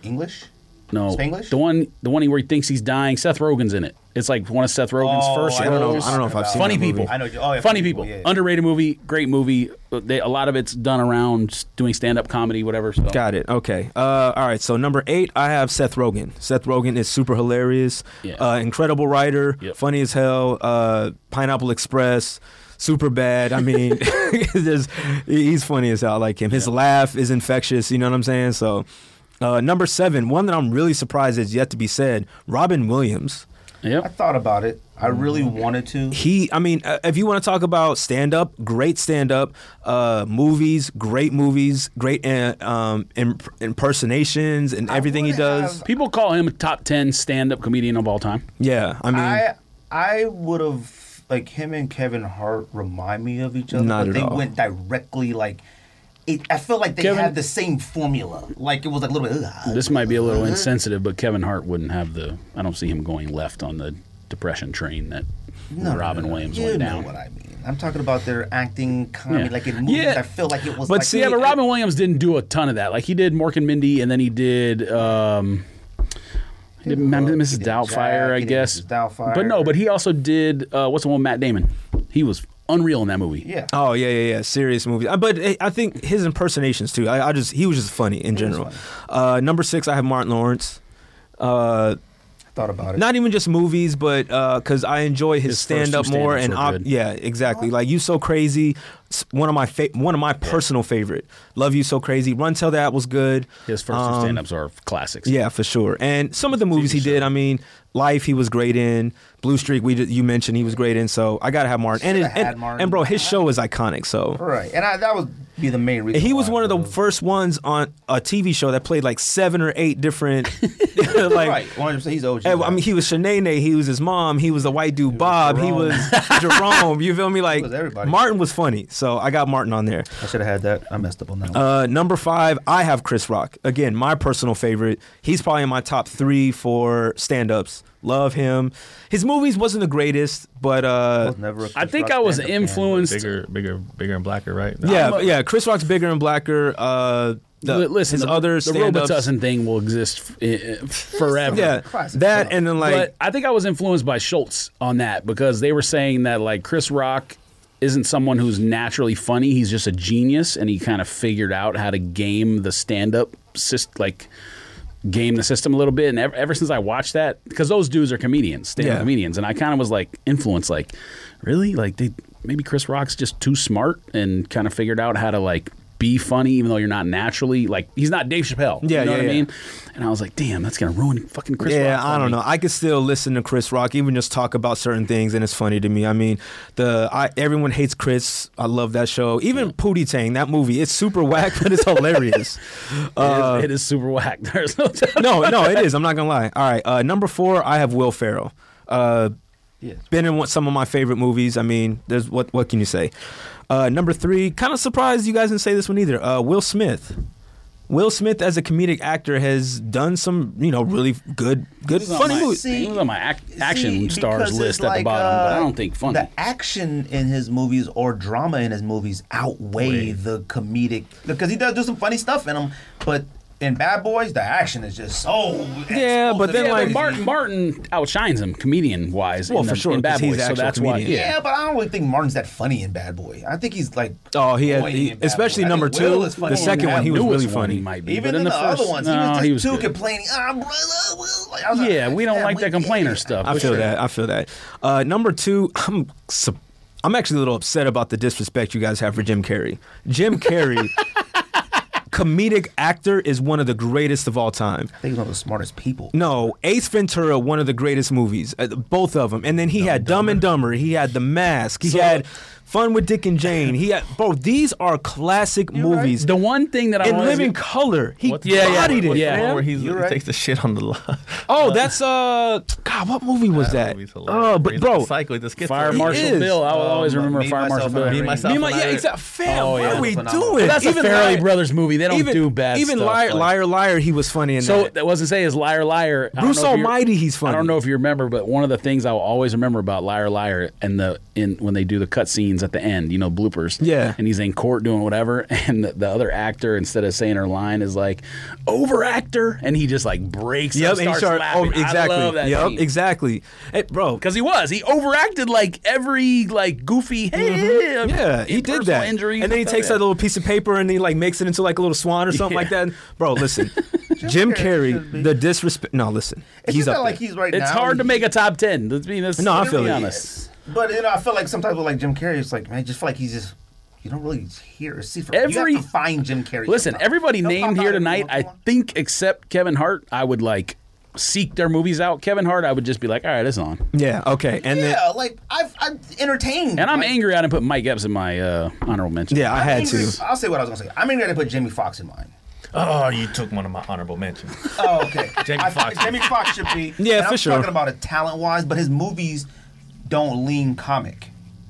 English? No, Spanglish? The one, the one where he thinks he's dying. Seth Rogen's in it. It's like one of Seth Rogen's Oh, first I don't know- roles. I don't know if I've seen Funny that movie. people. I know- oh, yeah, funny people. yeah, yeah. Underrated movie. Great movie. They, a lot of it's done around s- doing stand up comedy, whatever. So. Got it. Okay. Uh, all right. So number eight, I have Seth Rogen. Seth Rogen is super hilarious. Yeah. Uh, incredible writer. Yep. Funny as hell. Uh, Pineapple Express. Super bad. I mean, there's, he's funny as hell. I like him. His laugh is infectious. You know what I'm saying? So uh, number seven, one that I'm really surprised is yet to be said. Robin Williams. I Yep. thought about it. I really wanted to. He, I mean, uh, if you want to talk about stand up, great stand up, uh, movies, great movies, great uh, um, imp- impersonations, and everything he would does. have- People call him a top ten stand up comedian of all time. Yeah, I mean, I I would have like him and Kevin Hart remind me of each other. Not but at they all. went directly like it, I felt like they Kevin- had the same formula. Like it was like a little bit. "Ugh." This might be a little insensitive, but Kevin Hart wouldn't have the. I don't see him going left on the depression train that Robin Williams you went know down. what I mean. I'm talking about their acting comedy, Yeah. like in movies. Yeah. I feel like it was. But like, see, yeah, but Robin Williams didn't do a ton of that. Like he did Mork and Mindy, and then he did. Um, he did Hook, he Mrs. did Doubtfire, Jack, I he did guess. Mrs. Doubtfire. But no, but he also did. Uh, what's the one? with Matt Damon. He was unreal in that movie. yeah, oh yeah, yeah, yeah, serious movie. Uh, But I- I think his impersonations too. I, I just he was just funny in general. Uh, number six, I have Martin Lawrence. Uh, I thought about it. not even just movies, but because I enjoy his, His first two stand up more. stand-ups And were op- good. yeah, exactly. Like you so crazy, s- one of my fa- one of my personal favorite. Love you so crazy. Run till that was good. His first Um, two stand-ups are classics. Yeah, for sure. And some of the movies he did, I mean, Life he was great in, Blue Streak we ju- you mentioned he was great in, so I gotta have Martin. And, Shoulda it- and, had Martin. and bro, his show is iconic. So right, and I, that would be the main reason. he was why I one of the drove. first ones on a TV show that played like seven or eight different. like, right. 100%, he's OG. Hey, well, Eh, I mean, he was Shanae, he was his mom, he was the white dude Bob, he Jerome. was Jerome. You feel me? Like was everybody. Martin was funny, so I got Martin on there. I should have had that. I messed up on that. one. Uh, number five, I have Chris Rock. Again, my personal favorite. He's probably in my top three for stand-ups. Love him. His movies wasn't the greatest, but I uh, was never. a I Chris think Rock I was stand-up fan. influenced. Bigger, bigger, bigger and blacker, right? yeah, I'm a- yeah. Chris Rock's bigger and blacker. Uh, the, Li- Listen, his the, other the stand-ups. Robitussin thing will exist f- uh, forever. yeah, Christ, that it's and then like but I think I was influenced by Schultz on that because they were saying that like Chris Rock isn't someone who's naturally funny. He's just a genius, and he kind of figured out how to game the stand up syst like game the system a little bit. And ever, ever since I watched that, because those dudes are comedians, stand up Yeah. comedians, and I kind of was like influenced, like really, like they maybe Chris Rock's just too smart and kind of figured out how to like. Be funny, even though you're not naturally like he's not Dave Chappelle. Yeah, you know yeah, what yeah. I mean. And I was like, damn, that's gonna ruin fucking Chris. yeah, Rock for I don't me. know. I could still listen to Chris Rock, even just talk about certain things, and it's funny to me. I mean, the I, everyone hates Chris. I love that show. Even Pootie Tang, that movie, it's super whack, but it's hilarious. Uh, it, is, it is super whack. There's no doubt. no, no, it is. I'm not gonna lie. All right, uh, number four, I have Will Ferrell. Uh, Yeah. Been in one, some of my favorite movies. I mean, there's what what can you say? Uh, number three, kind of surprised you guys didn't say this one either. Uh, Will Smith. Will Smith as a comedic actor has done some, you know, really good, good, This is on funny my- movies. It was on my ac- action see, stars because it's uh, list at the bottom, but I don't think funny. The action in his movies or drama in his movies outweigh the comedic because he does do some funny stuff in them, but. In Bad Boys, the action is just so Yeah, but explosive then, and like, crazy. Martin Martin outshines him comedian wise. Well, in for the, sure, in Bad 'cause he's Boys, the so actual that's why. comedian. yeah. Yeah, but I don't really think Martin's that funny in Bad Boy. I think he's like Oh, he had, annoying he- in Bad especially Boy. I number think Will two. is funny The in second Bad one, he was Boy. really Newest one, funny. he might be, Even but in, in the, first, other ones, no, he was just too good. complaining. Ah, brother, Will. Like, I was like, Yeah, we don't "Damn, like we that complainer get it." stuff. I for feel sure. that. I feel that. Uh, number two, I'm su- I'm actually a little upset about the disrespect you guys have for Jim Carrey. Jim Carrey comedic actor is one of the greatest of all time. I think he's one of the smartest people. No, Ace Ventura, one of the greatest movies, uh, both of them. And then he had Dumb and Dumber. He had The Mask. He So- had Fun with Dick and Jane. He had, bro, these are classic movies. The one thing that I in wanted living color, he What's Yeah, yeah, bodied it. what's the yeah. one fam. where he's, he You're right. takes the shit on the line. Oh, that's uh, God, what movie was that? Oh, but bro, cycle just gets Fire to- He Marshal is. Bill. I will always Um, remember Me, Fire Marshal Myself, Bill. and Me, Irene. myself, me, my, yeah, Liar. exact fam. Oh, what yeah. are we Phenomenal. doing? That's Even a Farrelly Liar- Brothers movie. They don't even, do bad Even stuff. liar, like- liar, liar. He was funny in So that. that was to say is liar liar. I don't Bruce know if you- Almighty, he's funny. I don't know if you remember, but one of the things I will always remember about liar liar and the in when they do the cut scenes at the end, you know, bloopers. Yeah. And he's in court doing whatever, and the, the other actor instead of saying her line is like over actor, and he just like breaks. Yep, up, and he starts started laughing. over- exactly. I love that yep, exactly. Hey, bro, Because he was, he overacted like every like goofy. Hey, Mm-hmm. Yeah, he did personal that. Injuries and then he stuff. takes that little piece of paper and he like makes it into like a little swan or something like that. Bro, listen, Jim Carrey Carrey, should be. the disrespect. No, listen, It's he's just up not like there. he's right now. It's hard to make a top ten. Let's be let's- No, I let's feel be it. honest. But you know, I feel like sometimes with like Jim Carrey, it's like man, I just feel like he's just you don't really hear or see for Every- you have to find Jim Carrey. Listen, sometimes. everybody He'll named pop here out every tonight, once in I a while. think, except Kevin Hart, I would like seek their movies out. Kevin Hart, I would just be like, all right, it's on. Yeah, okay, and then yeah, like I've I'm entertained, And I'm like, angry I didn't put Mike Epps in my uh, honorable mention. yeah, I I'm had angry. to. I'll say what I was gonna say. I'm angry to put Jamie Foxx in mine. Oh, you took one of my honorable mentions. Oh, okay. Jamie I- Foxx. Jamie Foxx should be. Yeah, and for I'm sure. Talking about it talent wise, but his movies don't lean comic.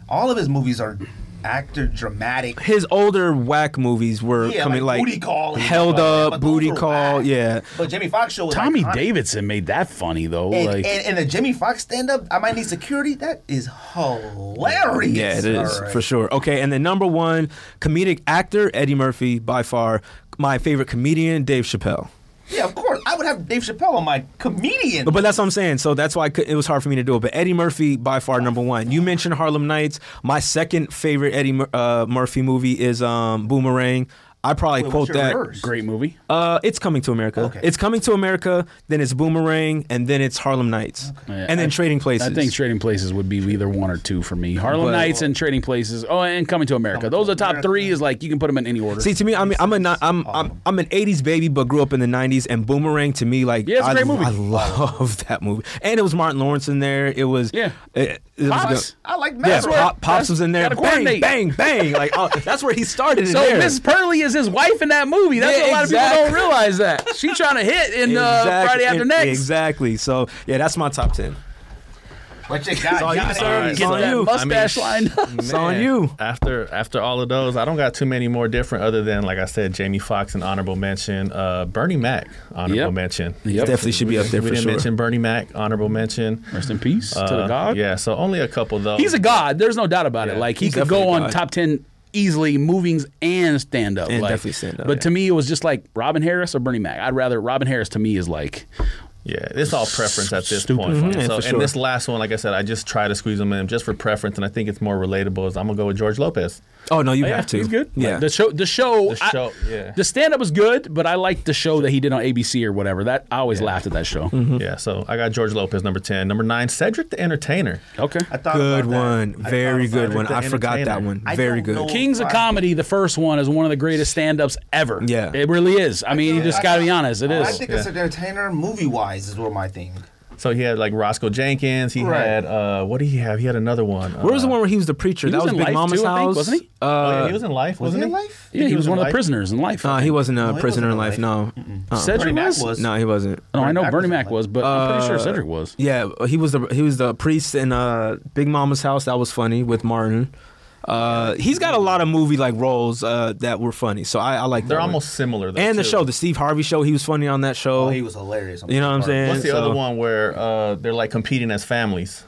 All of his movies are actor dramatic. His older whack movies were Yeah, coming like like, Booty Call and stuff like held that, up, but those booty were call. whack. Yeah, But Jamie Foxx show was Tommy iconic. Davidson made that funny, though. And, like, and, and the Jimmy Fox stand up, I might need security. That is hilarious. yeah, it is All right. for sure. Okay, and then number one comedic actor Eddie Murphy by far. My favorite comedian Dave Chappelle. Yeah, of course. I would have Dave Chappelle on my comedian. But, but that's what I'm saying. So that's why I could, it was hard for me to do it. But Eddie Murphy, by far number one. You mentioned Harlem Nights. My second favorite Eddie Mur- uh, Murphy movie is um, Boomerang. I probably Wait, quote what's your that. verse? great movie. Uh, it's coming to America. Okay. It's coming to America. Then it's Boomerang, and then it's Harlem Nights, Yeah, and then I- Trading Places. I think Trading Places would be either one or two for me. Harlem But- Nights and Trading Places. Oh, and Coming to America. Those are top three. Is like you can put them in any order. See, to me, I mean, I'm a ni- I'm, Oh. I'm I'm an '80s baby, but grew up in the '90s. And Boomerang, to me, like Yeah, it's a I, great movie. I love that movie. And it was Martin Lawrence in there. It was Yeah. It, it was Pops. good. I like Yeah, Matt. where- Pop, Pops that's- was in there. gotta Bang, coordinate. bang, bang. Like oh, that's where he started. so in there. Mrs. Purley is his wife in that movie. That's Yeah, what a lot exactly. of people don't realize that she's trying to hit in uh, Friday After and- Next. Exactly. So yeah, that's my top ten. What you got? all you, Johnny? sir. All right. It's Get on that you. mustache I mean, lined up. It's on you. After after all of those, I don't got too many more different other than like I said, Jamie Foxx and honorable mention, uh, Bernie Mac honorable Yep. mention. Yep. Definitely should be up there we for didn't sure. mention Bernie Mac honorable mention. Rest in peace to the Uh, god. Yeah, so only a couple though. He's a god. There's no doubt about it. Yeah, Like he he's could definitely go a on god. top ten easily, movings and stand up. And like, definitely stand-up, But yeah. to me, it was just like Robin Harris or Bernie Mac. I'd rather Robin Harris to me is like Yeah, it's all preference at this Stupid. point. Mm-hmm. yeah, so, for and sure. this last one, like I said, I just try to squeeze them in just for preference, and I think it's more relatable. Is I'm gonna go with George Lopez. Oh no, you have yeah, to. He's good. Yeah. Like, the show. The show. The I- show, yeah. The stand up was good, but I liked the show that he did on ABC or whatever. That I always laughed at that show. Mm-hmm. Mm-hmm. Yeah, so I got George Lopez number ten, number nine, Cedric the Entertainer. Okay. I thought good about that. one. I Very thought about good one. the I forgot that entertainer. one. I Very don't good. know. Kings of Why? Comedy, the first one, is one of the greatest stand ups ever. Yeah. It really is. I mean, you just got to be honest. It I is. think it's an entertainer movie wise is where my thing. So he had like Roscoe Jenkins. He Right. had uh, what did he have? He had another one. Where was uh, the one where he was the preacher? He that was was in Big Life, Mama's too, I house. think, wasn't he? Uh, Oh, yeah, he was in life, Was he wasn't in he? Life? I Yeah, think he was, one of the Life. prisoners in life. nah, he wasn't a he prisoner in life. wasn't No. Uh-uh. Cedric Bernie Mac was. was. No, he wasn't. No, I know Mac Bernie was in Mac life. was, but I'm pretty sure Uh, Cedric was. Yeah, he was the he was the priest in uh, Big Mama's house. That was funny with Martin. Uh, he's got a lot of movie like roles uh, that were funny. So I, I like. that They're one. almost similar. Though, and the too. show, the Steve Harvey show. He was funny on that show. Oh, he was hilarious. You know what I'm saying? What's the so- other one where uh, they're like competing as families?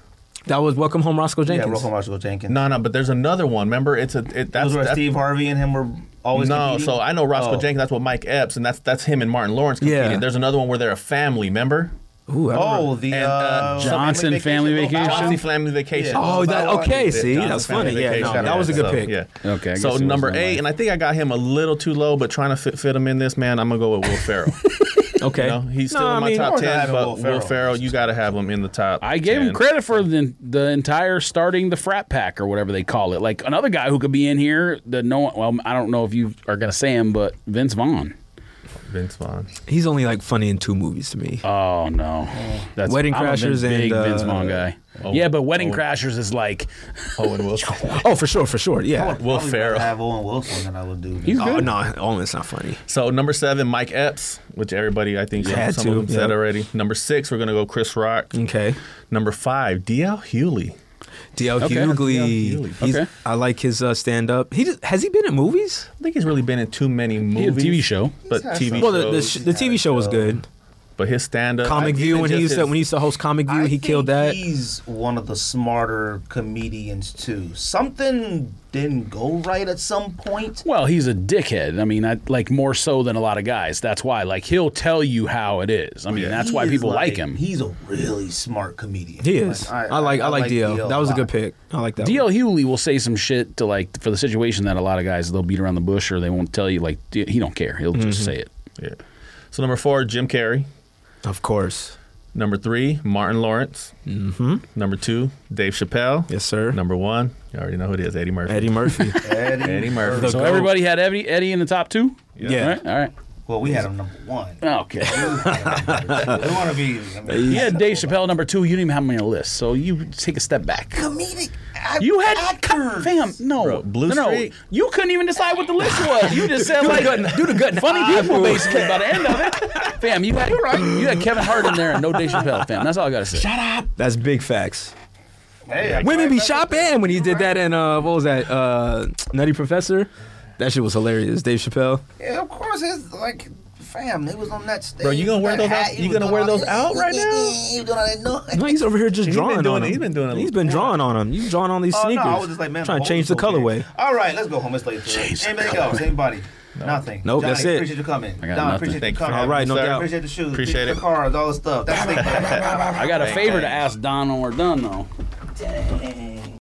that was Welcome Home, Roscoe Yeah, Jenkins. Rocco Marshall Jenkins. No, no, but there's another one. Remember, it's a it, That that's was where that's- Steve Harvey and him were always. no, competing? so I know Roscoe Oh. Jenkins. That's what Mike Epps, and that's that's him and Martin Lawrence competing. Yeah. There's another one where they're a family. Remember? Ooh, I remember. Oh, the And, uh, uh, Johnson Family Vacation. Johnson Family Vacation. Yeah. Oh, that Oh, okay. yeah, See, Johnson that's Family funny. Yeah, no, Vacation. that was a So, good pick. Yeah. Okay, I guess so it was number no eight, life. and I think I got him a little too low, but trying to fit, fit him in this man, I'm gonna go with Will Ferrell. Okay. You know, he's still No, in I my mean, top we're not ten, having but Will Ferrell. Will Ferrell, you got to have him in the top. I gave 10. him credit for the the entire starting the frat pack or whatever they call it. Like another guy who could be in here that no one. Well, I don't know if you are going to say him, but Vince Vaughn. Vince Vaughn. He's only like funny in two movies to Uh, me. Oh no, that's Wedding I'm a Vin- Crashers and, big Vince uh, Vaughn guy. Owen- yeah, but Wedding Owen- Crashers is like Owen Wilson. oh, for sure, for sure. Yeah. Will Probably Ferrell. rather have Owen Wilson than I would do. He's Oh good. no, Owen's not funny. So number seven, Mike Epps, which everybody I think some, Had some to, of them said yeah. already. Number six, we're gonna go Chris Rock. Okay. Number five, DL Hewley. DL Okay. DL Hughley. Hughley. He's- Okay. I like his uh, stand up. He just, has he been in movies? I think he's really been in too many he had a movies, TV show. He's but had TV some. Well, the, the, shows. sh- the TV show was good. but his stand up, Comic View when he used to when he used to host Comic View, I he think killed that. He's one of the smarter comedians too. Something didn't go right at some point. Well, he's a dickhead. I mean, I, like more so than a lot of guys. That's why, like, he'll tell you how it is. I mean, that's He why is people like, him. He's a really smart comedian. He is. Like, I, like I, like, DL. a That was a good lot. pick. I like that. one. DL Hewley will say some shit to like for the situation that a lot of guys they'll beat around the bush or they won't tell you. Like d- he don't care. He'll Mm-hmm. just say it. yeah. So number four, Jim Carrey. Of course. Number three, Martin Lawrence. Mm-hmm. Number two, Dave Chappelle. Yes, sir. Number one, you already know who it is, Eddie Murphy. Eddie Murphy. Eddie, Eddie Murphy. So Go. everybody had Eddie, Eddie in the top two. Yeah. All right. All right. Well, we had him number one. Okay. they want to be. I mean, You had Dave Chappelle number two. You didn't even have him on your list, so you take a step back. comedic. act- You had actors. fam. No, Bro, Blue no, no. Street. You couldn't even decide what the list was. You just said like do the good funny people basically by the end of it. Fam, you had you had Kevin Hart in there and no Dave Chappelle. Fam, that's all I gotta say. That's big facts. Hey, I Women be tried that. shopping when he did that in uh what was that? Uh Nutty Professor? That shit was hilarious. Dave Chappelle. Yeah, of course. It's like, fam, they was on that stage. Bro, you gonna wear That those out- hat, he you was gonna wear doing all those that- out right now? You gonna know? No, he's over here He's just been drawing doing on it. him. He's been doing it. He's been drawing on him. You drawing on these sneakers. Oh, no, I was just like, man, trying the to change the whole colorway. thing. All right, let's go home. It's late. Anybody else? Anybody? Nothing. Nope, Johnny, that's it. Appreciate you coming. got Don, nothing. appreciate Thank you you for coming. having All right, me, no sir. doubt. Appreciate the shoes. Appreciate the it. cars, all the stuff. That's I got a favor to ask Don when we're done though. it.